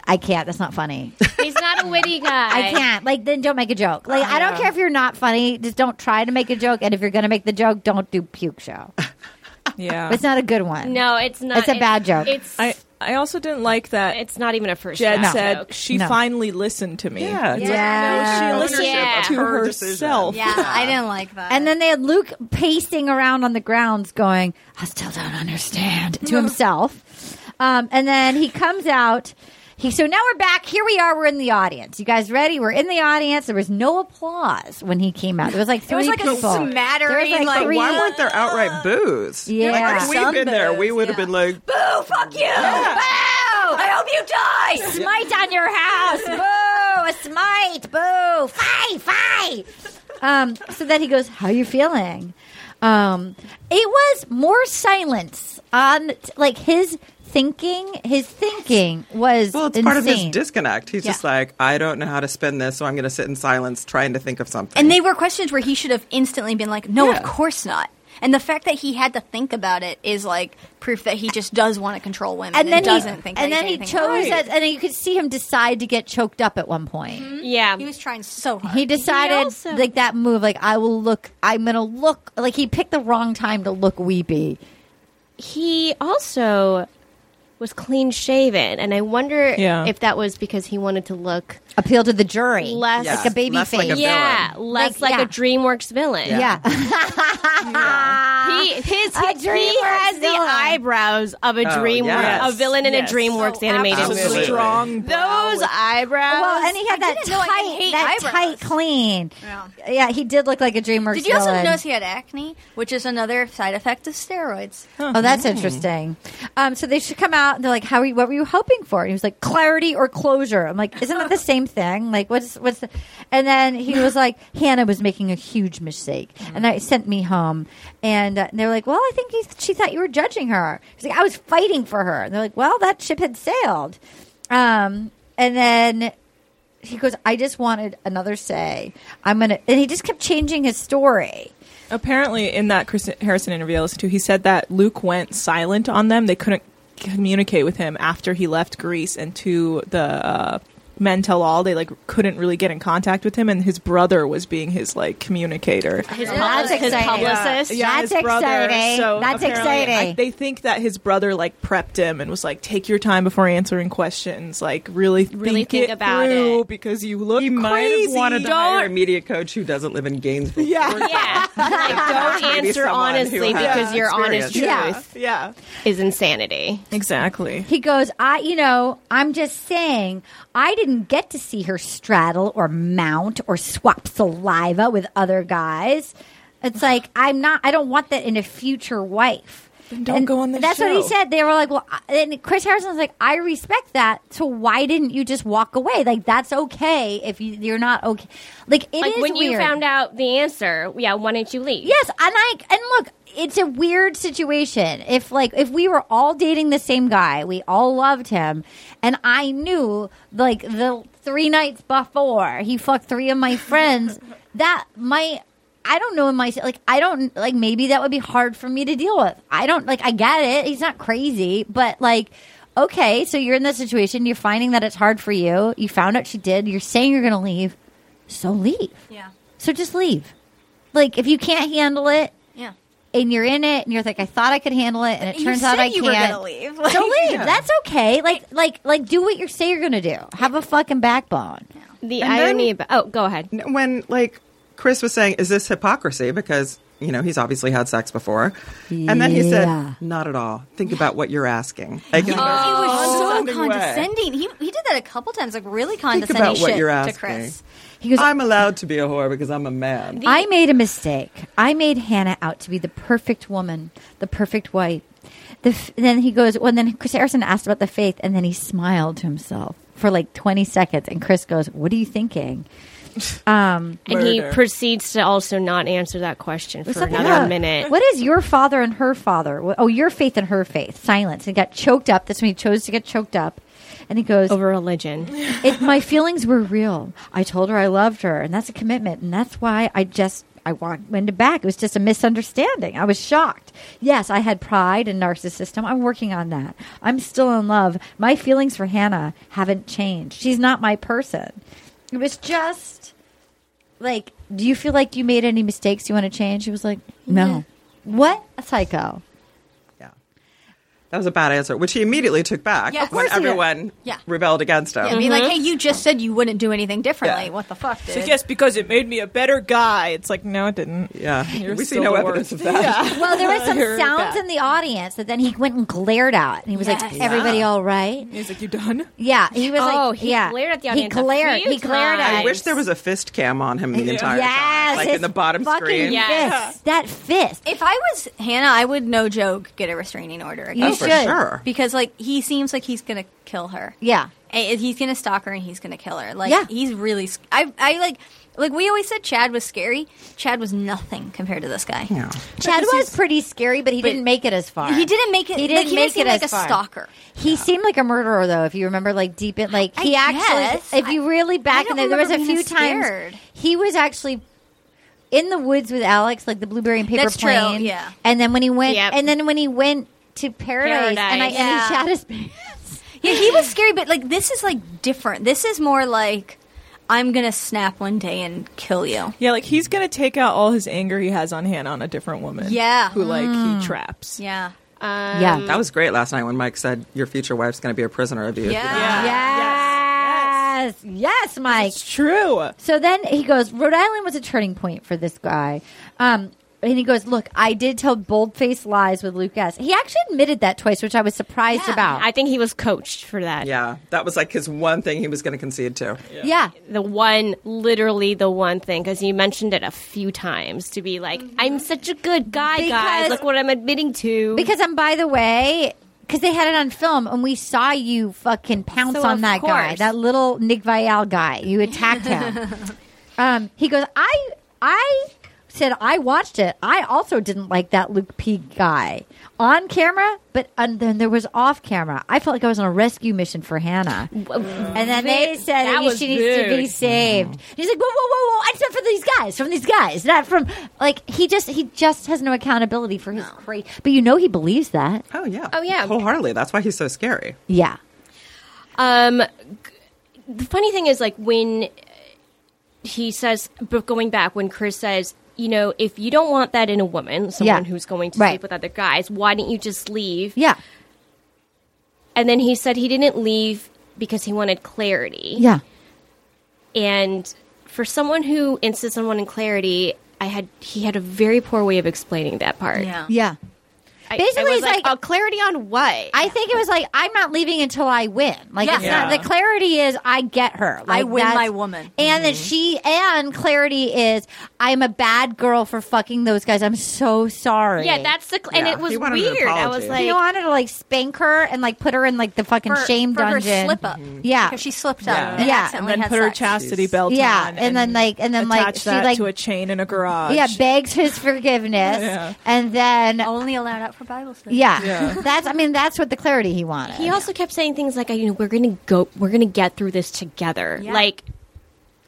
Speaker 1: I can't. That's not funny.
Speaker 2: He's not a witty guy.
Speaker 1: I can't. Like, then don't make a joke. Like, I don't care if you're not funny. Just don't try to make a joke. And if you're going to make the joke, don't do puke show.
Speaker 5: Yeah.
Speaker 1: It's not a good one.
Speaker 2: No, it's not.
Speaker 1: It's a bad joke.
Speaker 2: It's
Speaker 5: I, I also didn't like that
Speaker 2: it's not even a first.
Speaker 5: Jed
Speaker 2: draft
Speaker 5: said
Speaker 2: joke.
Speaker 5: she
Speaker 1: No.
Speaker 5: finally listened to me.
Speaker 3: Yeah. it's like,
Speaker 1: Yeah.
Speaker 5: She listened
Speaker 2: Yeah.
Speaker 5: to
Speaker 3: Her decision.
Speaker 5: herself.
Speaker 4: Yeah, I didn't like that.
Speaker 1: And then they had Luke pacing around on the grounds going, I still don't understand to himself. Um, and then he comes out. He, so now we're back. Here we are. We're in the audience. You guys ready? We're in the audience. There was no applause when he came out. There was like
Speaker 4: It
Speaker 1: three
Speaker 4: was like a
Speaker 1: people.
Speaker 4: smattering,
Speaker 1: There was like,
Speaker 4: like,
Speaker 1: three.
Speaker 4: why
Speaker 3: Why weren't there outright boos?
Speaker 1: Yeah.
Speaker 3: Like, if we'd been there, we would have been like,
Speaker 4: Boo, fuck you! Boo! I hope you die!
Speaker 1: smite on your house. Boo! A smite. Boo! Fie! Fie! Um, so then he goes, "How you feeling?" Um, it was more silence on like his thinking. His thinking was
Speaker 3: well, it's
Speaker 1: insane.
Speaker 3: part of his disconnect. He's just
Speaker 4: Yeah.
Speaker 3: like, I don't know how to spin this, so I'm going to sit in silence trying to think of something.
Speaker 4: And they were questions where he should have instantly been like, no,
Speaker 3: Yeah.
Speaker 4: of course not. And the fact that he had to think about it is like proof that he just does want to control women and,
Speaker 1: and then
Speaker 4: doesn't
Speaker 1: he,
Speaker 4: think.
Speaker 1: and
Speaker 4: that
Speaker 1: then he
Speaker 4: anything
Speaker 1: chose
Speaker 4: about
Speaker 1: that, and you could see him decide to get choked up at one point.
Speaker 2: yeah.
Speaker 4: it. He was trying so hard.
Speaker 1: He decided
Speaker 2: Mm-hmm. also-
Speaker 1: like that move, like I will look. I'm gonna look like he picked the wrong time to look weepy.
Speaker 2: he also was clean shaven, and I wonder
Speaker 5: Yeah.
Speaker 2: if that was because he wanted to look
Speaker 1: Appeal to the jury,
Speaker 2: Less-
Speaker 1: like a baby
Speaker 3: less
Speaker 1: face.
Speaker 3: like a villain.
Speaker 2: yeah, less
Speaker 1: Like,
Speaker 2: like,
Speaker 1: yeah.
Speaker 2: a DreamWorks villain.
Speaker 1: yeah.
Speaker 2: He his,
Speaker 1: A
Speaker 2: he, he
Speaker 1: DreamWorks
Speaker 2: has the
Speaker 1: villain.
Speaker 2: eyebrows of a DreamWorks,
Speaker 3: Oh, yes.
Speaker 2: a villain in
Speaker 5: Yes.
Speaker 2: a DreamWorks
Speaker 4: Oh,
Speaker 2: animated
Speaker 5: Just a
Speaker 3: Absolutely.
Speaker 2: movie.
Speaker 5: strong brow
Speaker 2: Those
Speaker 5: with-
Speaker 2: eyebrows.
Speaker 1: Well, and he had that
Speaker 4: didn't know I could
Speaker 1: tight,
Speaker 4: hate
Speaker 1: that
Speaker 4: eyebrows.
Speaker 1: tight clean.
Speaker 4: Yeah.
Speaker 1: Yeah. he did look like a DreamWorks.
Speaker 4: Did you also
Speaker 1: villain.
Speaker 4: notice he had acne, which is another side effect of steroids?
Speaker 1: Oh, that's interesting. Um, so they should come out and they're like, "How are you, what were you hoping for?" And he was like, "Clarity or closure." I'm like, "Isn't that the same thing?" Like, what's what's? The... And then he was like, "Hannah was making a huge mistake," and I sent me home. And, uh, they were like, "Well, I think he's, she thought you were judging her." He's like, "I was fighting for her." And they're like, "Well, that ship had sailed." Um, and then he goes, "I just wanted another say. I'm gonna," and he just kept changing his story.
Speaker 5: Apparently, in that Chris Harrison interview I listened to, he said that Luke went silent on them. They couldn't communicate with him after he left Greece, and to the uh, men tell all, they like couldn't really get in contact with him. And his brother was being his like communicator. Uh,
Speaker 2: his,
Speaker 1: That's
Speaker 2: pub- his
Speaker 1: exciting.
Speaker 2: publicist.
Speaker 5: Yeah,
Speaker 1: That's
Speaker 5: his brother.
Speaker 1: exciting.
Speaker 5: So
Speaker 1: That's
Speaker 5: apparently,
Speaker 1: exciting.
Speaker 5: I- they think that his brother like prepped him and was like, "Take your time before answering questions. Like, really,
Speaker 2: Really
Speaker 5: think,
Speaker 2: think
Speaker 5: it
Speaker 2: about
Speaker 5: through
Speaker 2: it."
Speaker 5: because you look
Speaker 3: You might
Speaker 5: crazy."
Speaker 3: have wanted to
Speaker 5: Don't-
Speaker 3: hire a media coach who doesn't live in Gainesville.
Speaker 5: Yeah. [laughs]
Speaker 1: [laughs]
Speaker 2: Yeah. Like, don't
Speaker 3: Maybe
Speaker 2: answer
Speaker 3: someone who
Speaker 2: honestly
Speaker 3: has
Speaker 2: because your honest
Speaker 3: experience.
Speaker 2: truth
Speaker 1: Yeah.
Speaker 5: yeah,
Speaker 2: is insanity.
Speaker 5: exactly.
Speaker 1: He goes, I, you know, I'm just saying, I didn't get to see her straddle or mount or swap saliva with other guys. It's like I'm not. I don't want that in a future wife.
Speaker 5: Then don't
Speaker 1: And
Speaker 5: go on this
Speaker 1: That's what he
Speaker 5: show.
Speaker 1: said. They were like, well, I- and Chris Harrison's like, I respect that. So why didn't you just walk away? Like that's okay if you, you're not okay. Like it is
Speaker 2: like when you
Speaker 1: weird.
Speaker 2: found out the answer, yeah, why didn't you leave?
Speaker 1: Yes, and I and look, it's a weird situation. If like if we were all dating the same guy, we all loved him, and I knew like the three nights before he fucked three of my friends, that might I don't know in my like I don't like maybe that would be hard for me to deal with. I don't like I get it. He's not crazy, but like okay, so you're in this situation, you're finding that it's hard for you. You found out she did. You're saying you're going to leave. So leave.
Speaker 4: Yeah.
Speaker 1: So just leave. Like if you can't handle it
Speaker 4: Yeah.
Speaker 1: and you're in it and you're like, I thought I could handle it, and it
Speaker 4: You
Speaker 1: turns
Speaker 4: said
Speaker 1: out I
Speaker 4: you were
Speaker 1: can't.
Speaker 4: gonna leave.
Speaker 1: So leave.
Speaker 5: Yeah.
Speaker 1: That's okay. Like like like do what you say you're gonna do. Have a fucking backbone.
Speaker 2: The
Speaker 3: And
Speaker 2: irony
Speaker 3: then-
Speaker 2: about oh, go ahead.
Speaker 3: [laughs] when like Chris was saying, is this hypocrisy? Because you know he's obviously had sex before, and then he
Speaker 1: Yeah.
Speaker 3: said, not at all. Think about what you're asking. Like, you know,
Speaker 4: It was so
Speaker 5: Underway.
Speaker 4: condescending. He, he did that a couple times, like really
Speaker 3: think
Speaker 4: condescending
Speaker 3: about what
Speaker 4: shit
Speaker 3: you're
Speaker 4: to
Speaker 3: asking.
Speaker 4: Chris.
Speaker 1: He goes,
Speaker 3: I'm allowed to be a whore because I'm a man.
Speaker 1: I made a mistake. I made Hannah out to be the perfect woman, the perfect wife. The f- then he goes, well, then Chris Harrison asked about the faith, and then he smiled to himself for like 20 seconds. And Chris goes, What are you thinking?
Speaker 2: And he
Speaker 5: Murder.
Speaker 2: proceeds to also not answer that question for
Speaker 1: Something
Speaker 2: another
Speaker 1: about-
Speaker 2: minute.
Speaker 1: What is your father and her father? Wh- Oh, your faith and her faith. Silence. And got choked up. That's when he chose to get choked up. And he goes,
Speaker 2: Over religion.
Speaker 1: it, My feelings were real. I told her I loved her, and that's a commitment. And that's why I just. I want- went to back. It was just a misunderstanding. I was shocked. Yes, I had pride and narcissism. I'm working on that. I'm still in love. My feelings for Hannah haven't changed. She's not my person. It was just like, do you feel like you made any mistakes you want to change? He was like, no. What a psycho.
Speaker 3: Yeah, that was a bad answer, which he immediately took back
Speaker 4: Yeah, of
Speaker 3: when
Speaker 4: course
Speaker 1: he did.
Speaker 3: everyone
Speaker 4: Yeah.
Speaker 3: rebelled against him.
Speaker 4: Yeah, be
Speaker 1: Mm-hmm.
Speaker 4: like, hey, you just said you wouldn't do anything differently.
Speaker 3: Yeah.
Speaker 4: What the fuck, dude?
Speaker 5: So yes, because it made me a better guy. It's like no, it didn't.
Speaker 3: Yeah,
Speaker 5: You're
Speaker 3: we see
Speaker 5: still
Speaker 3: no
Speaker 5: the
Speaker 3: evidence
Speaker 5: worst.
Speaker 3: of that.
Speaker 1: Well, there was some
Speaker 5: You're
Speaker 1: sounds
Speaker 5: bad.
Speaker 1: in the audience that then he went and glared out, and he was like,
Speaker 4: Yes.
Speaker 1: "Everybody, all right?"
Speaker 5: He's like, you done?
Speaker 1: Yeah, he was like,
Speaker 2: Oh, he
Speaker 1: yeah.
Speaker 2: glared at the
Speaker 1: He
Speaker 2: audience a
Speaker 1: glared.
Speaker 2: few
Speaker 1: He glared at.
Speaker 2: times.
Speaker 3: I wish there was a fist cam on
Speaker 1: [laughs]
Speaker 3: him the entire
Speaker 1: yes,
Speaker 3: time, like
Speaker 1: his
Speaker 3: in the bottom
Speaker 1: fucking
Speaker 3: screen.
Speaker 2: Yeah.
Speaker 1: Fist, That fist.
Speaker 4: if I was Hannah, I would no joke get a restraining order against
Speaker 1: You
Speaker 3: Oh, for
Speaker 4: him.
Speaker 1: should.
Speaker 3: sure.
Speaker 4: because like he seems like he's gonna kill her.
Speaker 1: Yeah.
Speaker 4: And he's gonna stalk her and he's gonna kill her. Like
Speaker 1: Yeah.
Speaker 4: he's really. sc- I I like like we always said Chad was scary. Chad was nothing compared to this guy.
Speaker 3: Yeah.
Speaker 1: Chad was pretty scary, but he
Speaker 4: But-
Speaker 1: didn't make it as far.
Speaker 4: He didn't make it.
Speaker 1: He didn't
Speaker 4: like, he
Speaker 1: make
Speaker 4: seem
Speaker 1: it
Speaker 4: like
Speaker 1: as
Speaker 4: a
Speaker 1: far.
Speaker 4: stalker.
Speaker 1: He seemed like a murderer, though. If you remember, like deep in, like
Speaker 4: I
Speaker 1: he
Speaker 4: guess.
Speaker 1: actually, if you
Speaker 4: I-
Speaker 1: really
Speaker 4: I
Speaker 1: back in
Speaker 4: don't
Speaker 1: there, there was a
Speaker 4: remember being
Speaker 1: few
Speaker 4: scared.
Speaker 1: times he was actually in the woods with Alex, like the blueberry and paper
Speaker 4: That's true,
Speaker 1: plane.
Speaker 4: yeah.
Speaker 1: And then when he went,
Speaker 2: Yep.
Speaker 1: and then when he went to paradise, and, I,
Speaker 2: Paradise.
Speaker 1: and
Speaker 4: Yeah.
Speaker 1: he shot his [laughs] pants.
Speaker 4: Yeah, he was scary, but like this is like different. This is more like I'm gonna snap one day and kill you.
Speaker 5: Yeah, like he's gonna take out all his anger he has on Hannah on a different woman.
Speaker 4: Yeah.
Speaker 5: who like
Speaker 1: Mm.
Speaker 5: he traps.
Speaker 4: Yeah.
Speaker 1: yeah.
Speaker 3: That was great last night when Mike said your future wife's going to be a prisoner of you. if you
Speaker 4: Yeah.
Speaker 3: don't
Speaker 5: Yeah.
Speaker 1: yes. yes, Mike.
Speaker 5: It's true.
Speaker 1: So then he goes, Rhode Island was a turning point for this guy. Um, and he goes, "Look, I did tell bold-faced lies with Luke S." He actually admitted that twice, which I was surprised about.
Speaker 2: I think he was coached for that.
Speaker 3: Yeah, that was like his one thing he was going to concede to.
Speaker 1: yeah.
Speaker 2: The one, literally the one thing, because you mentioned it a few times to be like, I'm such a good guy,
Speaker 1: Because-
Speaker 2: guys. Look what I'm admitting to.
Speaker 1: Because I'm by the way, because they had it on film and we saw you fucking pounce
Speaker 2: So,
Speaker 1: on
Speaker 2: of
Speaker 1: that guy,
Speaker 2: course.
Speaker 1: that little Nick Vial guy. You attacked
Speaker 2: [laughs]
Speaker 1: him. um, he goes, I, I said I watched it. I also didn't like that Luke P guy on camera, but and then there was off camera. I felt like I was on a rescue mission for Hannah. And then they said
Speaker 2: that
Speaker 1: "You-
Speaker 2: was
Speaker 1: she needs to be
Speaker 2: big.
Speaker 1: saved. He's like, whoa, whoa, whoa, whoa! It's not from these guys, from these guys, not from like he just he just has no accountability for his crazy. But you know he believes that.
Speaker 3: Oh yeah.
Speaker 2: Oh, yeah.
Speaker 3: Wholeheartedly. That's why he's so scary.
Speaker 1: Yeah,
Speaker 2: Um, g- the funny thing is, like when he says, but going back when Chris says, you know, if you don't want that in a woman, someone
Speaker 1: Yeah.
Speaker 2: who's going to
Speaker 1: Right.
Speaker 2: sleep with other guys, why didn't you just leave?
Speaker 1: yeah,
Speaker 2: And then he said he didn't leave because he wanted clarity.
Speaker 1: yeah.
Speaker 2: And for someone who insists on wanting clarity, I had he had a very poor way of explaining that part.
Speaker 4: Yeah.
Speaker 1: Yeah.
Speaker 2: I,
Speaker 1: Basically,
Speaker 2: I was
Speaker 1: it's
Speaker 2: like,
Speaker 1: like-
Speaker 2: "Oh, clarity on what?
Speaker 1: I think it was like I'm not leaving until I win. Like it's
Speaker 4: Yeah.
Speaker 1: not, the clarity is I get her. Like,
Speaker 4: I win
Speaker 1: that's-
Speaker 4: my woman.
Speaker 1: And
Speaker 5: Mm-hmm.
Speaker 1: then she and clarity is I'm a bad girl for fucking those guys. I'm so sorry.
Speaker 2: yeah, that's the cl- and
Speaker 3: Yeah,
Speaker 2: it was
Speaker 3: he wanted an
Speaker 2: weird. I
Speaker 3: apology.
Speaker 2: was
Speaker 1: He
Speaker 2: like,
Speaker 1: wanted to like spank her and like put her in like the fucking
Speaker 4: For-
Speaker 1: shame
Speaker 4: for her
Speaker 1: dungeon.
Speaker 4: slip up.
Speaker 1: Yeah.
Speaker 4: Because she slipped
Speaker 3: Yeah.
Speaker 4: up. and
Speaker 1: Yeah.
Speaker 5: Mm-hmm. and
Speaker 4: accidentally
Speaker 5: then
Speaker 4: had
Speaker 5: put her
Speaker 4: sex.
Speaker 5: chastity belt
Speaker 1: yeah,
Speaker 5: on.
Speaker 1: and, then like, and then like,
Speaker 5: attach
Speaker 1: she
Speaker 5: that
Speaker 1: like,
Speaker 5: to a chain in a garage.
Speaker 1: yeah, begs his forgiveness,
Speaker 5: [laughs] Yeah.
Speaker 1: and then
Speaker 2: Oh.
Speaker 4: Only allowed out for Bible study.
Speaker 1: yeah,
Speaker 5: Yeah.
Speaker 1: [laughs] that's I mean that's what the clarity he wanted.
Speaker 2: He also kept saying things like, "You know, we're gonna go, we're gonna get through this together."
Speaker 4: Yeah.
Speaker 2: Like,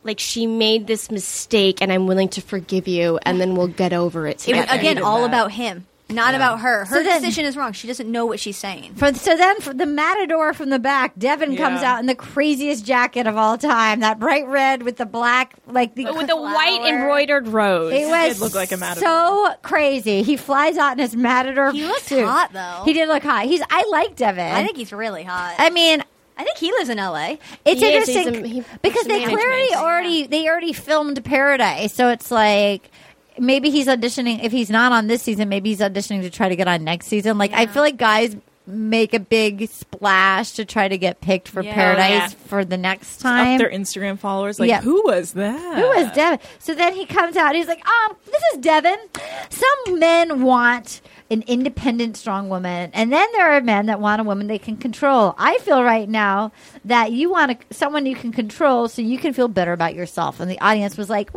Speaker 2: like she made this mistake, and I'm willing to forgive you, and then we'll get over it
Speaker 4: It was,
Speaker 2: together.
Speaker 4: again, all
Speaker 5: that.
Speaker 4: about him, not about her. Her
Speaker 1: So then-
Speaker 4: decision is wrong. She doesn't know what she's saying.
Speaker 1: For, so then for the matador from the back, Devin comes
Speaker 5: Yeah.
Speaker 1: out in the craziest jacket of all time, that bright red with the black like the
Speaker 2: with a white
Speaker 1: flower.
Speaker 2: embroidered rose.
Speaker 1: It was
Speaker 5: did look like a matador.
Speaker 1: so crazy. He flies out in his matador.
Speaker 4: He looked
Speaker 1: suit.
Speaker 4: hot, though.
Speaker 1: He did look hot. He's I like Devin.
Speaker 4: I think he's really hot.
Speaker 1: I mean,
Speaker 4: I think he lives in L.A.
Speaker 1: It's
Speaker 2: He is.
Speaker 1: interesting
Speaker 2: He's a- he-
Speaker 1: because
Speaker 2: he's a
Speaker 1: they
Speaker 2: management.
Speaker 1: clearly
Speaker 2: Yeah.
Speaker 1: already they already filmed Paradise, so it's like maybe he's auditioning. If he's not on this season, maybe he's auditioning to try to get on next season. Like I feel like guys make a big splash to try to get picked for
Speaker 4: Yeah.
Speaker 1: Paradise
Speaker 2: Yeah.
Speaker 1: for the next
Speaker 5: up
Speaker 1: time.
Speaker 5: their Instagram followers. Like,
Speaker 1: Yeah.
Speaker 5: who was that?
Speaker 1: Who is Devin? So then he comes out. He's like, um, this is Devin. Some men want an independent, strong woman, and then there are men that want a woman they can control. I feel right now that you want a, someone you can control so you can feel better about yourself. And the audience was like,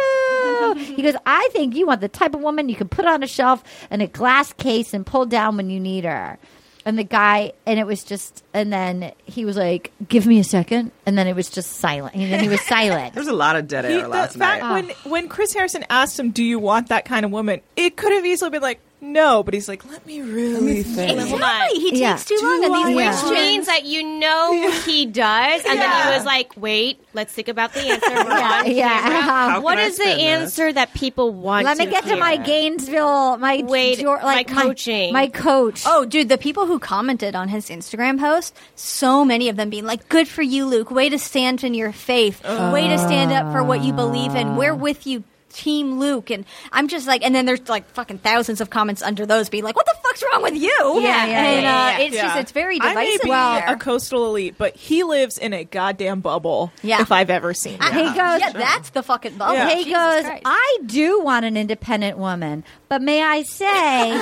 Speaker 1: woo! he goes, I think you want the type of woman you can put on a shelf in a glass case and pull down when you need her. And the guy, and it was just, and then he was like, "Give me a second. and then it was just silent. And then he was silent.
Speaker 3: There's a lot of dead
Speaker 5: He-
Speaker 3: air
Speaker 5: the
Speaker 3: last
Speaker 5: fact
Speaker 3: night.
Speaker 1: Ah.
Speaker 5: when when Chris Harrison asked him, "Do you want that kind of woman?" It could have easily been like, "No," but he's like, "Let me really think."
Speaker 4: Exactly. He takes
Speaker 1: Yeah.
Speaker 4: too long on these
Speaker 5: I-
Speaker 4: yeah.
Speaker 5: Yeah.
Speaker 2: Which means that you
Speaker 1: [laughs]
Speaker 2: know he does, and then
Speaker 5: Yeah.
Speaker 2: he was like, "Wait, let's think about the
Speaker 1: [laughs]
Speaker 2: answer." We're on [laughs] camera.
Speaker 1: yeah.
Speaker 3: How
Speaker 2: What
Speaker 3: can I
Speaker 2: is the
Speaker 3: spin this?
Speaker 2: answer that people want?
Speaker 1: Let me get to my
Speaker 2: hear?
Speaker 1: Gainesville, my
Speaker 2: Wait,
Speaker 1: Jor-
Speaker 2: my
Speaker 1: like
Speaker 2: coaching.
Speaker 1: my, coach.
Speaker 4: Oh, dude, the people who commented on his Instagram post, so many of them being like, good for you, Luke. Way to stand in your faith. Way to stand up for what you believe in. We're with you. Team Luke and I'm just like, and then there's like fucking thousands of comments under those being like, "What the fuck's wrong with you?"
Speaker 1: Yeah, yeah,
Speaker 4: and
Speaker 1: yeah,
Speaker 4: uh,
Speaker 1: yeah,
Speaker 4: it's just it's very divisive.
Speaker 5: I may be
Speaker 4: there.
Speaker 5: a coastal elite, but he lives in a goddamn bubble.
Speaker 4: Yeah.
Speaker 5: if I've ever seen. it.
Speaker 1: He goes.
Speaker 4: yeah, that's the fucking bubble.
Speaker 5: Yeah.
Speaker 1: He
Speaker 4: Jesus
Speaker 1: goes.
Speaker 4: Christ.
Speaker 1: I do want an independent woman, but may I say,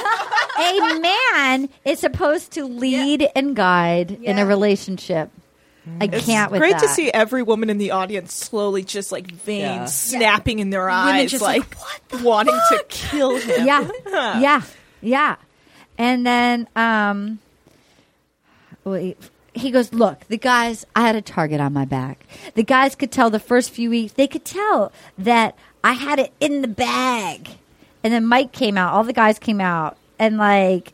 Speaker 1: a man is supposed to lead and guide in
Speaker 4: Yeah.
Speaker 1: a relationship. I can't with
Speaker 5: Great to
Speaker 1: that.
Speaker 5: see every woman in the audience slowly just like veins
Speaker 3: Yeah.
Speaker 5: snapping in their eyes,
Speaker 4: just
Speaker 5: like,
Speaker 4: like,
Speaker 5: wanting to kill him.
Speaker 1: Yeah, [laughs] yeah, yeah. And then um, wait, he goes, "Look, the guys. I had a target on my back. The guys could tell the first few weeks. They could tell that I had it in the bag." And then Mike came out. All the guys came out, and like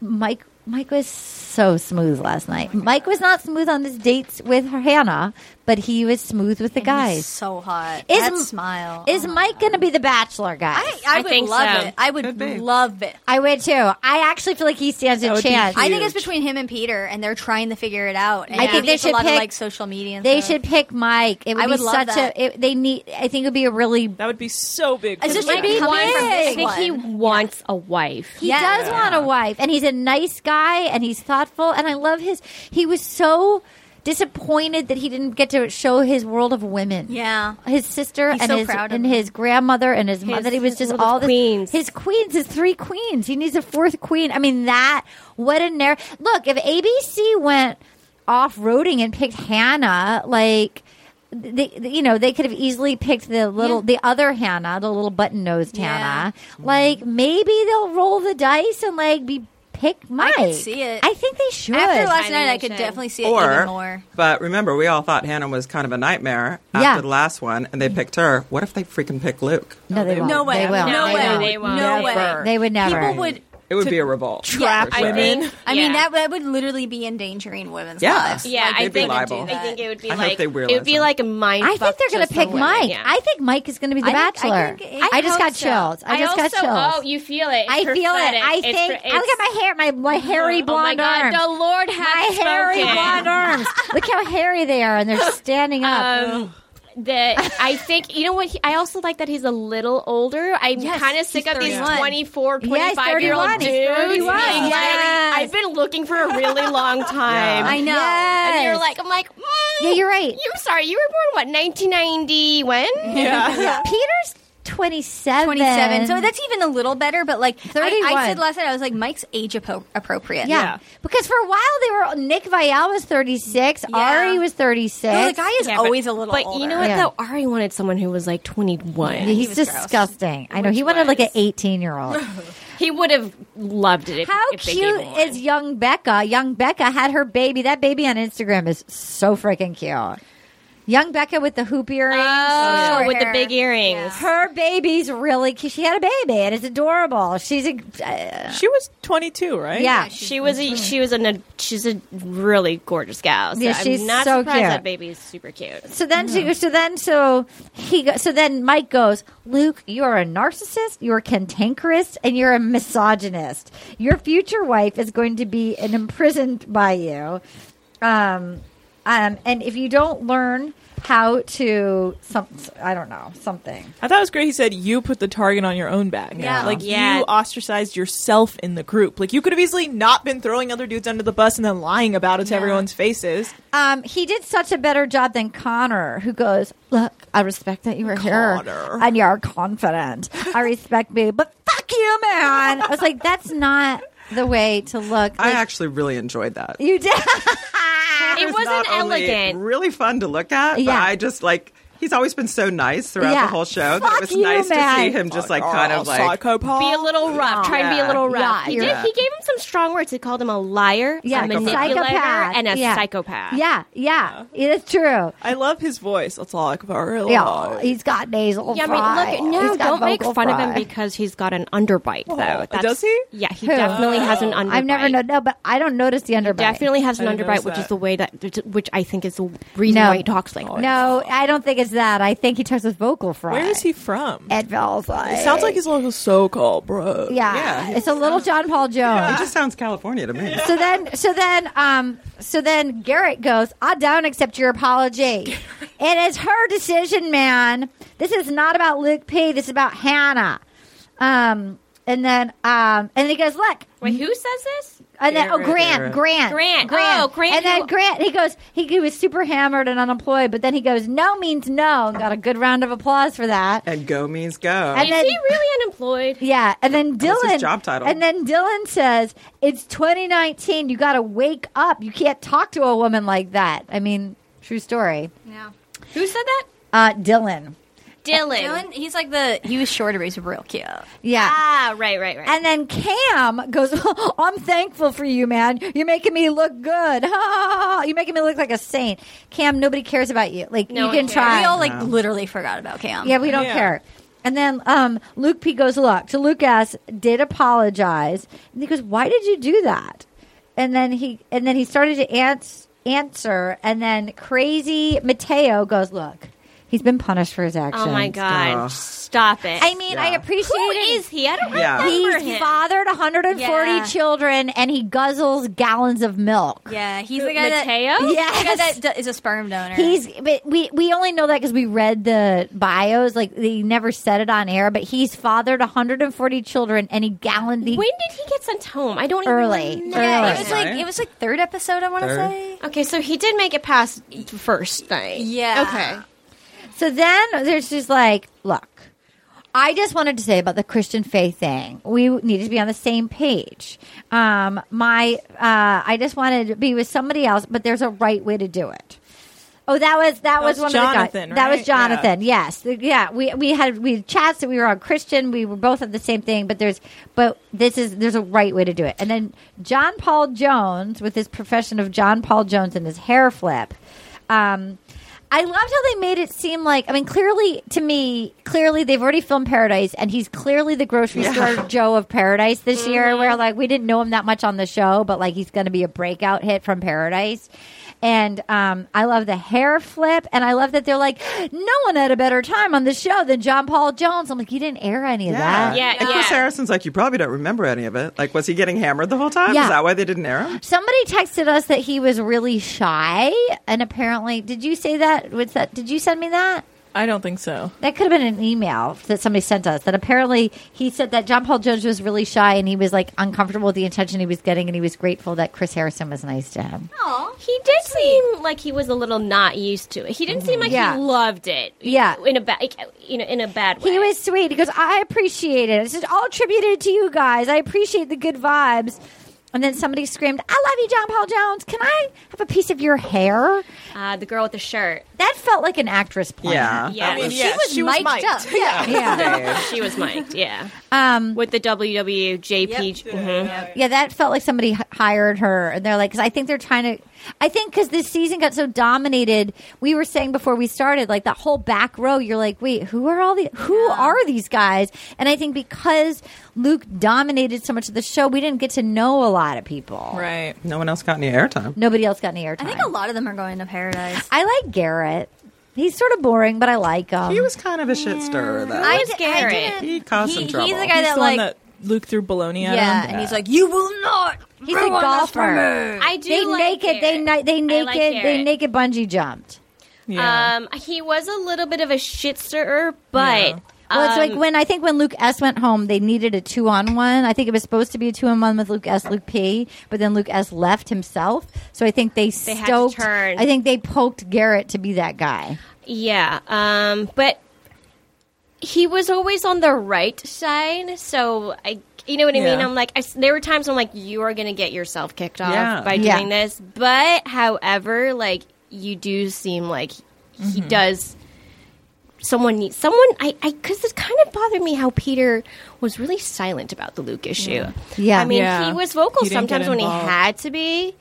Speaker 1: Mike
Speaker 4: Oh
Speaker 1: Mike was so smooth last night. Mike was not smooth on his dates with Hannah, but he was smooth with the
Speaker 4: He's
Speaker 1: guys.
Speaker 4: so hot.
Speaker 1: Is
Speaker 4: that
Speaker 1: M-
Speaker 4: smile.
Speaker 1: Is
Speaker 4: Oh my-
Speaker 1: Mike going to be the bachelor, guys?
Speaker 4: I, I
Speaker 2: I
Speaker 4: would
Speaker 2: think
Speaker 4: love
Speaker 2: so.
Speaker 4: it. I
Speaker 3: Could
Speaker 4: would
Speaker 3: be.
Speaker 4: love it.
Speaker 1: I would too. I actually feel like he stands a
Speaker 5: would be
Speaker 1: chance.
Speaker 4: I think it's
Speaker 5: Huge.
Speaker 4: between him and Peter, and they're trying to figure it out. And
Speaker 1: I think
Speaker 4: maybe
Speaker 1: they
Speaker 4: it's
Speaker 1: should
Speaker 4: a lot
Speaker 1: pick-
Speaker 4: of like social media. And
Speaker 1: They
Speaker 4: stuff.
Speaker 1: should pick Mike. It would
Speaker 4: I
Speaker 1: be
Speaker 4: would love
Speaker 1: such
Speaker 4: that.
Speaker 1: a. It, they need. I think it would be a really.
Speaker 5: That would be so big.
Speaker 4: It's
Speaker 5: for
Speaker 4: just
Speaker 5: the
Speaker 4: like
Speaker 5: Jack.
Speaker 4: coming
Speaker 1: big.
Speaker 4: from
Speaker 2: I
Speaker 4: this
Speaker 2: think
Speaker 4: one.
Speaker 2: he wants a wife.
Speaker 1: He
Speaker 4: Yeah.
Speaker 1: does want a wife, and he's a nice guy, and he's thoughtful, and I love his. He was so disappointed that he didn't get to show his world of women.
Speaker 4: Yeah.
Speaker 1: his sister
Speaker 4: He's
Speaker 1: and
Speaker 4: so
Speaker 1: his
Speaker 4: proud of
Speaker 1: and
Speaker 4: him.
Speaker 1: his grandmother and his, mother. He was
Speaker 2: his
Speaker 1: just
Speaker 2: little
Speaker 1: all this,
Speaker 2: queens.
Speaker 1: His queens, his three queens. He needs a fourth queen. I mean, that what a narr. Look, if ABC went off roading and picked Hannah, like. They, you know, they could have easily picked the little, the other Hannah, the little button nosed
Speaker 4: Yeah.
Speaker 1: Hannah. Like maybe they'll roll the dice and like be pick Mike.
Speaker 4: could see it.
Speaker 1: I think they should.
Speaker 4: After last
Speaker 2: Finding
Speaker 4: night, I
Speaker 2: the
Speaker 4: could
Speaker 2: show.
Speaker 4: definitely see it even
Speaker 3: Or,
Speaker 4: more.
Speaker 3: but remember, we all thought Hannah was kind of a nightmare after
Speaker 1: Yeah.
Speaker 3: the last one, and they picked her. What if they freaking pick Luke?
Speaker 1: no, they won't.
Speaker 4: No way.
Speaker 1: They will.
Speaker 4: No
Speaker 1: They
Speaker 4: way.
Speaker 1: won't.
Speaker 2: They won't.
Speaker 4: No
Speaker 5: Never.
Speaker 4: way.
Speaker 1: They would never.
Speaker 4: People would.
Speaker 3: It would be a revolt.
Speaker 5: trap
Speaker 3: for sure.
Speaker 5: women.
Speaker 4: I mean,
Speaker 2: Yeah.
Speaker 4: that, that would literally be endangering women's
Speaker 3: Yeah.
Speaker 4: lives.
Speaker 2: Yeah,
Speaker 4: Like,
Speaker 2: I
Speaker 4: they'd
Speaker 3: be
Speaker 2: think I
Speaker 4: do
Speaker 3: liable.
Speaker 4: that.
Speaker 2: think it would be
Speaker 3: I hope
Speaker 2: like
Speaker 3: they
Speaker 2: it would
Speaker 3: realize
Speaker 2: be
Speaker 3: that.
Speaker 2: like a mind.
Speaker 1: I think
Speaker 2: fuck
Speaker 1: they're going
Speaker 2: to
Speaker 1: to pick
Speaker 2: someone.
Speaker 1: Mike.
Speaker 2: Yeah.
Speaker 1: I think Mike is going to be the
Speaker 4: I think- I
Speaker 1: bachelor.
Speaker 4: think
Speaker 1: I,
Speaker 4: it-
Speaker 1: just
Speaker 4: I
Speaker 1: got
Speaker 4: hope so.
Speaker 1: chills. I just got
Speaker 2: also-
Speaker 1: chills.
Speaker 2: Oh, you feel it. It's
Speaker 1: I feel it.
Speaker 2: prophetic.
Speaker 1: I
Speaker 2: It's
Speaker 1: think.
Speaker 2: pro-
Speaker 1: I look at
Speaker 2: it's-
Speaker 1: my hair, my my hairy blonde
Speaker 2: oh my
Speaker 1: arms.
Speaker 2: God, the Lord
Speaker 1: my
Speaker 2: has
Speaker 1: hairy
Speaker 2: spoken.
Speaker 1: blonde arms. Look how hairy they are, and they're standing up.
Speaker 2: Um, that I think you know what he, I also like that he's a little older. I'm
Speaker 4: Yes,
Speaker 2: kind of
Speaker 4: he's
Speaker 2: sick of these
Speaker 4: 31.
Speaker 1: Yeah,
Speaker 2: 24,
Speaker 1: he's
Speaker 2: 25 year old
Speaker 1: 31.
Speaker 2: dudes.
Speaker 1: He's 31.
Speaker 2: being like,
Speaker 1: Yes.
Speaker 2: I've been looking for a really
Speaker 1: [laughs]
Speaker 2: long time.
Speaker 4: I know.
Speaker 2: And you're
Speaker 1: Yes.
Speaker 2: like, I'm like, mm,
Speaker 1: Yeah, you're right.
Speaker 2: You're sorry. You were born what 1990? When?
Speaker 5: Yeah.
Speaker 1: Peter's twenty seven.
Speaker 4: 27. So that's even a little better, but like I- I,
Speaker 1: 31.
Speaker 4: said last night, I was like, Mike's age appro- appropriate.
Speaker 1: Yeah.
Speaker 5: Yeah.
Speaker 1: Because for a while they were Nick Vial was 36,
Speaker 4: Yeah.
Speaker 1: Ari was 36.
Speaker 4: So the guy is
Speaker 2: Yeah, but-
Speaker 4: always a little
Speaker 2: But
Speaker 4: older.
Speaker 2: you know what
Speaker 1: Yeah.
Speaker 2: though, Ari wanted someone who was like 21.
Speaker 1: He's
Speaker 4: was gross.
Speaker 1: disgusting. I know he wanted like an 18 year old.
Speaker 2: He would have loved it. If,
Speaker 1: How
Speaker 2: if they gave
Speaker 1: cute
Speaker 2: him one.
Speaker 1: is young Becca? Young Becca had her baby. That baby on Instagram is so freaking cute. Young Becca with the hoop earrings.
Speaker 2: Oh,
Speaker 4: short
Speaker 2: with the
Speaker 4: hair.
Speaker 2: big earrings.
Speaker 1: Her baby's really cute. She had a baby and it's adorable. She's a. Uh,
Speaker 5: She was 22, right?
Speaker 1: yeah.
Speaker 2: She was a she was an, a she's a really gorgeous gal. So
Speaker 1: Yeah, she's
Speaker 2: I'm not
Speaker 1: so
Speaker 2: surprised
Speaker 1: cute.
Speaker 2: that baby is super cute.
Speaker 1: So then, she, so then, so he, go, so then Mike goes, Luke, you are a narcissist, you're cantankerous, and you're a misogynist. Your future wife is going to be an imprisoned by you, um, um, and if you don't learn how to some, I don't know, something.
Speaker 5: I thought it was great. He said you put the target on your own back.
Speaker 4: Yeah.
Speaker 5: Like
Speaker 2: Yeah.
Speaker 5: you ostracized yourself in the group. Like you could have easily not been throwing other dudes under the bus and then lying about it to everyone's faces.
Speaker 1: Um, he did such a better job than Connor, who goes, "Look, I respect that you were here
Speaker 5: Connor.
Speaker 1: and you're confident. I respect me, but fuck you, man." I was like, "That's not the way to look."
Speaker 3: I
Speaker 1: Like,
Speaker 3: actually really enjoyed that.
Speaker 1: you did. [laughs]
Speaker 2: It
Speaker 3: was
Speaker 2: wasn't
Speaker 3: not only
Speaker 2: elegant.
Speaker 3: Really fun to look at.
Speaker 1: Yeah.
Speaker 3: But I just like he's always been so nice throughout
Speaker 1: Yeah.
Speaker 3: the whole show that
Speaker 1: Fuck
Speaker 3: it was
Speaker 1: you,
Speaker 3: nice to
Speaker 1: man.
Speaker 3: see him just like kind of like
Speaker 5: psychopath.
Speaker 2: be a little rough. Try to be a
Speaker 3: Yeah.
Speaker 2: little rough.
Speaker 1: Yeah,
Speaker 2: he, did,
Speaker 1: you're-
Speaker 2: he gave him some strong words. He called him a liar,
Speaker 1: yeah,
Speaker 2: a manipulator,
Speaker 1: psychopath
Speaker 2: and a
Speaker 1: yeah.
Speaker 2: psychopath.
Speaker 1: Yeah, yeah, it's true.
Speaker 5: I love his voice. That's all I could really
Speaker 1: Yeah,
Speaker 5: love.
Speaker 1: he's got nasal.
Speaker 2: Yeah, I mean,
Speaker 1: fry.
Speaker 2: look, no,
Speaker 1: He's got
Speaker 2: don't make
Speaker 1: vocal
Speaker 2: fun of him
Speaker 1: fry.
Speaker 2: because he's got an underbite, though. That's-
Speaker 5: does he?
Speaker 2: Yeah, he
Speaker 1: Who?
Speaker 2: definitely has an underbite.
Speaker 1: I've never known. No, but I don't notice the underbite.
Speaker 2: Definitely has an
Speaker 5: I didn't notice
Speaker 2: underbite, which is
Speaker 5: that.
Speaker 2: the way that, which I think is the reason
Speaker 1: No.
Speaker 2: why he talks like that.
Speaker 1: No, I don't think it's that. I think he talks with vocal fry.
Speaker 5: Where is he from?
Speaker 1: Ed Valsite.
Speaker 5: It sounds like he's a little so-called bro.
Speaker 1: Yeah,
Speaker 3: Yeah.
Speaker 1: it's a little John Paul Jones.
Speaker 3: It just sounds California to me.
Speaker 1: So then, so then, um, so then Garrett goes, I don't accept your apology. it is her decision, man. This is not about Luke P. This is about Hannah. Um, and then, um, and he goes, look,
Speaker 2: Wait, who says this?
Speaker 1: and then, oh,
Speaker 3: Garrett,
Speaker 1: Grant,
Speaker 3: Garrett.
Speaker 1: Grant,
Speaker 2: Grant. Oh, Grant,
Speaker 1: and then
Speaker 2: who-
Speaker 1: Grant, he goes, he, he was super hammered and unemployed, but then he goes, no means no, and got a good round of applause for that.
Speaker 3: And go means go.
Speaker 1: And
Speaker 2: Is
Speaker 1: then-
Speaker 2: he really unemployed?
Speaker 1: Yeah, and then
Speaker 3: That's
Speaker 1: Dylan
Speaker 3: his job title.
Speaker 1: And then Dylan says, "It's 2019. You got to wake up. You can't talk to a woman like that." I mean, true story.
Speaker 4: Yeah.
Speaker 2: Who said that?
Speaker 1: Uh, Dylan.
Speaker 2: Dylan.
Speaker 4: Dylan, he's like the he was shorter, but he's real cute.
Speaker 1: Yeah.
Speaker 2: Ah, right, right, right.
Speaker 1: And then Cam goes, [laughs] I'm thankful for you, man. You're making me look good. [laughs] You're making me look like a saint. Cam, nobody cares about you. Like,
Speaker 2: No
Speaker 1: you
Speaker 2: one
Speaker 1: can
Speaker 2: cares.
Speaker 1: try.
Speaker 4: We all like literally forgot about Cam.
Speaker 1: Yeah, we don't
Speaker 5: Yeah.
Speaker 1: care. And then um, Luke P goes, look, so Lucas did apologize. And he goes, why did you do that? And then he and then he started to ans- answer, and then crazy Mateo goes, "Look, he's been punished for his actions."
Speaker 2: Oh my god!
Speaker 3: Oh.
Speaker 2: Stop it.
Speaker 1: I mean, I
Speaker 3: Yeah.
Speaker 1: appreciate
Speaker 2: who
Speaker 1: it.
Speaker 2: is he? I don't
Speaker 3: Yeah.
Speaker 2: remember
Speaker 1: He's
Speaker 2: him.
Speaker 1: fathered 140
Speaker 4: Yeah.
Speaker 1: children, and he guzzles gallons of milk.
Speaker 4: Yeah, he's
Speaker 2: Who,
Speaker 4: the guy
Speaker 2: Mateo?
Speaker 4: that he's the guy
Speaker 1: Yes.
Speaker 4: that d- is a sperm donor.
Speaker 1: He's, but we we only know that because we read the bios. Like they never said it on air, but he's fathered 140 children, and he gallon. He,
Speaker 2: When did he get sent home? I don't
Speaker 1: Early.
Speaker 2: even remember.
Speaker 4: yeah, it
Speaker 1: Early.
Speaker 4: was like it was like third episode. I want to
Speaker 3: Third?
Speaker 4: say.
Speaker 2: Okay, so he did make it past first night.
Speaker 4: Yeah.
Speaker 2: Okay.
Speaker 1: So then there's just like, look, I just wanted to say about the Christian faith thing. We need to be on the same page. Um, my, uh, I just wanted to be with somebody else, but there's a right way to do it. Oh, that was that, was,
Speaker 5: was
Speaker 1: one of the guys.
Speaker 5: Jonathan,
Speaker 1: That was
Speaker 5: right? Yeah.
Speaker 1: Jonathan. Yes, yeah. We we had we had chats that we were on Christian. We were both at the same thing, but there's but this is there's a right way to do it. And then John Paul Jones with his profession of John Paul Jones and his hair flip. Um, I loved how they made it seem like I mean clearly to me clearly they've already filmed Paradise and he's clearly the grocery store Joe of Paradise this year
Speaker 5: Mm-hmm.
Speaker 1: where like we didn't know him that much on the show but like he's going to be a breakout hit from Paradise and um, I love the hair flip and I love that they're like no one had a better time on the show than John Paul Jones I'm like you didn't air any of that
Speaker 2: Yeah,
Speaker 3: And Chris
Speaker 2: yeah.
Speaker 3: Harrison's like, you probably don't remember any of it. Like, was he getting hammered the whole time?
Speaker 1: Yeah.
Speaker 3: Is that why they didn't air him?
Speaker 1: Somebody texted us that he was really shy, and apparently, did you say that? Was that? Did you send me that?
Speaker 5: I don't think so.
Speaker 1: That could have been an email that somebody sent us. That apparently he said that John Paul Jones was really shy and he was like uncomfortable with the attention he was getting, and he was grateful that Chris Harrison was nice to him.
Speaker 2: He did seem like he was a little not used to it. He didn't seem like
Speaker 1: Yeah.
Speaker 2: he loved it.
Speaker 1: Yeah.
Speaker 2: in a bad, like, you know, in a bad way.
Speaker 1: He was sweet. He goes, "I appreciate it. It's just all attributed to you guys. I appreciate the good vibes." And then somebody screamed, "I love you, John Paul Jones. Can I have a piece of your hair?"
Speaker 2: uh, the girl with the shirt.
Speaker 1: That felt like an actress plan.
Speaker 3: Yeah.
Speaker 2: Yeah.
Speaker 5: I mean,
Speaker 2: She
Speaker 5: yeah,
Speaker 4: was mic'd up. [laughs]
Speaker 5: Yeah.
Speaker 1: yeah.
Speaker 2: [laughs] She was mic'd. Yeah,
Speaker 1: Um,
Speaker 2: with the WWJP. mhm.
Speaker 1: Yeah, that felt like somebody h- hired her, and they're like, because I think they're trying to. I think because this season got so dominated, we were saying before we started, like that whole back row. You're like, wait, who are all the who are these guys? And I think because Luke dominated so much of the show, we didn't get to know a lot of people.
Speaker 5: Right.
Speaker 3: No one else got any airtime.
Speaker 1: Nobody else got any airtime.
Speaker 4: I think a lot of them are going to paradise.
Speaker 1: I like Garrett. He's sort of boring, but I like him.
Speaker 3: He was kind of a shit stirrer, though.
Speaker 4: I
Speaker 2: was
Speaker 4: di- I
Speaker 2: Garrett.
Speaker 4: didn't-
Speaker 3: He caused some
Speaker 4: He's
Speaker 3: trouble.
Speaker 4: the guy
Speaker 5: He's
Speaker 4: that
Speaker 5: the
Speaker 4: like
Speaker 5: one that Luke threw baloney at
Speaker 4: yeah,
Speaker 5: him.
Speaker 4: and he's like, you will not.
Speaker 1: He's a
Speaker 4: ruin this for
Speaker 1: golfer.
Speaker 4: me."
Speaker 2: I do.
Speaker 1: they
Speaker 2: like
Speaker 1: naked. They
Speaker 2: Garrett.
Speaker 1: ni- they
Speaker 2: I
Speaker 1: naked.
Speaker 2: like
Speaker 1: they
Speaker 2: Garrett.
Speaker 1: naked bungee jumped.
Speaker 5: Yeah.
Speaker 2: Um, he was a little bit of a shit stirrer, but
Speaker 5: Yeah.
Speaker 1: Well, it's
Speaker 2: um,
Speaker 1: like when I think when Luke S went home, they needed a two on one. I think it was supposed to be a two on one with Luke S, Luke P, but then Luke S left himself. So I think they,
Speaker 2: had to
Speaker 1: stoked.
Speaker 2: turn.
Speaker 1: I think they poked Garrett to be that guy.
Speaker 2: Yeah, um, but he was always on the right side, so I, you know what I mean.
Speaker 5: Yeah.
Speaker 2: I'm like, I s there were times I'm like, you are gonna get yourself kicked off
Speaker 3: Yeah.
Speaker 2: by
Speaker 1: Yeah.
Speaker 2: doing this. But however, like you do seem like he does. Someone needs someone. I because it kind of bothered me how Peter was really silent about the Luke issue.
Speaker 1: Yeah.
Speaker 2: I mean
Speaker 5: Yeah.
Speaker 2: he was vocal
Speaker 5: He didn't get
Speaker 2: sometimes when he
Speaker 5: involved.
Speaker 2: had to be,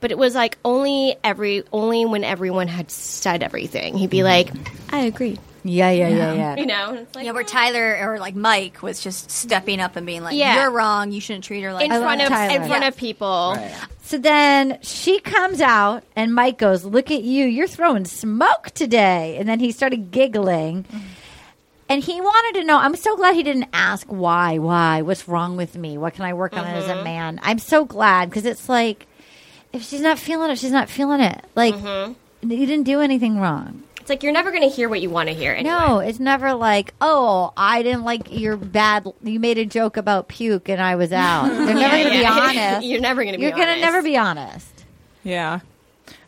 Speaker 2: but it was like only every only when everyone had said everything. He'd be
Speaker 1: Mm-hmm.
Speaker 2: like, "I agree,"
Speaker 1: Yeah, yeah, yeah, yeah.
Speaker 2: you know. and It's like,
Speaker 4: yeah, where Tyler or like Mike was just stepping up and being like,
Speaker 2: Yeah.
Speaker 4: "You're wrong. You shouldn't treat her like
Speaker 2: in
Speaker 1: I
Speaker 4: that."
Speaker 1: love
Speaker 2: front of
Speaker 1: Tyler.
Speaker 2: in front
Speaker 4: Yeah.
Speaker 2: of people.
Speaker 1: So then she comes out, and Mike goes, "Look at you! You're throwing smoke today." And then he started giggling, and he wanted to know. I'm so glad he didn't ask why, why, what's wrong with me? What can I work on as
Speaker 2: Mm-hmm.
Speaker 1: a man? I'm so glad because it's like if she's not feeling it, she's not feeling it. Like
Speaker 2: Mm-hmm.
Speaker 1: you didn't do anything wrong.
Speaker 2: It's like you're never going to hear what you want to hear. Anyway.
Speaker 1: No, it's never like, oh, I didn't like your bad. You made a joke about puke, and I was
Speaker 2: [laughs]
Speaker 1: out. They're never going to
Speaker 2: yeah.
Speaker 1: be honest.
Speaker 2: [laughs] You're never gonna be
Speaker 1: You're gonna
Speaker 2: honest.
Speaker 1: never be honest.
Speaker 5: Yeah.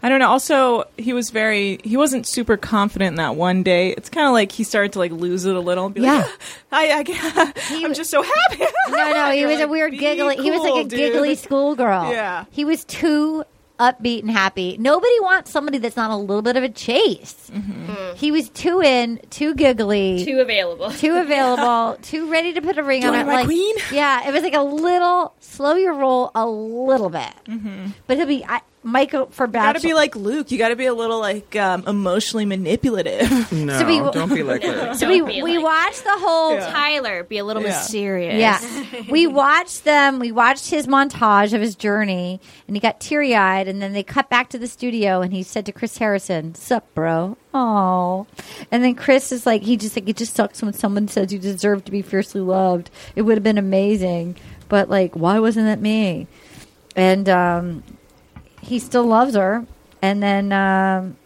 Speaker 5: I don't know. Also, he was very he wasn't super confident in that one day. It's kind of like he started to like lose it a little. and Be
Speaker 1: Yeah.
Speaker 5: Like, [laughs] I, I
Speaker 1: He-
Speaker 5: I'm just so happy. [laughs]
Speaker 1: No, no, he
Speaker 5: You're
Speaker 1: was a
Speaker 5: like,
Speaker 1: weird
Speaker 5: "Be
Speaker 1: giggly. he was
Speaker 5: cool,
Speaker 1: like a
Speaker 5: dude."
Speaker 1: giggly schoolgirl.
Speaker 5: [laughs] Yeah.
Speaker 1: he was too upbeat and happy. Nobody wants somebody that's not a little bit of a chase.
Speaker 5: Mm-hmm.
Speaker 1: He was too in, too giggly, too,
Speaker 2: too available. [laughs]
Speaker 5: [laughs]
Speaker 1: available, too ready to put a ring on
Speaker 5: I,
Speaker 1: it.
Speaker 5: my
Speaker 1: like,
Speaker 5: queen?
Speaker 1: yeah, it was like a little slow your roll a little bit, but he'll be. I, Michael for
Speaker 5: Mm-hmm. You gotta
Speaker 1: Bachelor.
Speaker 5: be like Luke. You gotta be a little like um, emotionally
Speaker 3: [laughs]
Speaker 5: manipulative.
Speaker 3: No,
Speaker 1: So we-
Speaker 3: don't be
Speaker 1: [laughs]
Speaker 3: like that.
Speaker 1: so we,
Speaker 2: Don't be
Speaker 1: we
Speaker 2: like-
Speaker 1: watched the whole
Speaker 2: Tyler, be a little
Speaker 5: Yeah.
Speaker 2: mysterious.
Speaker 1: Yeah. we watched them. We watched his montage of his journey and he got teary eyed. And then they cut back to the studio and he said to Chris Harrison, Sup, bro? Oh. And then Chris is like, he just like, it just sucks when someone says you deserve to be fiercely loved. It would have been amazing. But like, why wasn't it me? And um, he still loves her. And then um,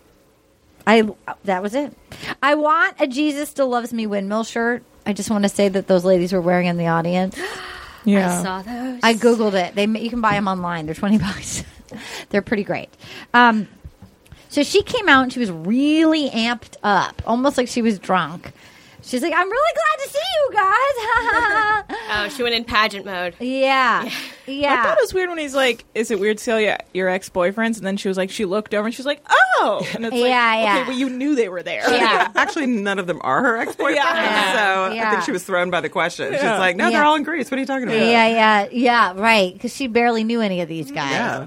Speaker 1: I that was it. I want a Jesus still loves me windmill shirt. I just want to say that those ladies were wearing in the audience.
Speaker 5: yeah.
Speaker 2: I saw those.
Speaker 1: I googled it. They you can buy them online. They're twenty [laughs] bucks. They're pretty great. Um, so she came out and she was really amped up, almost like she was drunk. She's like, "I'm really glad to see you guys." [laughs]
Speaker 2: oh, she went in pageant mode.
Speaker 1: yeah, yeah.
Speaker 5: I thought it was weird when he's like, "Is it weird, Celia, your ex boyfriends?" And then she was like, she looked over and she's like,
Speaker 1: [laughs]
Speaker 5: "Oh," and it's like,
Speaker 1: Yeah, yeah.
Speaker 5: okay, well, you knew they were there.
Speaker 1: yeah.
Speaker 3: Actually, none of them are her ex boyfriend.
Speaker 1: Yeah.
Speaker 3: So I
Speaker 1: Yeah.
Speaker 3: think she was thrown by the question. She's
Speaker 5: Yeah.
Speaker 3: like, no,
Speaker 1: Yeah.
Speaker 3: they're all in Greece. What are you talking about?
Speaker 1: Yeah, yeah, yeah, right. Because she barely knew any of these guys.
Speaker 3: Yeah.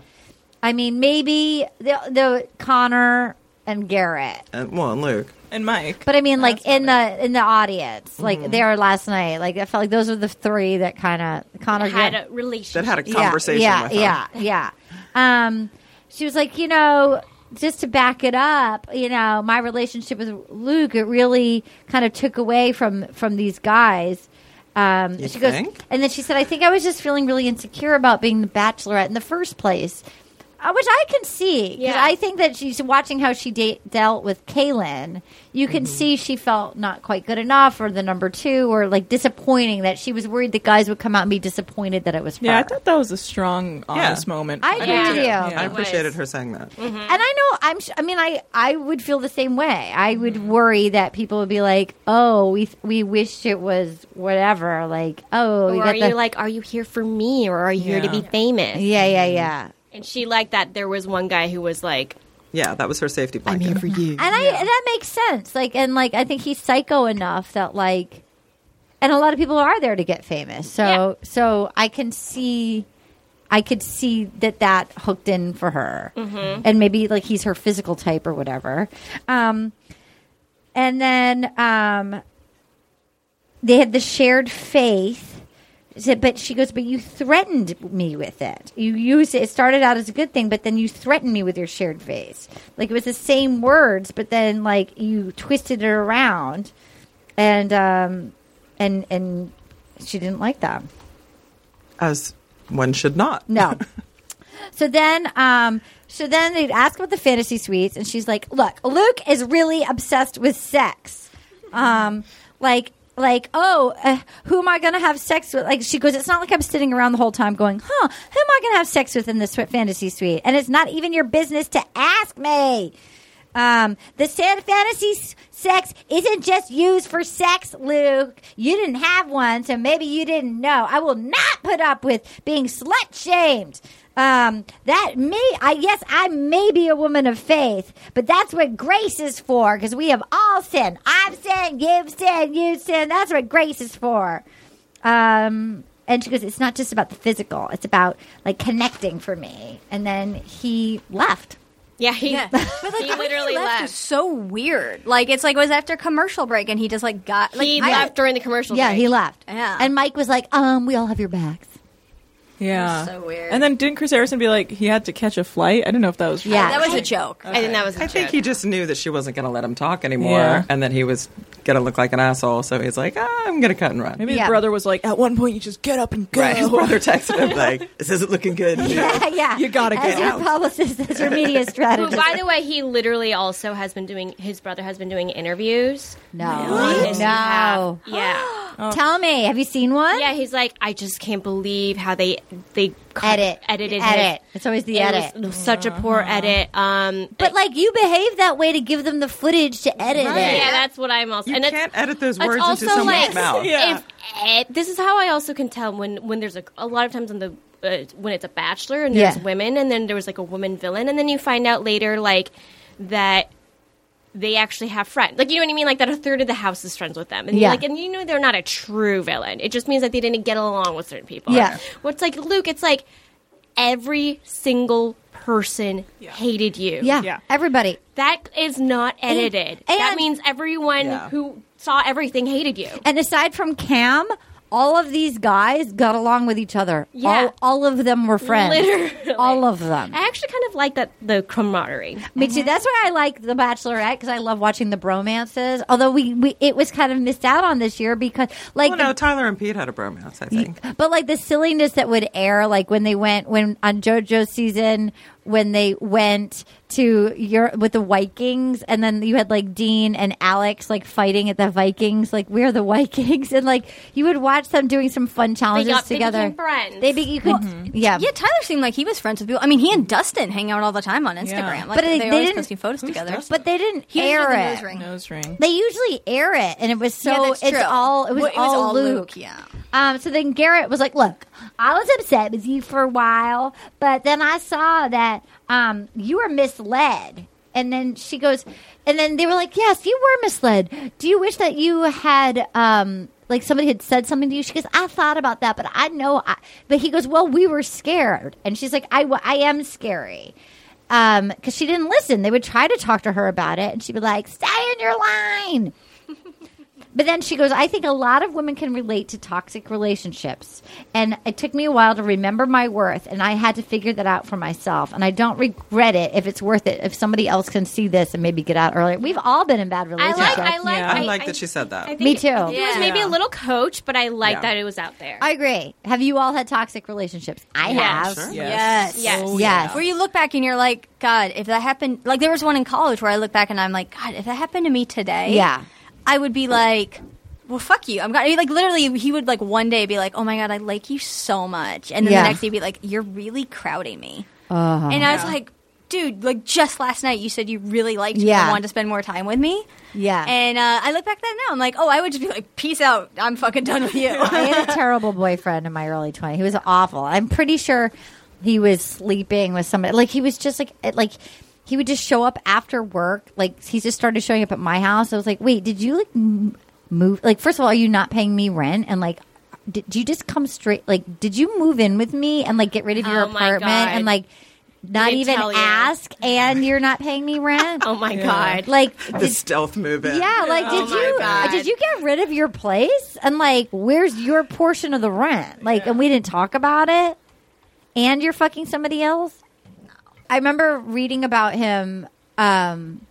Speaker 1: I mean, maybe the, the Connor and Garrett,
Speaker 3: And, well, and Luke.
Speaker 5: And Mike,
Speaker 1: but I mean, like in the in the audience, like
Speaker 5: Mm-hmm.
Speaker 1: they were last night. Like I felt like those were the three that kind of Connor
Speaker 2: Had
Speaker 1: Garrett-
Speaker 2: a
Speaker 3: That
Speaker 2: relationship.
Speaker 3: had a conversation
Speaker 1: yeah,
Speaker 3: with her.
Speaker 1: yeah, yeah, yeah. Um, she was like, you know, just to back it up, you know, my relationship with Luke, it really kind of took away from from these guys. Um,
Speaker 3: You
Speaker 1: she goes,
Speaker 3: think?
Speaker 1: and then she said, I think I was just feeling really insecure about being the bachelorette in the first place. Uh, which I can see. 'cause
Speaker 2: Yeah.
Speaker 1: I think that she's watching how she de- dealt with Kaylin. You can
Speaker 3: Mm-hmm.
Speaker 1: see she felt not quite good enough, or the number two, or like disappointing that she was worried the guys would come out and be disappointed that it was her.
Speaker 5: yeah, I thought that was a strong, honest moment.
Speaker 1: I agree
Speaker 2: did
Speaker 1: with
Speaker 2: too.
Speaker 1: you.
Speaker 3: I
Speaker 2: It was. Mm-hmm.
Speaker 3: appreciated her saying that.
Speaker 1: And I know I'm. Sh- I mean, I I would feel the same way. I
Speaker 2: Mm-hmm.
Speaker 1: would worry that people would be like, "Oh, we we wished it was whatever." Like, oh, we
Speaker 2: Or
Speaker 1: got
Speaker 2: are
Speaker 1: the
Speaker 2: you like, are you here for me or are you here to be
Speaker 5: Yeah.
Speaker 2: famous?
Speaker 1: yeah, yeah,
Speaker 2: "Mm-hmm."
Speaker 1: yeah.
Speaker 2: And she liked that there was one guy who was like,
Speaker 3: Yeah, that was her safety blanket.
Speaker 1: And I and that makes sense. Like, and like I think he's psycho enough that like, and a lot of people are there to get famous. So
Speaker 2: Yeah.
Speaker 1: so I can see. I could see that that hooked in for her, and maybe like he's her physical type or whatever. Um, and then um, they had the shared faith. Said, But she goes, but you threatened me with it. You used it. It started out as a good thing, but then you threatened me with your shared faith. Like it was the same words, but then like you twisted it around, and um, and and she didn't like that.
Speaker 3: As one should not.
Speaker 1: No. so then, um, so then they'd ask about the fantasy suites, and she's like, "Look, Luke is really obsessed with sex. Um, like." Like, oh, uh, who am I going to have sex with? Like, she goes, it's not like I'm sitting around the whole time going, huh, who am I going to have sex with in this swi- fantasy suite? And it's not even your business to ask me. Um, the sad fantasy s- sex isn't just used for sex, Luke. You didn't have one, so maybe you didn't know. I will not put up with being slut shamed. Um, that me, I yes, I may be a woman of faith, but that's what grace is for. Because we have all sinned. I've sinned. You've sinned. You've sinned. That's what grace is for. Um, and she goes, "It's not just about the physical. It's about like connecting for me." And then he left.
Speaker 2: yeah, he, [laughs]
Speaker 4: Yeah, but like
Speaker 2: he
Speaker 4: the way
Speaker 2: literally
Speaker 4: he left,
Speaker 2: left.
Speaker 4: is so weird. Like it's like it was after commercial break, and he just like got like
Speaker 2: he
Speaker 4: I-
Speaker 2: left during the commercial.
Speaker 1: Yeah,
Speaker 2: break.
Speaker 1: he left.
Speaker 4: Yeah.
Speaker 1: And Mike was like, um, we all have your backs.
Speaker 5: yeah,
Speaker 4: was so weird.
Speaker 5: And then didn't Chris Harrison be like, he had to catch a flight? I don't know if that was
Speaker 1: Yeah.
Speaker 4: that was a joke.
Speaker 2: I think that was. I
Speaker 3: I think he just knew that she wasn't going to let him talk anymore
Speaker 5: Yeah.
Speaker 3: and that he was going to look like an asshole. So he's like, ah, I'm going to cut and run.
Speaker 5: Maybe
Speaker 1: Yeah.
Speaker 5: his brother was like, at one point, you just get up and go.
Speaker 3: [laughs] Right. His brother texted him, like, [laughs] this isn't looking good.
Speaker 1: [laughs] yeah.
Speaker 5: You gotta
Speaker 1: as
Speaker 5: get
Speaker 1: your
Speaker 5: out.
Speaker 1: publicist, as your [laughs] media strategist.
Speaker 2: by the way, he literally also has been doing. His brother has been doing interviews.
Speaker 1: no.
Speaker 2: on his
Speaker 1: No.
Speaker 2: behalf.
Speaker 1: [gasps]
Speaker 2: Yeah.
Speaker 1: Tell me, have you seen one?
Speaker 2: Yeah, he's like, I just can't believe how they they cut,
Speaker 1: Edit.
Speaker 2: edited
Speaker 1: The edit.
Speaker 2: his-
Speaker 1: It's always the
Speaker 2: it
Speaker 1: edit. Uh-huh.
Speaker 2: was such a poor edit. Um,
Speaker 1: But like you behave that way to give them the footage to edit
Speaker 2: yeah,
Speaker 1: it.
Speaker 2: that's what I'm also.
Speaker 3: You
Speaker 2: and it's-
Speaker 3: can't edit those
Speaker 2: it's
Speaker 3: words
Speaker 2: also
Speaker 3: into someone's
Speaker 2: like,
Speaker 3: mouth.
Speaker 5: Yeah.
Speaker 2: If eh, this is how I also can tell when when there's a, a lot of times on the uh, when it's a bachelor and there's
Speaker 1: Yeah.
Speaker 2: women and then there was like a woman villain and then you find out later like that they actually have friends like you know what I mean like that a third of the house is friends with them and
Speaker 1: Yeah.
Speaker 2: you're like and you know they're not a true villain it just means that they didn't get along with certain people
Speaker 1: Yeah.
Speaker 2: what's like Luke it's like every single person hated you.
Speaker 1: Yeah.
Speaker 5: Yeah.
Speaker 1: Everybody.
Speaker 2: That is not edited. that
Speaker 1: and-
Speaker 2: means everyone
Speaker 3: Yeah.
Speaker 2: who saw everything hated you.
Speaker 1: And aside from Cam, all of these guys got along with each other.
Speaker 2: Yeah.
Speaker 1: All, all of them were friends.
Speaker 2: Literally.
Speaker 1: All of them.
Speaker 2: I actually kind of like that the camaraderie.
Speaker 1: Me too. That's why I like The Bachelorette because I love watching the bromances. Although we, we it was kind of missed out on this year because like
Speaker 3: Well, Oh, no, Tyler and Pete had a bromance, I think.
Speaker 1: But like the silliness that would air, like when they went when on JoJo's season, when they went to Europe with the Vikings, and then you had like Dean and Alex like fighting at the Vikings, like we're the Vikings, [laughs] and like you would watch them doing some fun challenges
Speaker 2: got- they
Speaker 1: together.
Speaker 2: became friends.
Speaker 1: They be, you could, yeah,
Speaker 4: Yeah, Tyler seemed like he was friends with people. I mean, he and Dustin hang out all the time on Instagram.
Speaker 5: Yeah.
Speaker 4: Like,
Speaker 1: But they-
Speaker 4: they,
Speaker 1: they
Speaker 4: always
Speaker 1: didn't-
Speaker 4: posting photos together.
Speaker 1: but they didn't
Speaker 4: He was
Speaker 1: air
Speaker 4: with the
Speaker 1: it.
Speaker 4: nose
Speaker 5: [laughs]
Speaker 4: ring.
Speaker 5: Nose ring.
Speaker 1: They usually air it, and it was so.
Speaker 4: Yeah, that's
Speaker 1: it's
Speaker 4: true.
Speaker 1: all it was,
Speaker 4: Well,
Speaker 1: all, Luke.
Speaker 4: Yeah.
Speaker 1: Um, so then Garrett was like, "Look, I was upset with you for a while, but then I saw that um, you were misled." And then she goes, and then they were like, "Yes, you were misled. Do you wish that you had um, like somebody had said something to you?" She goes, "I thought about that, but I know." I, but he goes, "Well, we were scared," and she's like, "I, wa- I am scary." Um, because she didn't listen. They would try to talk to her about it, and she'd be like, "Stay in your line." But then she goes, I think a lot of women can relate to toxic relationships. And it took me a while to remember my worth, and I had to figure that out for myself. And I don't regret it if it's worth it, if somebody else can see this and maybe get out earlier. We've all been in bad
Speaker 2: I
Speaker 1: relationships.
Speaker 2: like. I like.
Speaker 5: Yeah.
Speaker 3: I like that she said that.
Speaker 2: I think
Speaker 1: Me too.
Speaker 2: It, it was maybe
Speaker 3: Yeah.
Speaker 2: a little coach, but I like
Speaker 3: Yeah.
Speaker 2: that it was out there.
Speaker 1: I agree. Have you all had toxic relationships? I
Speaker 2: Yeah,
Speaker 1: have.
Speaker 3: sure.
Speaker 4: Yes.
Speaker 2: Yes.
Speaker 5: Oh,
Speaker 1: Yes.
Speaker 4: Where you look back and you're like, God, if that happened, like there was one in college where I look back and I'm like, God, if that happened to me today,
Speaker 1: Yeah.
Speaker 4: I would be like, well, fuck you. I'm got I mean, like literally, he would like one day be like, oh my God, I like you so much, and then
Speaker 1: Yeah. Uh-huh.
Speaker 4: the next day be like, you're really crowding me, and I was like, dude, like just last night you said you really liked me
Speaker 1: Yeah.
Speaker 4: and wanted to spend more time with me.
Speaker 1: Yeah.
Speaker 4: And uh, I look back at that now, I'm like, oh, I would just be like, peace out, I'm fucking done with
Speaker 5: [laughs]
Speaker 4: you. [laughs] Oh,
Speaker 1: I had a terrible boyfriend in my early 20s. He was awful. I'm pretty sure he was sleeping with somebody. Like he was just like it- like he would just show up after work. Like he just started showing up at my house. I was like, "Wait, did you like m- move like first of all, are you not paying me rent and like did you just come straight like did you move in with me and like get rid of your
Speaker 2: Oh, my
Speaker 1: apartment
Speaker 2: God.
Speaker 1: and like not
Speaker 2: Didn't
Speaker 1: even
Speaker 2: tell you.
Speaker 1: ask and you're not paying me rent?"
Speaker 2: [laughs] oh my god.
Speaker 1: Like
Speaker 3: The
Speaker 1: did-
Speaker 3: stealth move in.
Speaker 1: yeah, like
Speaker 2: Oh
Speaker 1: did
Speaker 2: my
Speaker 1: you
Speaker 2: God.
Speaker 1: did you get rid of your place? And like, where's your portion of the rent? Like, and we didn't talk about it. And you're fucking somebody else. I remember reading about him. Um,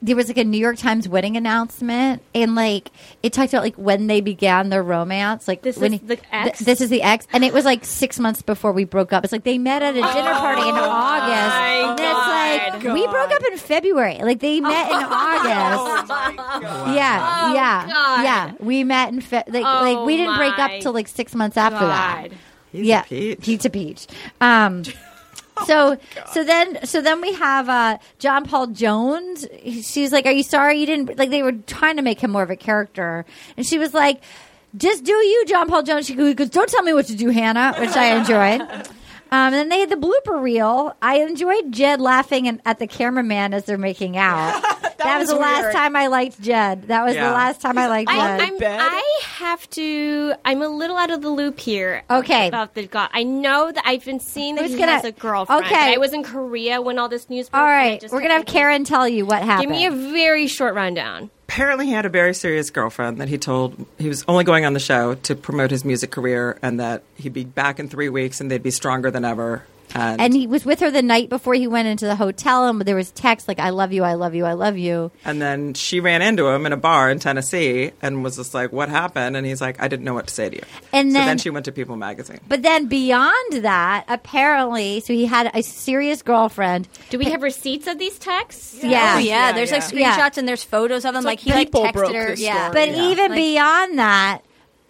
Speaker 1: there was like a New York Times wedding announcement, and like it talked about like when they began their romance. Like
Speaker 2: This
Speaker 1: when
Speaker 2: is the ex?
Speaker 1: this is the ex, and it was like six months before we broke up. It's like they met at a dinner party in August. and it's like we broke up in February. Like they met [laughs] in August. Yeah, yeah,
Speaker 2: Oh, God.
Speaker 1: yeah. We met in fe- like
Speaker 2: Oh,
Speaker 1: like we didn't break
Speaker 2: my
Speaker 1: up till like six months after that.
Speaker 2: God.
Speaker 3: He's
Speaker 1: yeah,
Speaker 3: a peach. Oh
Speaker 1: He's a peach.
Speaker 3: [laughs]
Speaker 1: Um, so so then so then we have uh, John Paul Jones. He- She's like, "Are you sorry you didn't like?" They were trying to make him more of a character, and she was like, "Just do you, John Paul Jones." She goes, "Don't tell me what to do, Hannah," which I
Speaker 3: [laughs]
Speaker 1: enjoyed. Um, and then they had the blooper reel. I enjoyed Jed laughing and, at the cameraman as they're
Speaker 3: [laughs]
Speaker 1: making out. that, was,
Speaker 5: was
Speaker 1: the last
Speaker 5: weird.
Speaker 1: time I liked Jed. That was
Speaker 3: Yeah.
Speaker 1: the last time I liked
Speaker 2: I,
Speaker 1: Jed.
Speaker 2: I'm,
Speaker 5: bed?
Speaker 2: I have to. I'm a little out of the loop here.
Speaker 1: Okay.
Speaker 2: About the guy. I know that I've been seeing that
Speaker 1: Who's
Speaker 2: he
Speaker 1: gonna-
Speaker 2: has a girlfriend.
Speaker 1: Okay.
Speaker 2: but I was in Korea when all this news. broke,
Speaker 1: All
Speaker 2: and I
Speaker 1: right,
Speaker 2: just
Speaker 1: we're
Speaker 2: kept
Speaker 1: gonna have
Speaker 2: thinking,
Speaker 1: Karen tell you what
Speaker 2: Give
Speaker 1: happened.
Speaker 2: me a very short rundown.
Speaker 3: Apparently, he had a very serious girlfriend that he told he was only going on the show to promote his music career, and that he'd be back in three weeks, and they'd be stronger than ever. And,
Speaker 1: and
Speaker 3: and,
Speaker 1: he was with her the night before he went into the hotel, and there was text like "I love you, I love you, I love you."
Speaker 3: then she ran into him in a bar in Tennessee, and was just like, "What happened?" And he's like, "I didn't know what to say to you."
Speaker 1: And
Speaker 3: so
Speaker 1: then-
Speaker 3: then she went to People Magazine.
Speaker 1: But then beyond that, apparently, so he had a serious girlfriend.
Speaker 2: Do we have receipts of these texts?
Speaker 1: Yeah,
Speaker 4: Oh yeah,
Speaker 5: Yeah,
Speaker 4: there's like
Speaker 1: yeah.
Speaker 4: screenshots and there's photos of them.
Speaker 5: like
Speaker 4: Like, he like
Speaker 5: people broke
Speaker 4: texted her.
Speaker 5: this
Speaker 4: Yeah,
Speaker 5: story.
Speaker 1: But
Speaker 5: Yeah.
Speaker 1: even
Speaker 4: Like-
Speaker 1: beyond that,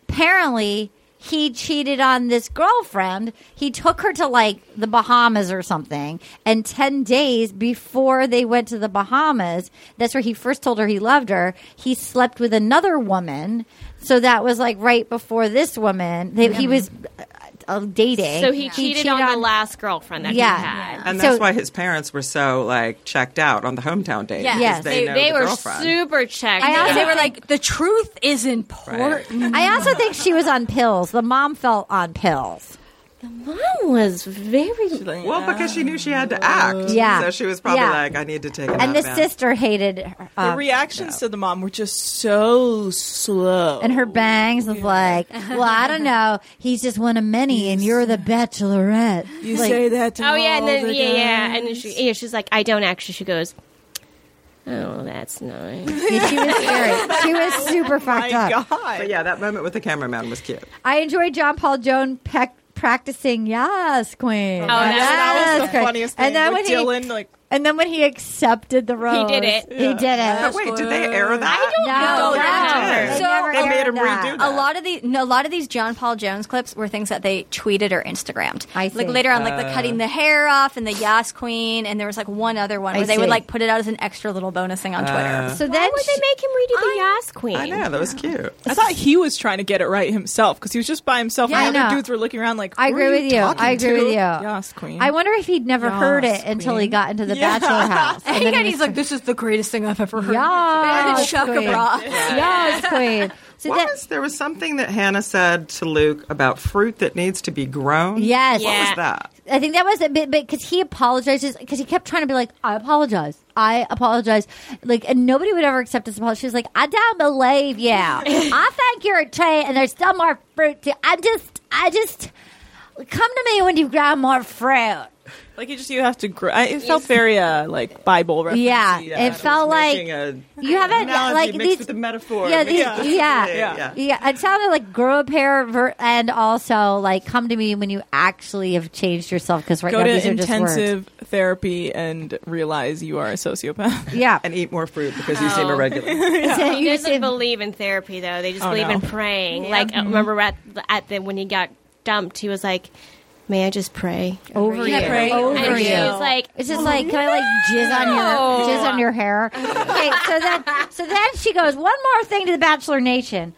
Speaker 1: apparently he cheated on this girlfriend. He took her to like the Bahamas or something. And 10 days before they went to the Bahamas, that's where he first told her he loved her. He slept with another woman. So that was like right before this woman. They, He was uh, uh, dating.
Speaker 2: So he cheated on the last girlfriend that
Speaker 1: Yeah.
Speaker 2: he had.
Speaker 3: And
Speaker 1: So-
Speaker 3: that's why his parents were so like checked out on the hometown date.
Speaker 4: Yeah.
Speaker 3: because
Speaker 1: Yes.
Speaker 3: they, know
Speaker 2: They
Speaker 3: the
Speaker 2: were
Speaker 3: girlfriend.
Speaker 2: super checked.
Speaker 1: I
Speaker 2: out.
Speaker 1: also-
Speaker 4: they were like, the truth is important.
Speaker 3: Right.
Speaker 1: I also think she was on pills. The mom felt on pills.
Speaker 2: Mom was very.
Speaker 5: Like,
Speaker 3: Well,
Speaker 5: yeah.
Speaker 3: because she knew she had to act.
Speaker 1: Yeah.
Speaker 3: So she was probably
Speaker 1: Yeah.
Speaker 3: like, I need to take. a
Speaker 1: and the
Speaker 3: nap now.
Speaker 1: sister hated her.
Speaker 5: the
Speaker 1: um,
Speaker 5: reactions to the mom were just so slow.
Speaker 1: and her bangs was like, well, I don't know. He's just one of many, and you're the bachelorette.
Speaker 5: you
Speaker 1: Like,
Speaker 5: say that. To
Speaker 2: Oh yeah, and
Speaker 5: all
Speaker 2: then
Speaker 5: the
Speaker 2: yeah, yeah,
Speaker 5: guys.
Speaker 2: and then she yeah, she's like, I don't actually. She goes, Oh, that's nice.
Speaker 1: yeah, she was scary. She was super
Speaker 5: [laughs] my
Speaker 1: fucked up.
Speaker 5: God.
Speaker 3: But yeah, that moment with the cameraman was cute.
Speaker 1: I enjoyed John Paul Joan Peck practicing yes, queen. Oh,
Speaker 2: that-
Speaker 5: That was the funniest thing.
Speaker 1: And then when
Speaker 5: with Dylan,
Speaker 1: he
Speaker 5: like,
Speaker 1: and then when he accepted the role,
Speaker 2: did it.
Speaker 1: He did
Speaker 3: But
Speaker 1: it.
Speaker 3: wait, did they air that?
Speaker 1: No, no,
Speaker 4: They never
Speaker 1: they
Speaker 4: did.
Speaker 1: never
Speaker 4: They
Speaker 3: made
Speaker 1: aired
Speaker 3: him
Speaker 1: that.
Speaker 3: redo that.
Speaker 4: A lot of the no, a lot of these John Paul Jones clips were things that they tweeted or Instagrammed.
Speaker 1: I
Speaker 4: Like
Speaker 1: see.
Speaker 4: later on, like the cutting the hair off and the Yas Queen, and there was like one other one
Speaker 1: I
Speaker 4: where they
Speaker 1: see.
Speaker 4: would like put it out as an extra little bonus thing on Twitter.
Speaker 1: So then
Speaker 2: Would
Speaker 1: she-
Speaker 2: they make him redo the Yas Queen?
Speaker 3: I know that was cute.
Speaker 5: I thought he was trying to get it right himself because he was just by himself.
Speaker 1: Yeah,
Speaker 5: and
Speaker 1: I
Speaker 5: the
Speaker 1: know.
Speaker 5: other dudes were looking around like,
Speaker 1: I
Speaker 5: "Who
Speaker 1: agree
Speaker 5: are
Speaker 1: with you.
Speaker 5: talking
Speaker 1: I agree
Speaker 5: to?"
Speaker 1: with you.
Speaker 5: Yes, queen.
Speaker 1: I wonder if he'd never heard it
Speaker 5: Yas,
Speaker 1: until he
Speaker 5: queen.
Speaker 1: got into the
Speaker 5: Yeah.
Speaker 1: bachelor house. And then he was-
Speaker 4: like, "This is the greatest thing I've ever heard." [laughs] Better than
Speaker 1: Yas,
Speaker 4: Shaka
Speaker 1: queen.
Speaker 4: Bra.
Speaker 1: Yas,
Speaker 3: [laughs]
Speaker 1: queen. So
Speaker 3: What
Speaker 1: that,
Speaker 3: was there was something that Hannah said to Luke about fruit that needs to be grown.
Speaker 1: Yes.
Speaker 3: What
Speaker 2: Yeah.
Speaker 3: was that?
Speaker 1: I think that was a bit, but because he apologizes, because he kept trying to be like, I apologize. I apologize. Like, and nobody would ever accept his apology. She was like, I don't believe you.
Speaker 3: [laughs]
Speaker 1: I think you're a tree and there's still more fruit to I just, I just, come to me when you've grown more fruit.
Speaker 5: Like you just you have to grow. I- It felt very uh, like Bible reference.
Speaker 1: Yeah. it felt like.
Speaker 3: Making a
Speaker 1: You haven't
Speaker 3: analogy
Speaker 1: like
Speaker 3: mixed
Speaker 1: these,
Speaker 3: with a metaphor.
Speaker 1: Yeah,
Speaker 3: mixed
Speaker 1: these,
Speaker 3: with-
Speaker 1: yeah,
Speaker 3: [laughs] Yeah,
Speaker 1: yeah,
Speaker 3: yeah.
Speaker 1: yeah. It sounded like grow a pair, ver- and also like come to me when you actually have changed yourself. Because right
Speaker 5: Go
Speaker 1: now
Speaker 5: to
Speaker 1: these are just words.
Speaker 5: intensive therapy and realize you are
Speaker 1: [laughs]
Speaker 5: a sociopath. [laughs]
Speaker 1: Yeah,
Speaker 3: and eat more fruit because you seem
Speaker 1: [laughs]
Speaker 3: irregular.
Speaker 1: So
Speaker 2: He
Speaker 1: you
Speaker 2: doesn't
Speaker 1: seem-
Speaker 2: believe in therapy though. They just
Speaker 5: Oh,
Speaker 2: believe
Speaker 5: no.
Speaker 2: in praying. Like I remember at the, at the when he got dumped, he was like, "May I just pray?"
Speaker 1: over you,
Speaker 4: right.
Speaker 1: over
Speaker 2: and
Speaker 1: you.
Speaker 2: she was like,
Speaker 1: It's just like, can I like jizz on your jizz on your hair? Okay, so then so then she goes, one more thing to the Bachelor Nation.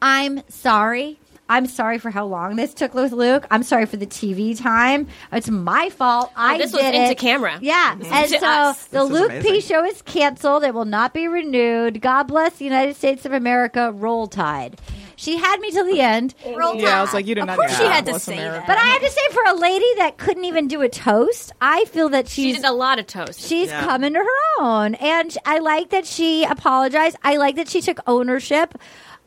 Speaker 1: I'm sorry. I'm sorry for how long this took with Luke. I'm sorry for the TV time. It's my fault. I
Speaker 2: Oh, this
Speaker 1: did
Speaker 2: was into
Speaker 1: it.
Speaker 2: camera.
Speaker 1: Yeah, and
Speaker 2: to
Speaker 1: so
Speaker 2: us.
Speaker 1: the
Speaker 3: This is
Speaker 1: Luke P
Speaker 3: amazing.
Speaker 1: show is canceled. It will not be renewed. God bless the United States of America. Roll Tide. She had me till the end.
Speaker 4: Roll
Speaker 5: Yeah, I
Speaker 4: Tide.
Speaker 5: was like, you did
Speaker 4: Of
Speaker 5: not.
Speaker 4: course
Speaker 5: need
Speaker 4: she
Speaker 5: that.
Speaker 4: had to
Speaker 5: Bless
Speaker 4: say
Speaker 5: America.
Speaker 4: that.
Speaker 1: But I have to say, for a lady that couldn't even do a toast, I feel that
Speaker 2: "She
Speaker 1: she's
Speaker 2: did a lot of toast."
Speaker 1: she's
Speaker 3: Yeah.
Speaker 1: coming to her own, and sh- I like that she apologized. I like that she took ownership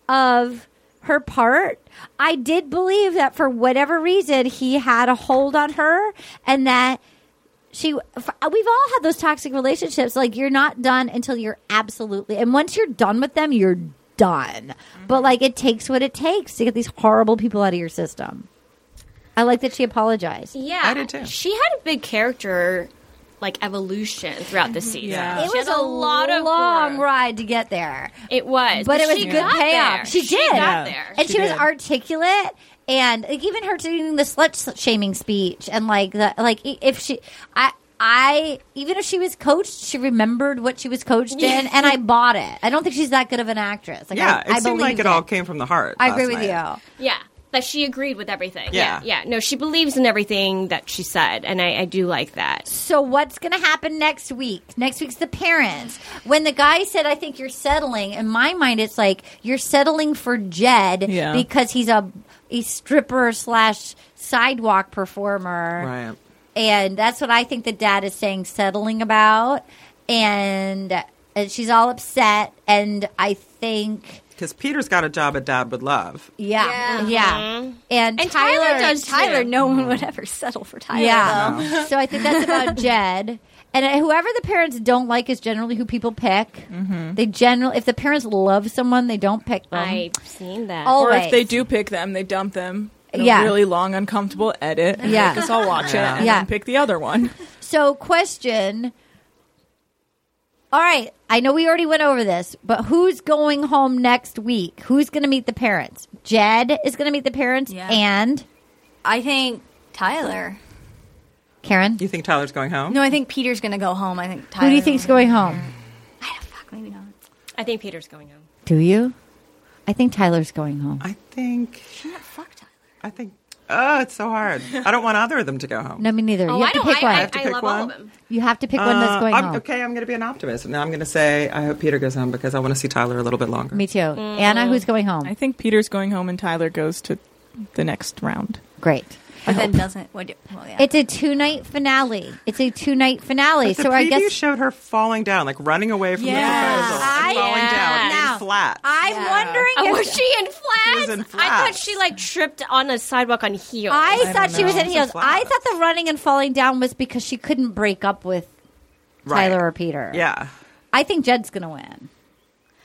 Speaker 1: of her part. I did believe that for whatever reason he had a hold on her, and that she f- we've all had those toxic relationships like you're not done until you're absolutely and once you're done with them you're done but like it takes what it takes to get these horrible people out of your system i like that she apologized
Speaker 2: yeah,
Speaker 3: I did, too.
Speaker 2: She had a big character like evolution throughout the season.
Speaker 5: Yeah.
Speaker 1: it
Speaker 2: Mm-hmm. She
Speaker 1: was
Speaker 2: had
Speaker 1: a
Speaker 2: lot of
Speaker 1: long
Speaker 2: growth.
Speaker 1: ride to get there
Speaker 2: It was,
Speaker 1: but, it was
Speaker 2: she
Speaker 1: good
Speaker 2: got
Speaker 1: payoff.
Speaker 2: there.
Speaker 1: She, did.
Speaker 2: got there.
Speaker 1: and she,
Speaker 5: She
Speaker 1: was
Speaker 5: did.
Speaker 1: articulate, and like, even her doing the slut shaming speech, and like the like i- if she, I, I even if she was coached, she remembered what she was coached
Speaker 2: [laughs]
Speaker 1: in, and I bought it. I don't think she's that good of an actress. Like,
Speaker 3: yeah,
Speaker 1: I,
Speaker 3: it
Speaker 1: I
Speaker 3: seemed like
Speaker 1: believed
Speaker 3: it all came from the heart.
Speaker 1: I
Speaker 3: last
Speaker 1: agree with
Speaker 3: night.
Speaker 1: you.
Speaker 2: Yeah. That she agreed with everything.
Speaker 3: Yeah.
Speaker 2: yeah. No, she believes in everything that she said, and I, I do like that.
Speaker 1: So what's going to happen next week? Next week's the parents. When the guy said, "I think you're settling," in my mind, it's like you're settling for Jed
Speaker 5: Yeah.
Speaker 1: because he's a a stripper slash sidewalk performer,
Speaker 3: Right.
Speaker 1: And that's what I think the dad is saying, settling about, and, and she's all upset. And I think,
Speaker 3: Because Peter's got a job at Dad with Love.
Speaker 1: yeah, yeah,
Speaker 4: Yeah.
Speaker 1: And,
Speaker 2: And Tyler does too.
Speaker 4: Tyler, no one would ever settle for Tyler.
Speaker 1: Yeah.
Speaker 4: though.
Speaker 1: So I think that's
Speaker 3: [laughs]
Speaker 1: about Jed. And whoever the parents don't like is generally who people pick.
Speaker 3: Mm-hmm.
Speaker 1: They generally, if the parents love someone, they don't pick them.
Speaker 2: I've seen that.
Speaker 1: Oh,
Speaker 5: or
Speaker 1: Always.
Speaker 5: if they do pick them, they dump them. In
Speaker 1: Yeah.
Speaker 5: a really long, uncomfortable edit.
Speaker 1: [laughs]
Speaker 5: And
Speaker 1: Yeah.
Speaker 5: yeah, because I'll watch it and
Speaker 1: Yeah.
Speaker 5: then pick the other one.
Speaker 1: So, question. All right. I know we already went over this, but who's going home next week? Who's going to meet the parents? Jed is going to meet the parents
Speaker 4: Yeah.
Speaker 1: and
Speaker 4: I think Tyler.
Speaker 1: Karen.
Speaker 3: You think Tyler's going home?
Speaker 4: No, I think Peter's gonna go home. I think Tyler.
Speaker 1: Who do you think's
Speaker 4: will-
Speaker 1: going home?
Speaker 4: I don't, fuck, maybe not.
Speaker 2: I think Peter's going home.
Speaker 1: Do you? I think Tyler's going home.
Speaker 3: I think.
Speaker 4: Yeah, fuck Tyler.
Speaker 3: I think. Oh, it's so hard. I don't want either of them to go
Speaker 1: [laughs]
Speaker 3: home.
Speaker 1: No, me neither. you have to pick one.
Speaker 2: Oh, I,
Speaker 3: to
Speaker 2: I
Speaker 3: pick
Speaker 2: love all
Speaker 3: one.
Speaker 2: of them.
Speaker 1: you have to pick one that's
Speaker 3: Uh,
Speaker 1: going
Speaker 3: I'm,
Speaker 1: home.
Speaker 3: Okay, I'm going to be an optimist. Now I'm going to say I hope Peter goes home because I want to see Tyler a little bit longer.
Speaker 1: Me too.
Speaker 4: Mm.
Speaker 1: Anna, who's going home?
Speaker 5: I think Peter's going home and Tyler goes to the next round.
Speaker 1: Great.
Speaker 4: But then doesn't. What do, well, yeah.
Speaker 1: It's a two night finale. It's a two night finale.
Speaker 3: The
Speaker 1: so I
Speaker 3: preview
Speaker 1: guess
Speaker 3: showed her falling down, like running away from
Speaker 5: Yeah.
Speaker 3: the proposal, and
Speaker 1: I-
Speaker 3: falling down
Speaker 1: Now,
Speaker 3: in flat.
Speaker 1: I'm wondering.
Speaker 2: Oh,
Speaker 1: if-
Speaker 2: was she in flats?
Speaker 3: was in
Speaker 2: I thought
Speaker 3: flats.
Speaker 2: she like tripped on a sidewalk on heels.
Speaker 1: I, thought she was in
Speaker 3: It's a
Speaker 1: heels. I
Speaker 3: flat.
Speaker 1: thought the running and falling down was because she couldn't break up with
Speaker 3: Right.
Speaker 1: Tyler or Peter.
Speaker 3: yeah,
Speaker 1: I think Jed's gonna win.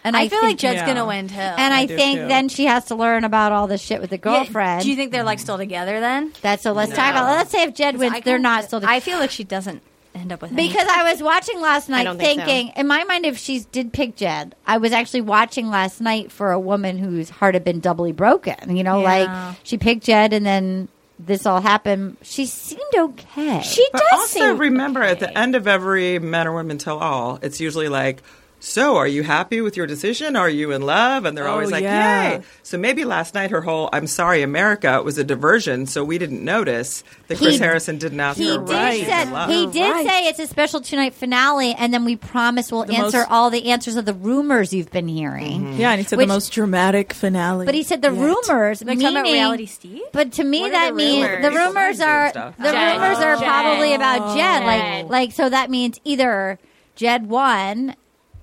Speaker 1: And
Speaker 4: I, feel
Speaker 1: think-
Speaker 4: like Jed's
Speaker 5: Yeah.
Speaker 4: gonna win too.
Speaker 1: And I,
Speaker 5: do
Speaker 1: think
Speaker 5: too.
Speaker 1: then she has to learn about all this shit with the
Speaker 4: Yeah,
Speaker 1: girlfriend.
Speaker 4: Do you think they're like still together then?
Speaker 1: that's so? Let's talk about. Let's say if Jed wins,
Speaker 4: I
Speaker 1: they're
Speaker 4: can-
Speaker 1: not still.
Speaker 4: I feel like she doesn't end up with him.
Speaker 1: Because I was watching last night
Speaker 2: don't think so.
Speaker 1: thinking, in my mind, if she did pick Jed, I was actually watching last night for a woman whose heart had been doubly broken. You know,
Speaker 4: Yeah.
Speaker 1: like she picked Jed and then this all happened. She seemed okay.
Speaker 2: she
Speaker 3: but
Speaker 2: does
Speaker 3: also
Speaker 2: seem
Speaker 3: remember at the end of every men or women tell all, it's usually like. So, are you happy with your decision? Are you in love? And they're
Speaker 5: Oh,
Speaker 3: always like,
Speaker 5: yeah.
Speaker 3: "Yay!" So maybe last night her whole "I'm sorry, America" was a diversion, so we didn't notice that
Speaker 1: He-
Speaker 3: Chris Harrison didn't ask
Speaker 1: he
Speaker 3: her
Speaker 1: did
Speaker 3: whether she's in
Speaker 1: say
Speaker 3: love.
Speaker 1: he did
Speaker 5: right.
Speaker 1: say it's a special two night finale, and then we promise we'll answer
Speaker 5: most-
Speaker 1: all the answers of the rumors you've been hearing.
Speaker 5: Yeah, and he said
Speaker 1: Which-
Speaker 5: the most dramatic finale.
Speaker 1: But he said the rumors,
Speaker 4: Like, talking about
Speaker 1: meaning-
Speaker 4: reality Steve?
Speaker 1: But to me,
Speaker 4: What are
Speaker 1: that
Speaker 4: the
Speaker 1: means
Speaker 4: rumors?
Speaker 1: the
Speaker 4: People
Speaker 1: rumors
Speaker 3: like doing
Speaker 1: are
Speaker 3: stuff.
Speaker 1: the
Speaker 2: Jed.
Speaker 1: rumors are
Speaker 2: Jed.
Speaker 1: probably about Jed. Like,
Speaker 2: Jed.
Speaker 1: like so that means either Jed won.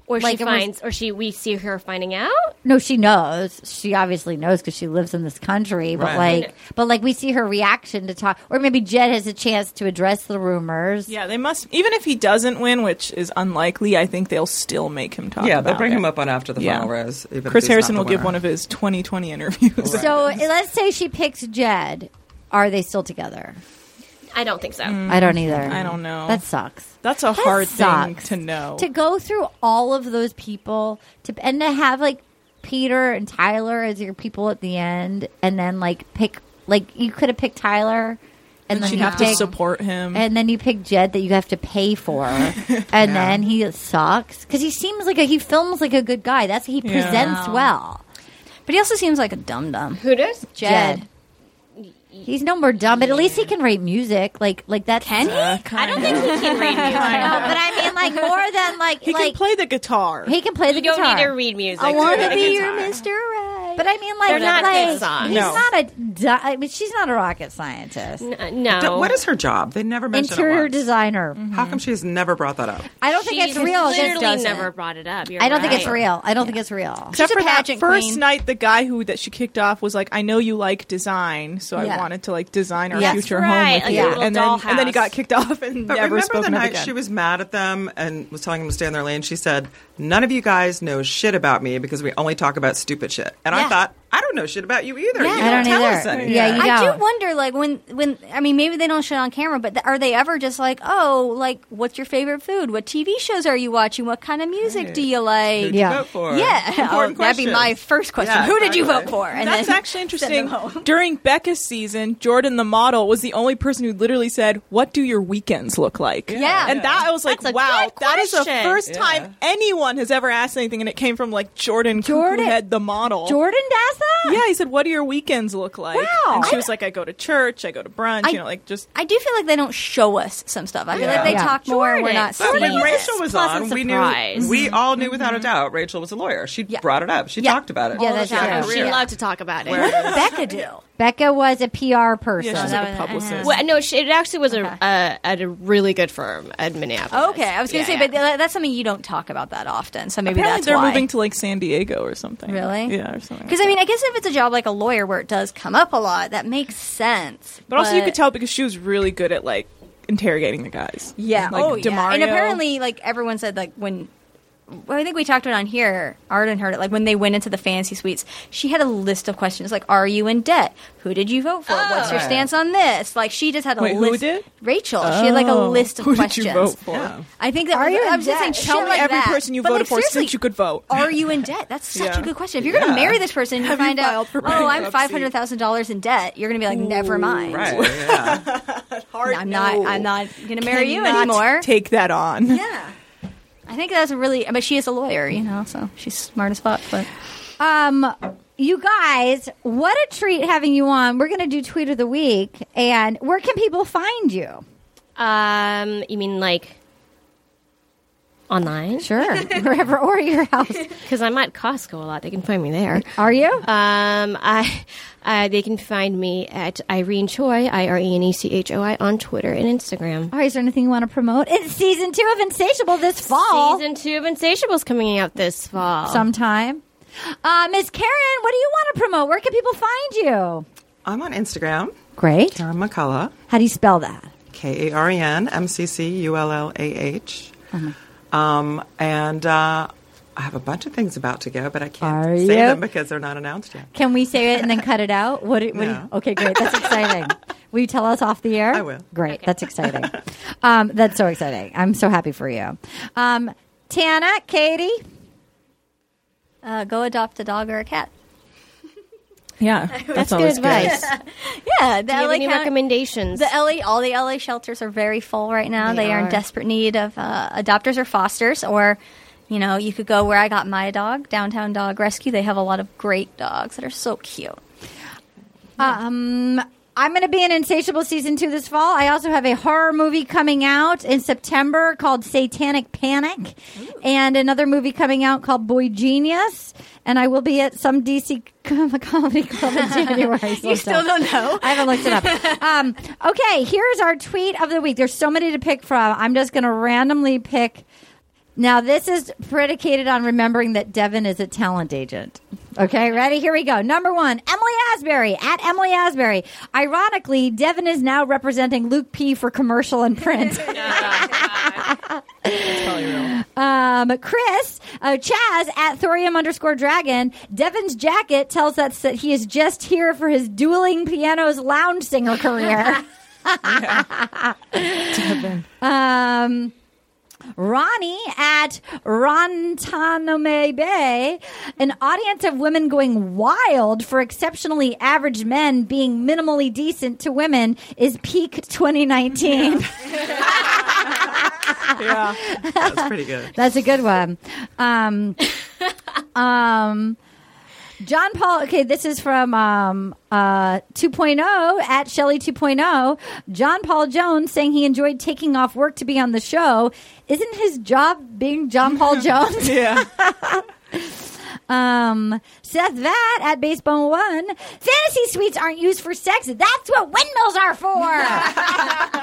Speaker 2: or she
Speaker 1: like it was-
Speaker 2: finds or she we see her finding out.
Speaker 1: No, she knows. She obviously knows because she lives in this country. But
Speaker 3: Right.
Speaker 1: like, but like we see her reaction to talk, or maybe Jed has a chance to address the rumors.
Speaker 5: Yeah, they must. Even if he doesn't win, which is unlikely, I think they'll still make him talk.
Speaker 3: Yeah, they'll
Speaker 5: about
Speaker 3: bring
Speaker 5: it.
Speaker 3: him up on after the
Speaker 5: Yeah.
Speaker 3: final rose. even if
Speaker 5: Chris
Speaker 3: he's not
Speaker 5: Harrison
Speaker 3: the
Speaker 5: will give
Speaker 3: winner.
Speaker 5: one of his 2020 interviews.
Speaker 1: So eh, let's say she picks Jed. Are they still together?
Speaker 2: I don't think so.
Speaker 1: I don't either. I
Speaker 5: don't know.
Speaker 1: That sucks.
Speaker 5: [laughs] That's a
Speaker 1: That
Speaker 5: hard thing
Speaker 1: sucks.
Speaker 5: to know.
Speaker 1: To go through all of those people to and to have like Peter and Tyler as your people at the end, and then like pick like you could have picked Tyler, and then
Speaker 5: She'd
Speaker 1: you
Speaker 5: have to
Speaker 1: pick-
Speaker 5: support him.
Speaker 1: and then you pick Jed that you have to pay for, and then he sucks because he seems like a he films like a good guy. That's he presents well.
Speaker 4: But he also seems like a dum dum.
Speaker 2: Who does?
Speaker 1: Jed. He's no more dumb, but at least he can rate music. Like, like that. Can he?
Speaker 5: Uh, kind
Speaker 2: I don't think he can read music.
Speaker 1: No, [laughs] but I mean, like more than like
Speaker 5: he
Speaker 1: like
Speaker 5: can play the guitar.
Speaker 1: he can play the
Speaker 2: You don't
Speaker 1: guitar.
Speaker 2: need to read music.
Speaker 1: I want to
Speaker 2: play
Speaker 1: be
Speaker 2: the
Speaker 1: your
Speaker 2: guitar.
Speaker 1: Mr. Right. But I mean, like,
Speaker 2: They're not
Speaker 1: like,
Speaker 2: good songs.
Speaker 1: He's
Speaker 5: No.
Speaker 1: not a. du- I mean, she's not a rocket scientist.
Speaker 2: Uh, no.
Speaker 3: Th- What is her job? They never mentioned it
Speaker 1: Interior
Speaker 3: once.
Speaker 1: designer.
Speaker 4: Mm-hmm.
Speaker 3: How come she has never brought that up?
Speaker 1: I don't think
Speaker 2: She
Speaker 1: it's real. It just
Speaker 2: Literally
Speaker 1: doesn't.
Speaker 2: never brought it up. You're
Speaker 1: I don't think
Speaker 2: right.
Speaker 1: it's real. I don't think it's real.
Speaker 5: Except
Speaker 4: She's a
Speaker 5: for that
Speaker 4: pageant
Speaker 5: first
Speaker 4: queen.
Speaker 5: night, the guy who that she kicked off was like, "I know you like design, so
Speaker 1: Yeah.
Speaker 5: I wanted to like design our
Speaker 2: That's
Speaker 5: future home
Speaker 2: right,
Speaker 5: with
Speaker 2: like a
Speaker 5: you."
Speaker 2: little
Speaker 5: and then, and then he
Speaker 2: dollhouse.
Speaker 5: got kicked off and
Speaker 3: But
Speaker 5: never
Speaker 3: remember
Speaker 5: spoken
Speaker 3: the
Speaker 5: of
Speaker 3: night
Speaker 5: again.
Speaker 3: she was mad at them and was telling them to stay in their lane? She said, None of you guys know shit about me because we only talk about stupid shit. And
Speaker 4: Yeah.
Speaker 3: I thought, I don't know shit about you either.
Speaker 4: Yeah.
Speaker 3: You
Speaker 1: I don't
Speaker 3: tell us
Speaker 1: either.
Speaker 3: anything.
Speaker 1: Yeah, you
Speaker 4: I
Speaker 1: don't.
Speaker 4: do wonder, like when when I mean, maybe they don't show it on camera, but th- are they ever just like, oh, like what's your favorite food? What TV shows are you watching? What kind of music do you like?
Speaker 3: Who'd you
Speaker 1: Yeah.
Speaker 3: vote for?
Speaker 4: Yeah,
Speaker 3: Important
Speaker 4: [laughs] Oh, that'd be
Speaker 3: questions.
Speaker 4: my first question.
Speaker 3: Yeah,
Speaker 4: Who did you vote
Speaker 3: exactly.
Speaker 4: for? And
Speaker 5: That's
Speaker 4: then-
Speaker 5: actually interesting. During Becca's season, Jordan the model was the only person who literally said, "What do your weekends look like?"
Speaker 4: Yeah.
Speaker 5: and that I was like,
Speaker 2: That's a
Speaker 5: "Wow,
Speaker 2: good
Speaker 5: that is the
Speaker 2: question.
Speaker 5: first
Speaker 3: Yeah.
Speaker 5: time anyone has ever asked anything," and it came from like Jordan,
Speaker 1: Jordan-
Speaker 5: Jordan Head, the model.
Speaker 1: Jordan does that.
Speaker 5: Yeah, he said, "What do your weekends look like?"
Speaker 1: Wow.
Speaker 5: And she was like, "I go to church, I go to brunch,
Speaker 4: I-
Speaker 5: you know, like just."
Speaker 4: I do feel like they don't show us some stuff. I feel
Speaker 3: Yeah.
Speaker 4: like they
Speaker 1: Yeah.
Speaker 4: talk more and we're not
Speaker 2: Jordan.
Speaker 3: But
Speaker 4: seeing.
Speaker 3: when
Speaker 4: it.
Speaker 3: Rachel was
Speaker 2: Pleasant
Speaker 3: on, we
Speaker 2: surprise.
Speaker 3: knew we all knew without a doubt Rachel was a lawyer. She brought it up. She
Speaker 4: Yeah.
Speaker 3: talked about it.
Speaker 1: Yeah,
Speaker 3: All
Speaker 1: that's
Speaker 3: of her
Speaker 1: true.
Speaker 2: She
Speaker 3: career.
Speaker 2: loved to talk about it.
Speaker 4: What did Becca do?
Speaker 1: Becca was a PR person.
Speaker 5: Yeah, she's
Speaker 4: that
Speaker 5: like a
Speaker 4: was-
Speaker 5: publicist.
Speaker 2: Well, no, she, it actually was a, uh, at a really good firm at Minneapolis.
Speaker 4: Okay, I was going
Speaker 2: Yeah,
Speaker 4: to say,
Speaker 2: yeah.
Speaker 4: but th- that's something you don't talk about that often. So maybe
Speaker 5: Apparently
Speaker 4: that's
Speaker 5: they're
Speaker 4: why.
Speaker 5: moving to like San Diego or something.
Speaker 4: Really?
Speaker 5: Yeah, or something.
Speaker 4: Because I mean, I guess if it's a job like a lawyer where it does come up a lot, that makes sense.
Speaker 5: But also, you could tell because she was really good at like interrogating the guys.
Speaker 4: yeah,
Speaker 5: like,
Speaker 4: oh yeah,
Speaker 5: Demario.
Speaker 4: and apparently, like everyone said, like when. Well, I think we talked about it on here. Arden heard it. Like when they went into the fantasy suites, she had a list of questions like, "Are you in debt? Who did you vote for? What's your
Speaker 3: Right.
Speaker 4: stance on this?" Like she just had a
Speaker 5: Oh. Wait, who
Speaker 4: list.
Speaker 5: did?
Speaker 4: Rachel. She had like a
Speaker 5: Oh.
Speaker 4: list of
Speaker 5: Who
Speaker 4: questions.
Speaker 5: did you vote for?
Speaker 3: Yeah.
Speaker 4: I think that
Speaker 1: Are you
Speaker 4: I'm
Speaker 1: in
Speaker 4: just saying,
Speaker 1: debt?
Speaker 4: shit
Speaker 5: Tell me
Speaker 4: like
Speaker 5: every
Speaker 4: that.
Speaker 5: person you
Speaker 4: But,
Speaker 5: voted
Speaker 4: like,
Speaker 5: for
Speaker 4: seriously,
Speaker 5: since you could vote.
Speaker 4: [laughs] Are you in debt? That's such a
Speaker 5: Yeah.
Speaker 4: good question. If you're going to
Speaker 3: Yeah.
Speaker 4: marry this person and you
Speaker 5: Have you
Speaker 4: find out,
Speaker 5: filed for
Speaker 4: oh, I'm
Speaker 5: bankruptcy?
Speaker 4: five hundred thousand dollars in debt, you're going to be like, never mind.
Speaker 3: Right. Yeah.
Speaker 4: I'm not. I'm not going to marry you anymore.
Speaker 5: Take that on. [laughs]
Speaker 4: yeah. I think that's a really. I mean, she is a lawyer, you know, so she's smart as fuck. But
Speaker 1: Um, you guys, what a treat having you on. We're gonna do tweet of the week, and where can people find you?
Speaker 2: Um, you mean like online
Speaker 1: Sure, [laughs] wherever or your house.
Speaker 2: because I'm at Costco a lot. They can find me there.
Speaker 1: Are you?
Speaker 2: Um, I, uh, they can find me at Irene Choi, I R E N E C H O I, on Twitter and Instagram.
Speaker 1: All right, is there anything you want to promote? It's season two of Insatiable this fall.
Speaker 2: Season two of Insatiable's coming out this fall.
Speaker 1: sometime. Uh, Ms. Karen, what do you want to promote? Where can people find you?
Speaker 3: [laughs] I'm on Instagram,
Speaker 1: Great.
Speaker 3: Karen McCullough,
Speaker 1: How do you spell that?
Speaker 3: K A R E N M C C U L L A H.
Speaker 1: Uh-huh.
Speaker 3: Um, and uh, I have a bunch of things about to go, but I can't
Speaker 1: Are
Speaker 3: say
Speaker 1: you?
Speaker 3: them because they're not announced yet.
Speaker 1: Can we say it and then cut it out? What? do- what do you-
Speaker 3: No.
Speaker 1: okay, great. That's exciting. Will you tell us off the air?
Speaker 3: I will.
Speaker 1: Great. That's exciting. um, that's so exciting. I'm so happy for you. Um, Tana, Katie,
Speaker 4: Uh, go adopt a dog or a cat.
Speaker 5: Yeah, that's,
Speaker 2: That's good
Speaker 5: always good.
Speaker 2: advice.
Speaker 4: Yeah, the
Speaker 2: Do you have
Speaker 4: LA
Speaker 2: any
Speaker 4: County-
Speaker 2: recommendations?
Speaker 4: The LA, all the LA shelters are very full right now.
Speaker 2: They
Speaker 4: They, are.
Speaker 2: are.
Speaker 4: in desperate need of uh, adopters or fosters, or you know, you could go where I got my dog, Downtown Dog Rescue. They have a lot of great dogs that are so cute.
Speaker 1: Um, I'm going to be in Insatiable season two this fall. I also have a horror movie coming out in September called Satanic Panic, and another movie coming out called Boy Genius. And I will be at some DC com- [laughs] comedy club in January.
Speaker 4: You still
Speaker 1: sometime.
Speaker 4: don't know?
Speaker 1: I haven't looked it up.
Speaker 4: [laughs]
Speaker 1: Um, okay, here's our tweet of the week. There's so many to pick from. I'm just going to randomly pick. Now, this is predicated on remembering that Devin is a talent agent. Okay, ready? Here we go. Number one, Emily Asbury at Emily Asbury. Ironically, Devin is now representing Luke P for commercial and print. Um, Chris, uh, Chaz at thorium underscore dragon. Devin's jacket tells us that he is just here for his dueling pianos lounge singer career. [laughs] um, Ronnie at Rontanome Bay, an audience of women going wild for exceptionally average men being minimally decent to women is peak 2019.
Speaker 5: [laughs] Yeah.
Speaker 3: That's
Speaker 1: [laughs]
Speaker 3: pretty good.
Speaker 1: [laughs] That's a good one. Um, um, John Paul, okay, this is from um, uh, 2.0 at Shelley 2.0. oh. John Paul Jones saying he enjoyed taking off work to be on the show. Isn't his job being John Paul Jones?
Speaker 5: Yeah.
Speaker 1: Um, Seth Vat at Baseball One. Fantasy suites aren't used for sex. That's what windmills are for.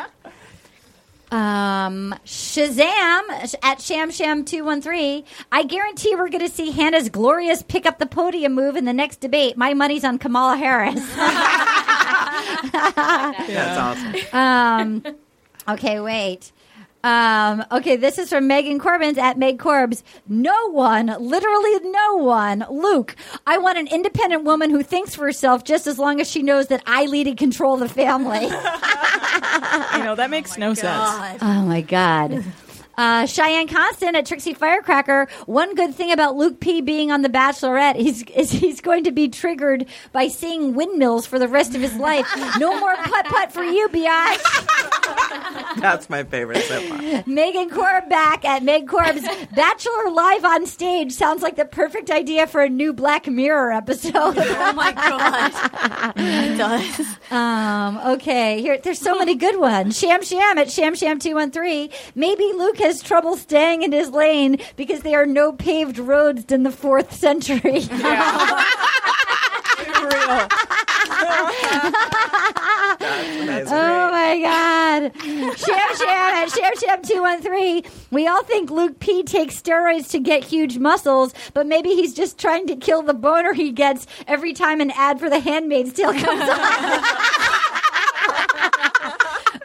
Speaker 1: um, Shazam at Sham Sham two one three. I guarantee we're going to see Hannah's glorious pick up the podium move in the next debate. My money's on Kamala Harris.
Speaker 3: That's awesome.
Speaker 1: Okay, wait. Um, okay, this is from Megan Corbins at Meg Corbs. No one, literally no one, Luke, I want an independent woman who thinks for herself just as long as she knows that I lead and control the family.
Speaker 5: You know, that
Speaker 4: [laughs]
Speaker 5: makes no sense.
Speaker 1: Oh my God. Uh, Cheyenne Constant at Trixie Firecracker. One good thing about Luke P being on The Bachelorette is, is he's going to be triggered by seeing windmills for the rest of his life. No more putt putt for you, Biatch.
Speaker 3: That's my favorite so far.
Speaker 1: Megan Corb back at Meg Corb's Bachelor Live on Stage sounds like the perfect idea for a new Black Mirror episode.
Speaker 4: [laughs] Oh my god, it does.
Speaker 1: um, okay, here there's so many good ones. Sham Sham at Sham Sham two one three. Maybe Luke has trouble staying in his lane because there are no paved roads in the fourth century.
Speaker 5: For real.
Speaker 3: That's amazing.
Speaker 1: Oh my God.
Speaker 5: [laughs]
Speaker 1: Sham Sham at Sham Sham 213. We all think Luke P takes steroids to get huge muscles, but maybe he's just trying to kill the boner he gets every time an ad for the Handmaid's Tale comes
Speaker 5: [laughs]
Speaker 1: on.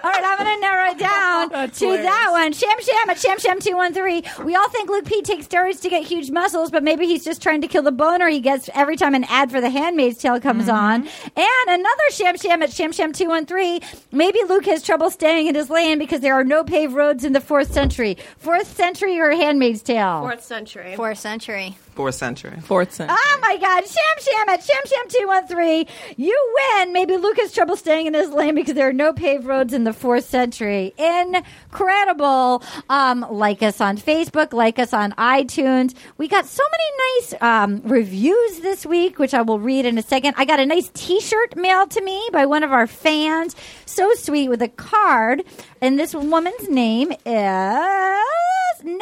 Speaker 1: All right, I'm going to narrow it down
Speaker 5: That's
Speaker 1: to
Speaker 5: hilarious.
Speaker 1: that one. Sham Sham at Sham Sham 213. We all think Luke P takes steroids to get huge muscles, but maybe he's just trying to kill the boner he gets every time an ad for The Handmaid's Tale comes on. And another Sham Sham at Sham Sham 213. Maybe Luke has trouble staying in his lane because there are no paved roads in the fourth century. Fourth century or Handmaid's Tale?
Speaker 2: century.
Speaker 4: Fourth century.
Speaker 3: Fourth century.
Speaker 5: Fourth century.
Speaker 1: Oh my God, Sham Sham at Sham Sham 213. You win. Maybe Luke has trouble staying in his lane because there are no paved roads in the fourth century. Incredible. Um, like us on Facebook, like us on iTunes. We got so many nice um, reviews this week, which I will read in a second. I got a nice t shirt mailed to me by one of our fans. So sweet with a card. And this woman's name is Natalie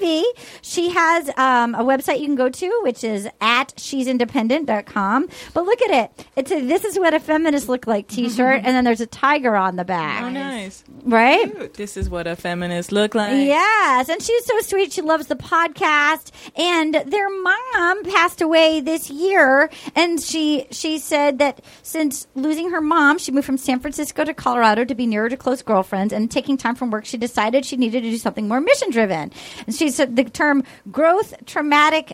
Speaker 1: Levy. She has um, a website you can go to, which is at she'sindependent.com. But look at it. It's a This Is What a Feminist Look Like t shirt, and then there's a tiger on the back.
Speaker 4: Ah,
Speaker 5: Oh, nice.
Speaker 1: Right?
Speaker 5: This is what a feminist look like.
Speaker 1: Yes, and she's so sweet. She loves the podcast, and their mom passed away this year, and she she said that since losing her mom, she moved from San Francisco to Colorado to be nearer to close girlfriends, and taking time from work, she decided she needed to do something more mission driven. And she said the term growth traumatic,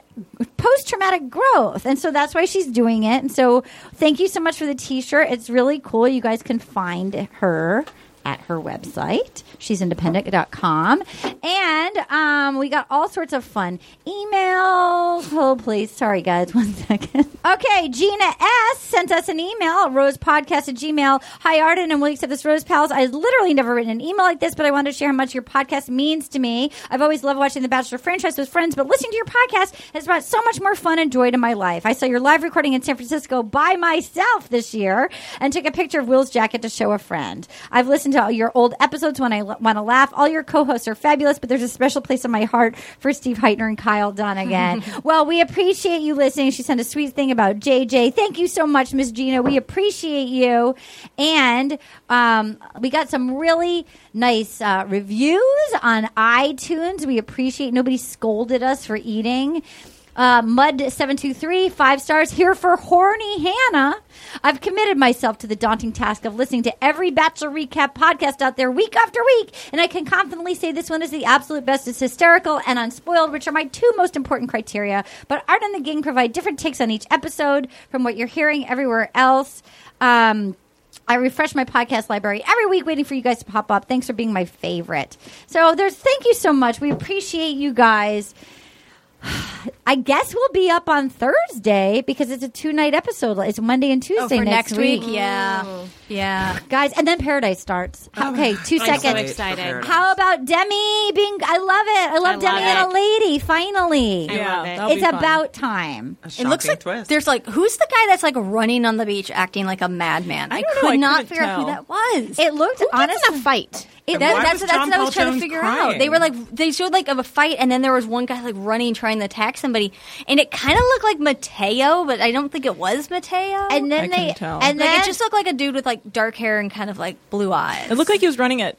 Speaker 1: post traumatic growth, and so that's why she's doing it. And so, thank you so much for the t shirt. It's really cool. You guys can find her at her website. She's independent.com. And um, we got all sorts of fun emails. Oh, please. Sorry, guys. [laughs] One second. Okay. Gina S. sent us an email, rosepodcast at gmail. Hi, Arden and Willie, accept this Rose Pals. I've literally never written an email like this, but I wanted to share how much your podcast means to me. I've always loved watching the Bachelor franchise with friends, but listening to your podcast has brought so much more fun and joy to my life. I saw your live recording in San Francisco by myself this year and took a picture of Will's jacket to show a friend. I've listened to all your old episodes when I l- want to laugh. All your co-hosts are fabulous, but there's a special place in my heart for Steve Heitner and Kyle Donegan. well, we appreciate you listening. She sent a sweet thing about JJ. Thank you so much, Miss Gina. We appreciate you. And um, we got some really nice uh, reviews on iTunes. We appreciate nobody scolded us for eating. Uh, Mud723, five stars, here for Horny Hannah. I've committed myself to the daunting task of listening to every Bachelor Recap podcast out there week after week, and I can confidently say this one is the absolute best. It's hysterical and unspoiled, which are my two most important criteria. But Art and the Gang provide different takes on each episode from what you're hearing everywhere else. Um, I refresh my podcast library every week, waiting for you guys to pop up. Thanks for being my favorite. So, there's thank you so much. We appreciate you guys. I guess we'll be up on Thursday because it's a two night episode. It's Monday and Tuesday
Speaker 4: Oh, for
Speaker 1: next,
Speaker 4: next week, yeah, yeah.
Speaker 1: guys. And then Paradise starts. Okay, two
Speaker 2: I'm so
Speaker 1: seconds.
Speaker 2: excited.
Speaker 1: How about Demi being? I love it. I love,
Speaker 2: love
Speaker 1: Demi and a
Speaker 2: it.
Speaker 1: lady. Finally,
Speaker 5: Yeah,
Speaker 2: love it.
Speaker 5: that'll be
Speaker 1: it's
Speaker 5: fun.
Speaker 1: about time.
Speaker 3: Oh,
Speaker 4: It looks like
Speaker 3: twist.
Speaker 4: there's like who's the guy that's like running on the beach acting like a madman? I,
Speaker 5: don't know.
Speaker 4: could
Speaker 5: I
Speaker 4: not
Speaker 5: couldn't
Speaker 4: figure out who
Speaker 5: tell.
Speaker 4: that was.
Speaker 1: It looked honest.
Speaker 2: a fight.
Speaker 4: It,
Speaker 3: And
Speaker 4: that,
Speaker 3: why
Speaker 4: that's
Speaker 3: was
Speaker 4: that's
Speaker 3: John
Speaker 4: what I was
Speaker 3: Paul
Speaker 4: trying to
Speaker 3: Jones
Speaker 4: figure out.
Speaker 3: crying?
Speaker 4: They were like they showed like of a fight, and then there was one guy like running trying to attack somebody, and it kind of looked like Mateo, but I don't think it was Mateo.
Speaker 1: and
Speaker 5: I
Speaker 1: then
Speaker 5: couldn't
Speaker 1: they
Speaker 5: tell.
Speaker 1: and
Speaker 4: like
Speaker 1: then
Speaker 4: it just looked like a dude with like dark hair and kind of like blue eyes.
Speaker 5: It looked like he was running at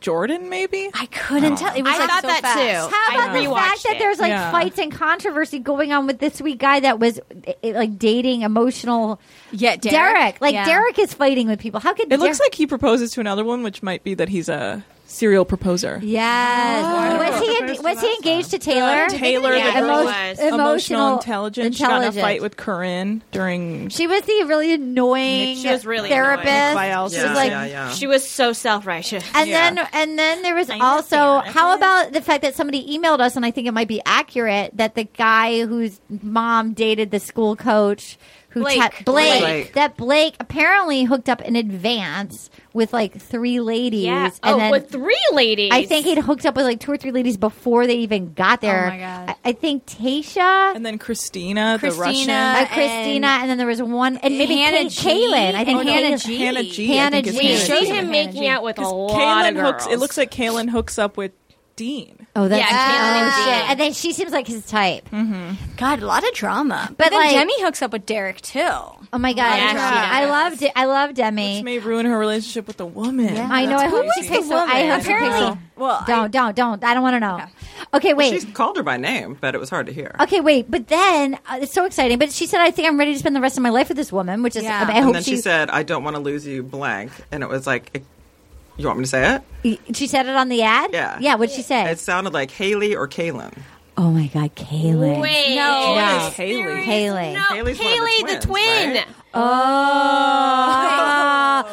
Speaker 5: Jordan, maybe?
Speaker 4: I
Speaker 3: Oh.
Speaker 4: couldn't tell. It was
Speaker 2: I
Speaker 4: like
Speaker 2: thought
Speaker 4: so
Speaker 2: that
Speaker 4: fast.
Speaker 2: too.
Speaker 1: How
Speaker 2: I
Speaker 1: about the
Speaker 2: rewatched
Speaker 1: fact that
Speaker 2: it.
Speaker 1: there's like
Speaker 5: Yeah.
Speaker 1: fights and controversy going on with this sweet guy that was i- i- like dating emotional
Speaker 4: Yeah,
Speaker 1: Derek?
Speaker 4: Derek.
Speaker 1: Like
Speaker 4: Yeah.
Speaker 1: Derek is fighting with people. How could
Speaker 5: It looks
Speaker 1: Derek-
Speaker 5: like he proposes to another one, which might be that he's a serial proposer.
Speaker 1: Yes. was
Speaker 3: Oh.
Speaker 1: he
Speaker 3: Compares to
Speaker 1: was he
Speaker 3: that
Speaker 1: engaged to Taylor?
Speaker 5: Uh, Taylor,
Speaker 2: Yeah,
Speaker 5: the
Speaker 2: he
Speaker 5: girl
Speaker 1: Emo-
Speaker 5: with
Speaker 2: was.
Speaker 1: emotional,
Speaker 5: emotional intelligence. She got in a
Speaker 1: intelligence.
Speaker 5: fight with Corinne during.
Speaker 1: She was the really annoying
Speaker 2: She was really
Speaker 1: therapist.
Speaker 2: annoying.
Speaker 5: Miles.
Speaker 1: She
Speaker 3: yeah,
Speaker 1: was like,
Speaker 3: yeah, yeah.
Speaker 2: She was so self righteous.
Speaker 1: And
Speaker 5: Yeah.
Speaker 1: then and then there was
Speaker 2: I
Speaker 1: also
Speaker 2: understand.
Speaker 1: how about the fact that somebody emailed us and I think it might be accurate that the guy whose mom dated the school coach who
Speaker 2: Blake.
Speaker 1: tapped- Blake,
Speaker 3: Blake.
Speaker 1: that Blake apparently hooked up in advance with like three ladies
Speaker 2: Yeah.
Speaker 1: and
Speaker 2: Oh,
Speaker 1: then
Speaker 2: with three ladies.
Speaker 1: I think he'd hooked up with like two or three ladies before they even got there.
Speaker 4: my God.
Speaker 1: I, I think Tasha
Speaker 5: And then Christina, the
Speaker 4: Christina.
Speaker 1: uh,
Speaker 5: Russian.
Speaker 1: Christina, and then there was one, and maybe
Speaker 4: Hannah
Speaker 1: Kay-
Speaker 4: G.
Speaker 1: Kaylin. I think
Speaker 4: and Hannah
Speaker 1: Kaylin-
Speaker 4: G.
Speaker 5: Hannah G. I
Speaker 1: Hannah
Speaker 5: think is
Speaker 1: G.
Speaker 2: we
Speaker 5: Hannah
Speaker 1: She
Speaker 2: showed
Speaker 1: Yeah.
Speaker 2: him making out with a
Speaker 5: 'Cause
Speaker 2: lot
Speaker 5: Kaylin
Speaker 2: of girls.
Speaker 5: hooks. It looks like Kaylin hooks up with Dean.
Speaker 1: Oh, that's
Speaker 2: Yeah, Kaylin
Speaker 1: oh,
Speaker 2: and
Speaker 1: shit.
Speaker 2: Dean.
Speaker 1: And then she seems like his type.
Speaker 4: God, a lot of drama. But,
Speaker 1: But,
Speaker 4: then
Speaker 1: like-
Speaker 4: Demi hooks up with Derek too.
Speaker 1: Oh my god,
Speaker 2: Yeah, she
Speaker 1: I
Speaker 2: does.
Speaker 1: loved it. I love
Speaker 5: Which
Speaker 1: Demi.
Speaker 5: may ruin her relationship with the woman.
Speaker 1: I know. I hope she
Speaker 5: crazy.
Speaker 1: picks. up. I hope she picks. up.
Speaker 4: Apparently- well, I-
Speaker 1: don't, don't, don't. I don't want to know. Okay, wait.
Speaker 3: She's called her by name, but it was hard to hear.
Speaker 1: Okay, wait. But then uh, it's so exciting. But she said, "I think I'm ready to spend the rest of my life with this woman," which is
Speaker 4: Yeah.
Speaker 1: I
Speaker 4: And
Speaker 1: hope
Speaker 3: and then she,
Speaker 1: she.
Speaker 3: said, "I don't want to lose you, blank." And it was like, it- "You want me to say it?"
Speaker 1: she said it on the ad.
Speaker 3: Yeah.
Speaker 1: Yeah. What'd she say?
Speaker 3: It sounded like Haley or Kaylin.
Speaker 1: oh my god, Kaylin.
Speaker 2: Wait.
Speaker 4: No.
Speaker 5: Wow. Haley.
Speaker 1: Kaylin.
Speaker 2: No,
Speaker 3: Haley's one of the
Speaker 2: Haley, the,
Speaker 3: twins,
Speaker 2: twin.
Speaker 3: right?
Speaker 1: Oh.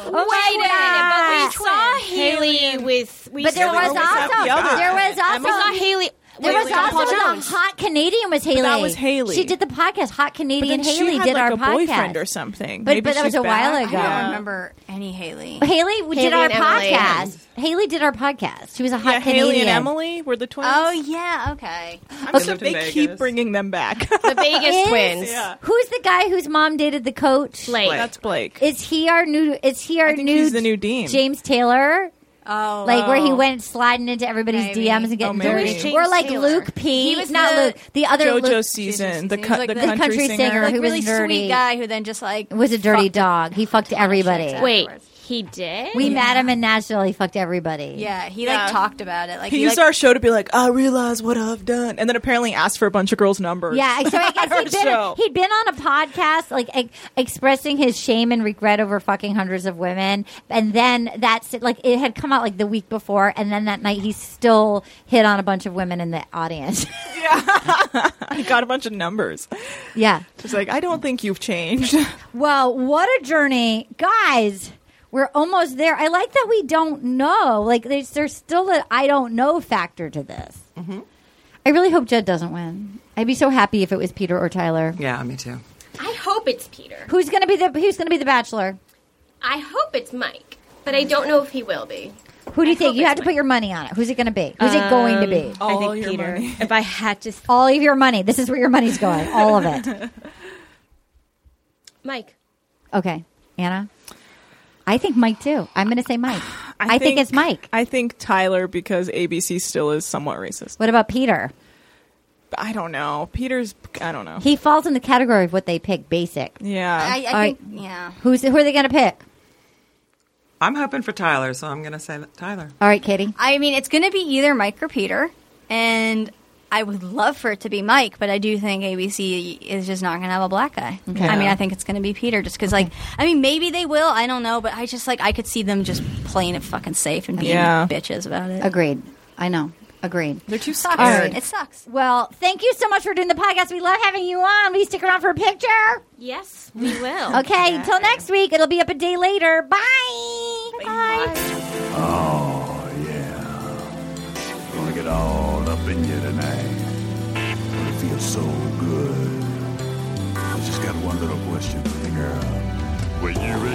Speaker 1: oh
Speaker 2: Wait a
Speaker 1: my
Speaker 2: minute,
Speaker 1: god.
Speaker 2: but we saw Haley with. We
Speaker 1: But there
Speaker 2: saw-
Speaker 1: was also
Speaker 5: the other
Speaker 1: there was
Speaker 2: And we saw
Speaker 1: also
Speaker 2: Haley.
Speaker 1: There
Speaker 2: with
Speaker 1: was
Speaker 2: John Paul
Speaker 1: also a
Speaker 2: Jones.
Speaker 1: hot Canadian was Haley.
Speaker 5: was Haley.
Speaker 1: She did the podcast. Hot
Speaker 5: But
Speaker 1: Canadian
Speaker 5: then
Speaker 1: Haley
Speaker 5: she had
Speaker 1: did
Speaker 5: like
Speaker 1: our
Speaker 5: a
Speaker 1: podcast.
Speaker 5: boyfriend or something.
Speaker 1: But-
Speaker 5: Maybe
Speaker 1: but that was
Speaker 5: she's
Speaker 1: a while
Speaker 5: back?
Speaker 1: ago.
Speaker 4: I
Speaker 1: Yeah.
Speaker 4: don't remember any Haley.
Speaker 1: Haley we did
Speaker 2: Haley
Speaker 1: our
Speaker 2: and Emily.
Speaker 1: podcast. Haley did our podcast. She was a hot
Speaker 5: Yeah,
Speaker 1: Canadian.
Speaker 5: Haley and Emily were the twins.
Speaker 4: Oh yeah, okay.
Speaker 5: I'm sure
Speaker 3: lived in
Speaker 5: they
Speaker 3: Vegas.
Speaker 5: keep bringing
Speaker 1: [laughs]
Speaker 5: them back.
Speaker 2: The Vegas
Speaker 1: Is-
Speaker 2: twins.
Speaker 5: Yeah.
Speaker 1: Who's the guy whose mom dated the coach?
Speaker 2: Blake.
Speaker 5: That's Blake.
Speaker 1: Is he our new? Is he our
Speaker 5: think
Speaker 1: new?
Speaker 5: he's the new Dean.
Speaker 1: James Taylor.
Speaker 4: Oh,
Speaker 1: like where he
Speaker 4: oh.
Speaker 1: went sliding into everybody's
Speaker 4: Maybe.
Speaker 1: DMs and
Speaker 5: Oh,
Speaker 1: getting
Speaker 5: maybe. It was
Speaker 1: dirty,
Speaker 2: James
Speaker 1: or like
Speaker 2: Taylor.
Speaker 1: Luke P.
Speaker 4: He was
Speaker 1: not
Speaker 4: the-
Speaker 1: Luke, the other
Speaker 5: JoJo
Speaker 1: Luke
Speaker 5: season,
Speaker 4: season.
Speaker 5: the,
Speaker 4: He
Speaker 5: cu-
Speaker 4: was
Speaker 5: the,
Speaker 4: like the
Speaker 5: country,
Speaker 1: country
Speaker 5: singer.
Speaker 1: singer.
Speaker 4: like
Speaker 1: who was
Speaker 4: really
Speaker 1: dirty.
Speaker 4: sweet guy who then just like
Speaker 1: was a dirty dog. He fucked everybody.
Speaker 2: Wait, he did?
Speaker 1: we met him in Nashville. He fucked everybody.
Speaker 4: Yeah, he
Speaker 5: Yeah.
Speaker 4: like talked about it. Like
Speaker 5: He
Speaker 4: he,
Speaker 5: used
Speaker 4: like,
Speaker 5: our show to be like, I realize what I've done, and then apparently asked for a bunch of girls' numbers.
Speaker 1: Yeah, so I
Speaker 5: Our
Speaker 1: guess he'd been,
Speaker 5: show.
Speaker 1: he'd been on a podcast, like e- expressing his shame and regret over fucking hundreds of women, and then that's it, like it had come out like the week before, and then that night he still hit on a bunch of women in the audience.
Speaker 5: [laughs] he got a bunch of numbers.
Speaker 1: yeah,
Speaker 5: She's like, I don't think you've changed. [laughs]
Speaker 1: Well, what a journey, guys. We're almost there. I like that we don't know. Like there's there's still an I don't know factor to this.
Speaker 5: Mm-hmm.
Speaker 1: I really hope Judd doesn't win. I'd be so happy if it was Peter or Tyler.
Speaker 3: Yeah, me too.
Speaker 2: I hope it's Peter.
Speaker 1: Who's gonna be the Who's gonna be the Bachelor?
Speaker 2: I hope it's Mike, but I don't know if he will be.
Speaker 1: Who do you think?
Speaker 2: hope
Speaker 1: You
Speaker 2: it's
Speaker 1: have to put your money on it. Who's it gonna be? Who's it going to be?
Speaker 5: All
Speaker 2: I think
Speaker 5: your
Speaker 2: Peter.
Speaker 5: money.
Speaker 2: If I had to,
Speaker 1: All of your money. This is where your money's going. All of
Speaker 2: [laughs]
Speaker 1: it.
Speaker 2: Mike.
Speaker 1: Okay, Anna. I think Mike too. I'm gonna say Mike. I, think, it's Mike.
Speaker 5: I think Tyler because ABC still is somewhat racist.
Speaker 1: What about Peter?
Speaker 5: But I don't know. Peter's. I don't know.
Speaker 1: He falls in the category of what they pick. Basic.
Speaker 5: yeah.
Speaker 4: I,
Speaker 1: All
Speaker 4: I
Speaker 1: right.
Speaker 4: think yeah.
Speaker 1: Who's who are they gonna pick?
Speaker 3: I'm hoping for Tyler, so I'm going to say that Tyler.
Speaker 1: All right, Katie.
Speaker 4: I mean, it's going to be either Mike or Peter, and I would love for it to be Mike, but I do think ABC is just not going to have a black guy. I mean, I think it's going to be Peter, just because, like, I mean, maybe they will. I don't know, but I just like I could see them just playing it fucking safe and being
Speaker 5: Yeah.
Speaker 4: bitches about it.
Speaker 1: Agreed. I know. Agreed.
Speaker 5: They're too
Speaker 4: Sucks.
Speaker 5: scared.
Speaker 4: It sucks.
Speaker 1: Well, thank you so much for doing the podcast. We love having you on. Will you stick around for a picture?
Speaker 2: Yes, we will.
Speaker 1: [laughs] Okay, until next week. It'll be up a day later. Bye. Bye.
Speaker 6: Oh, yeah. Gonna get all up in you tonight. It feels so good. I just got one little question for the girl. Will you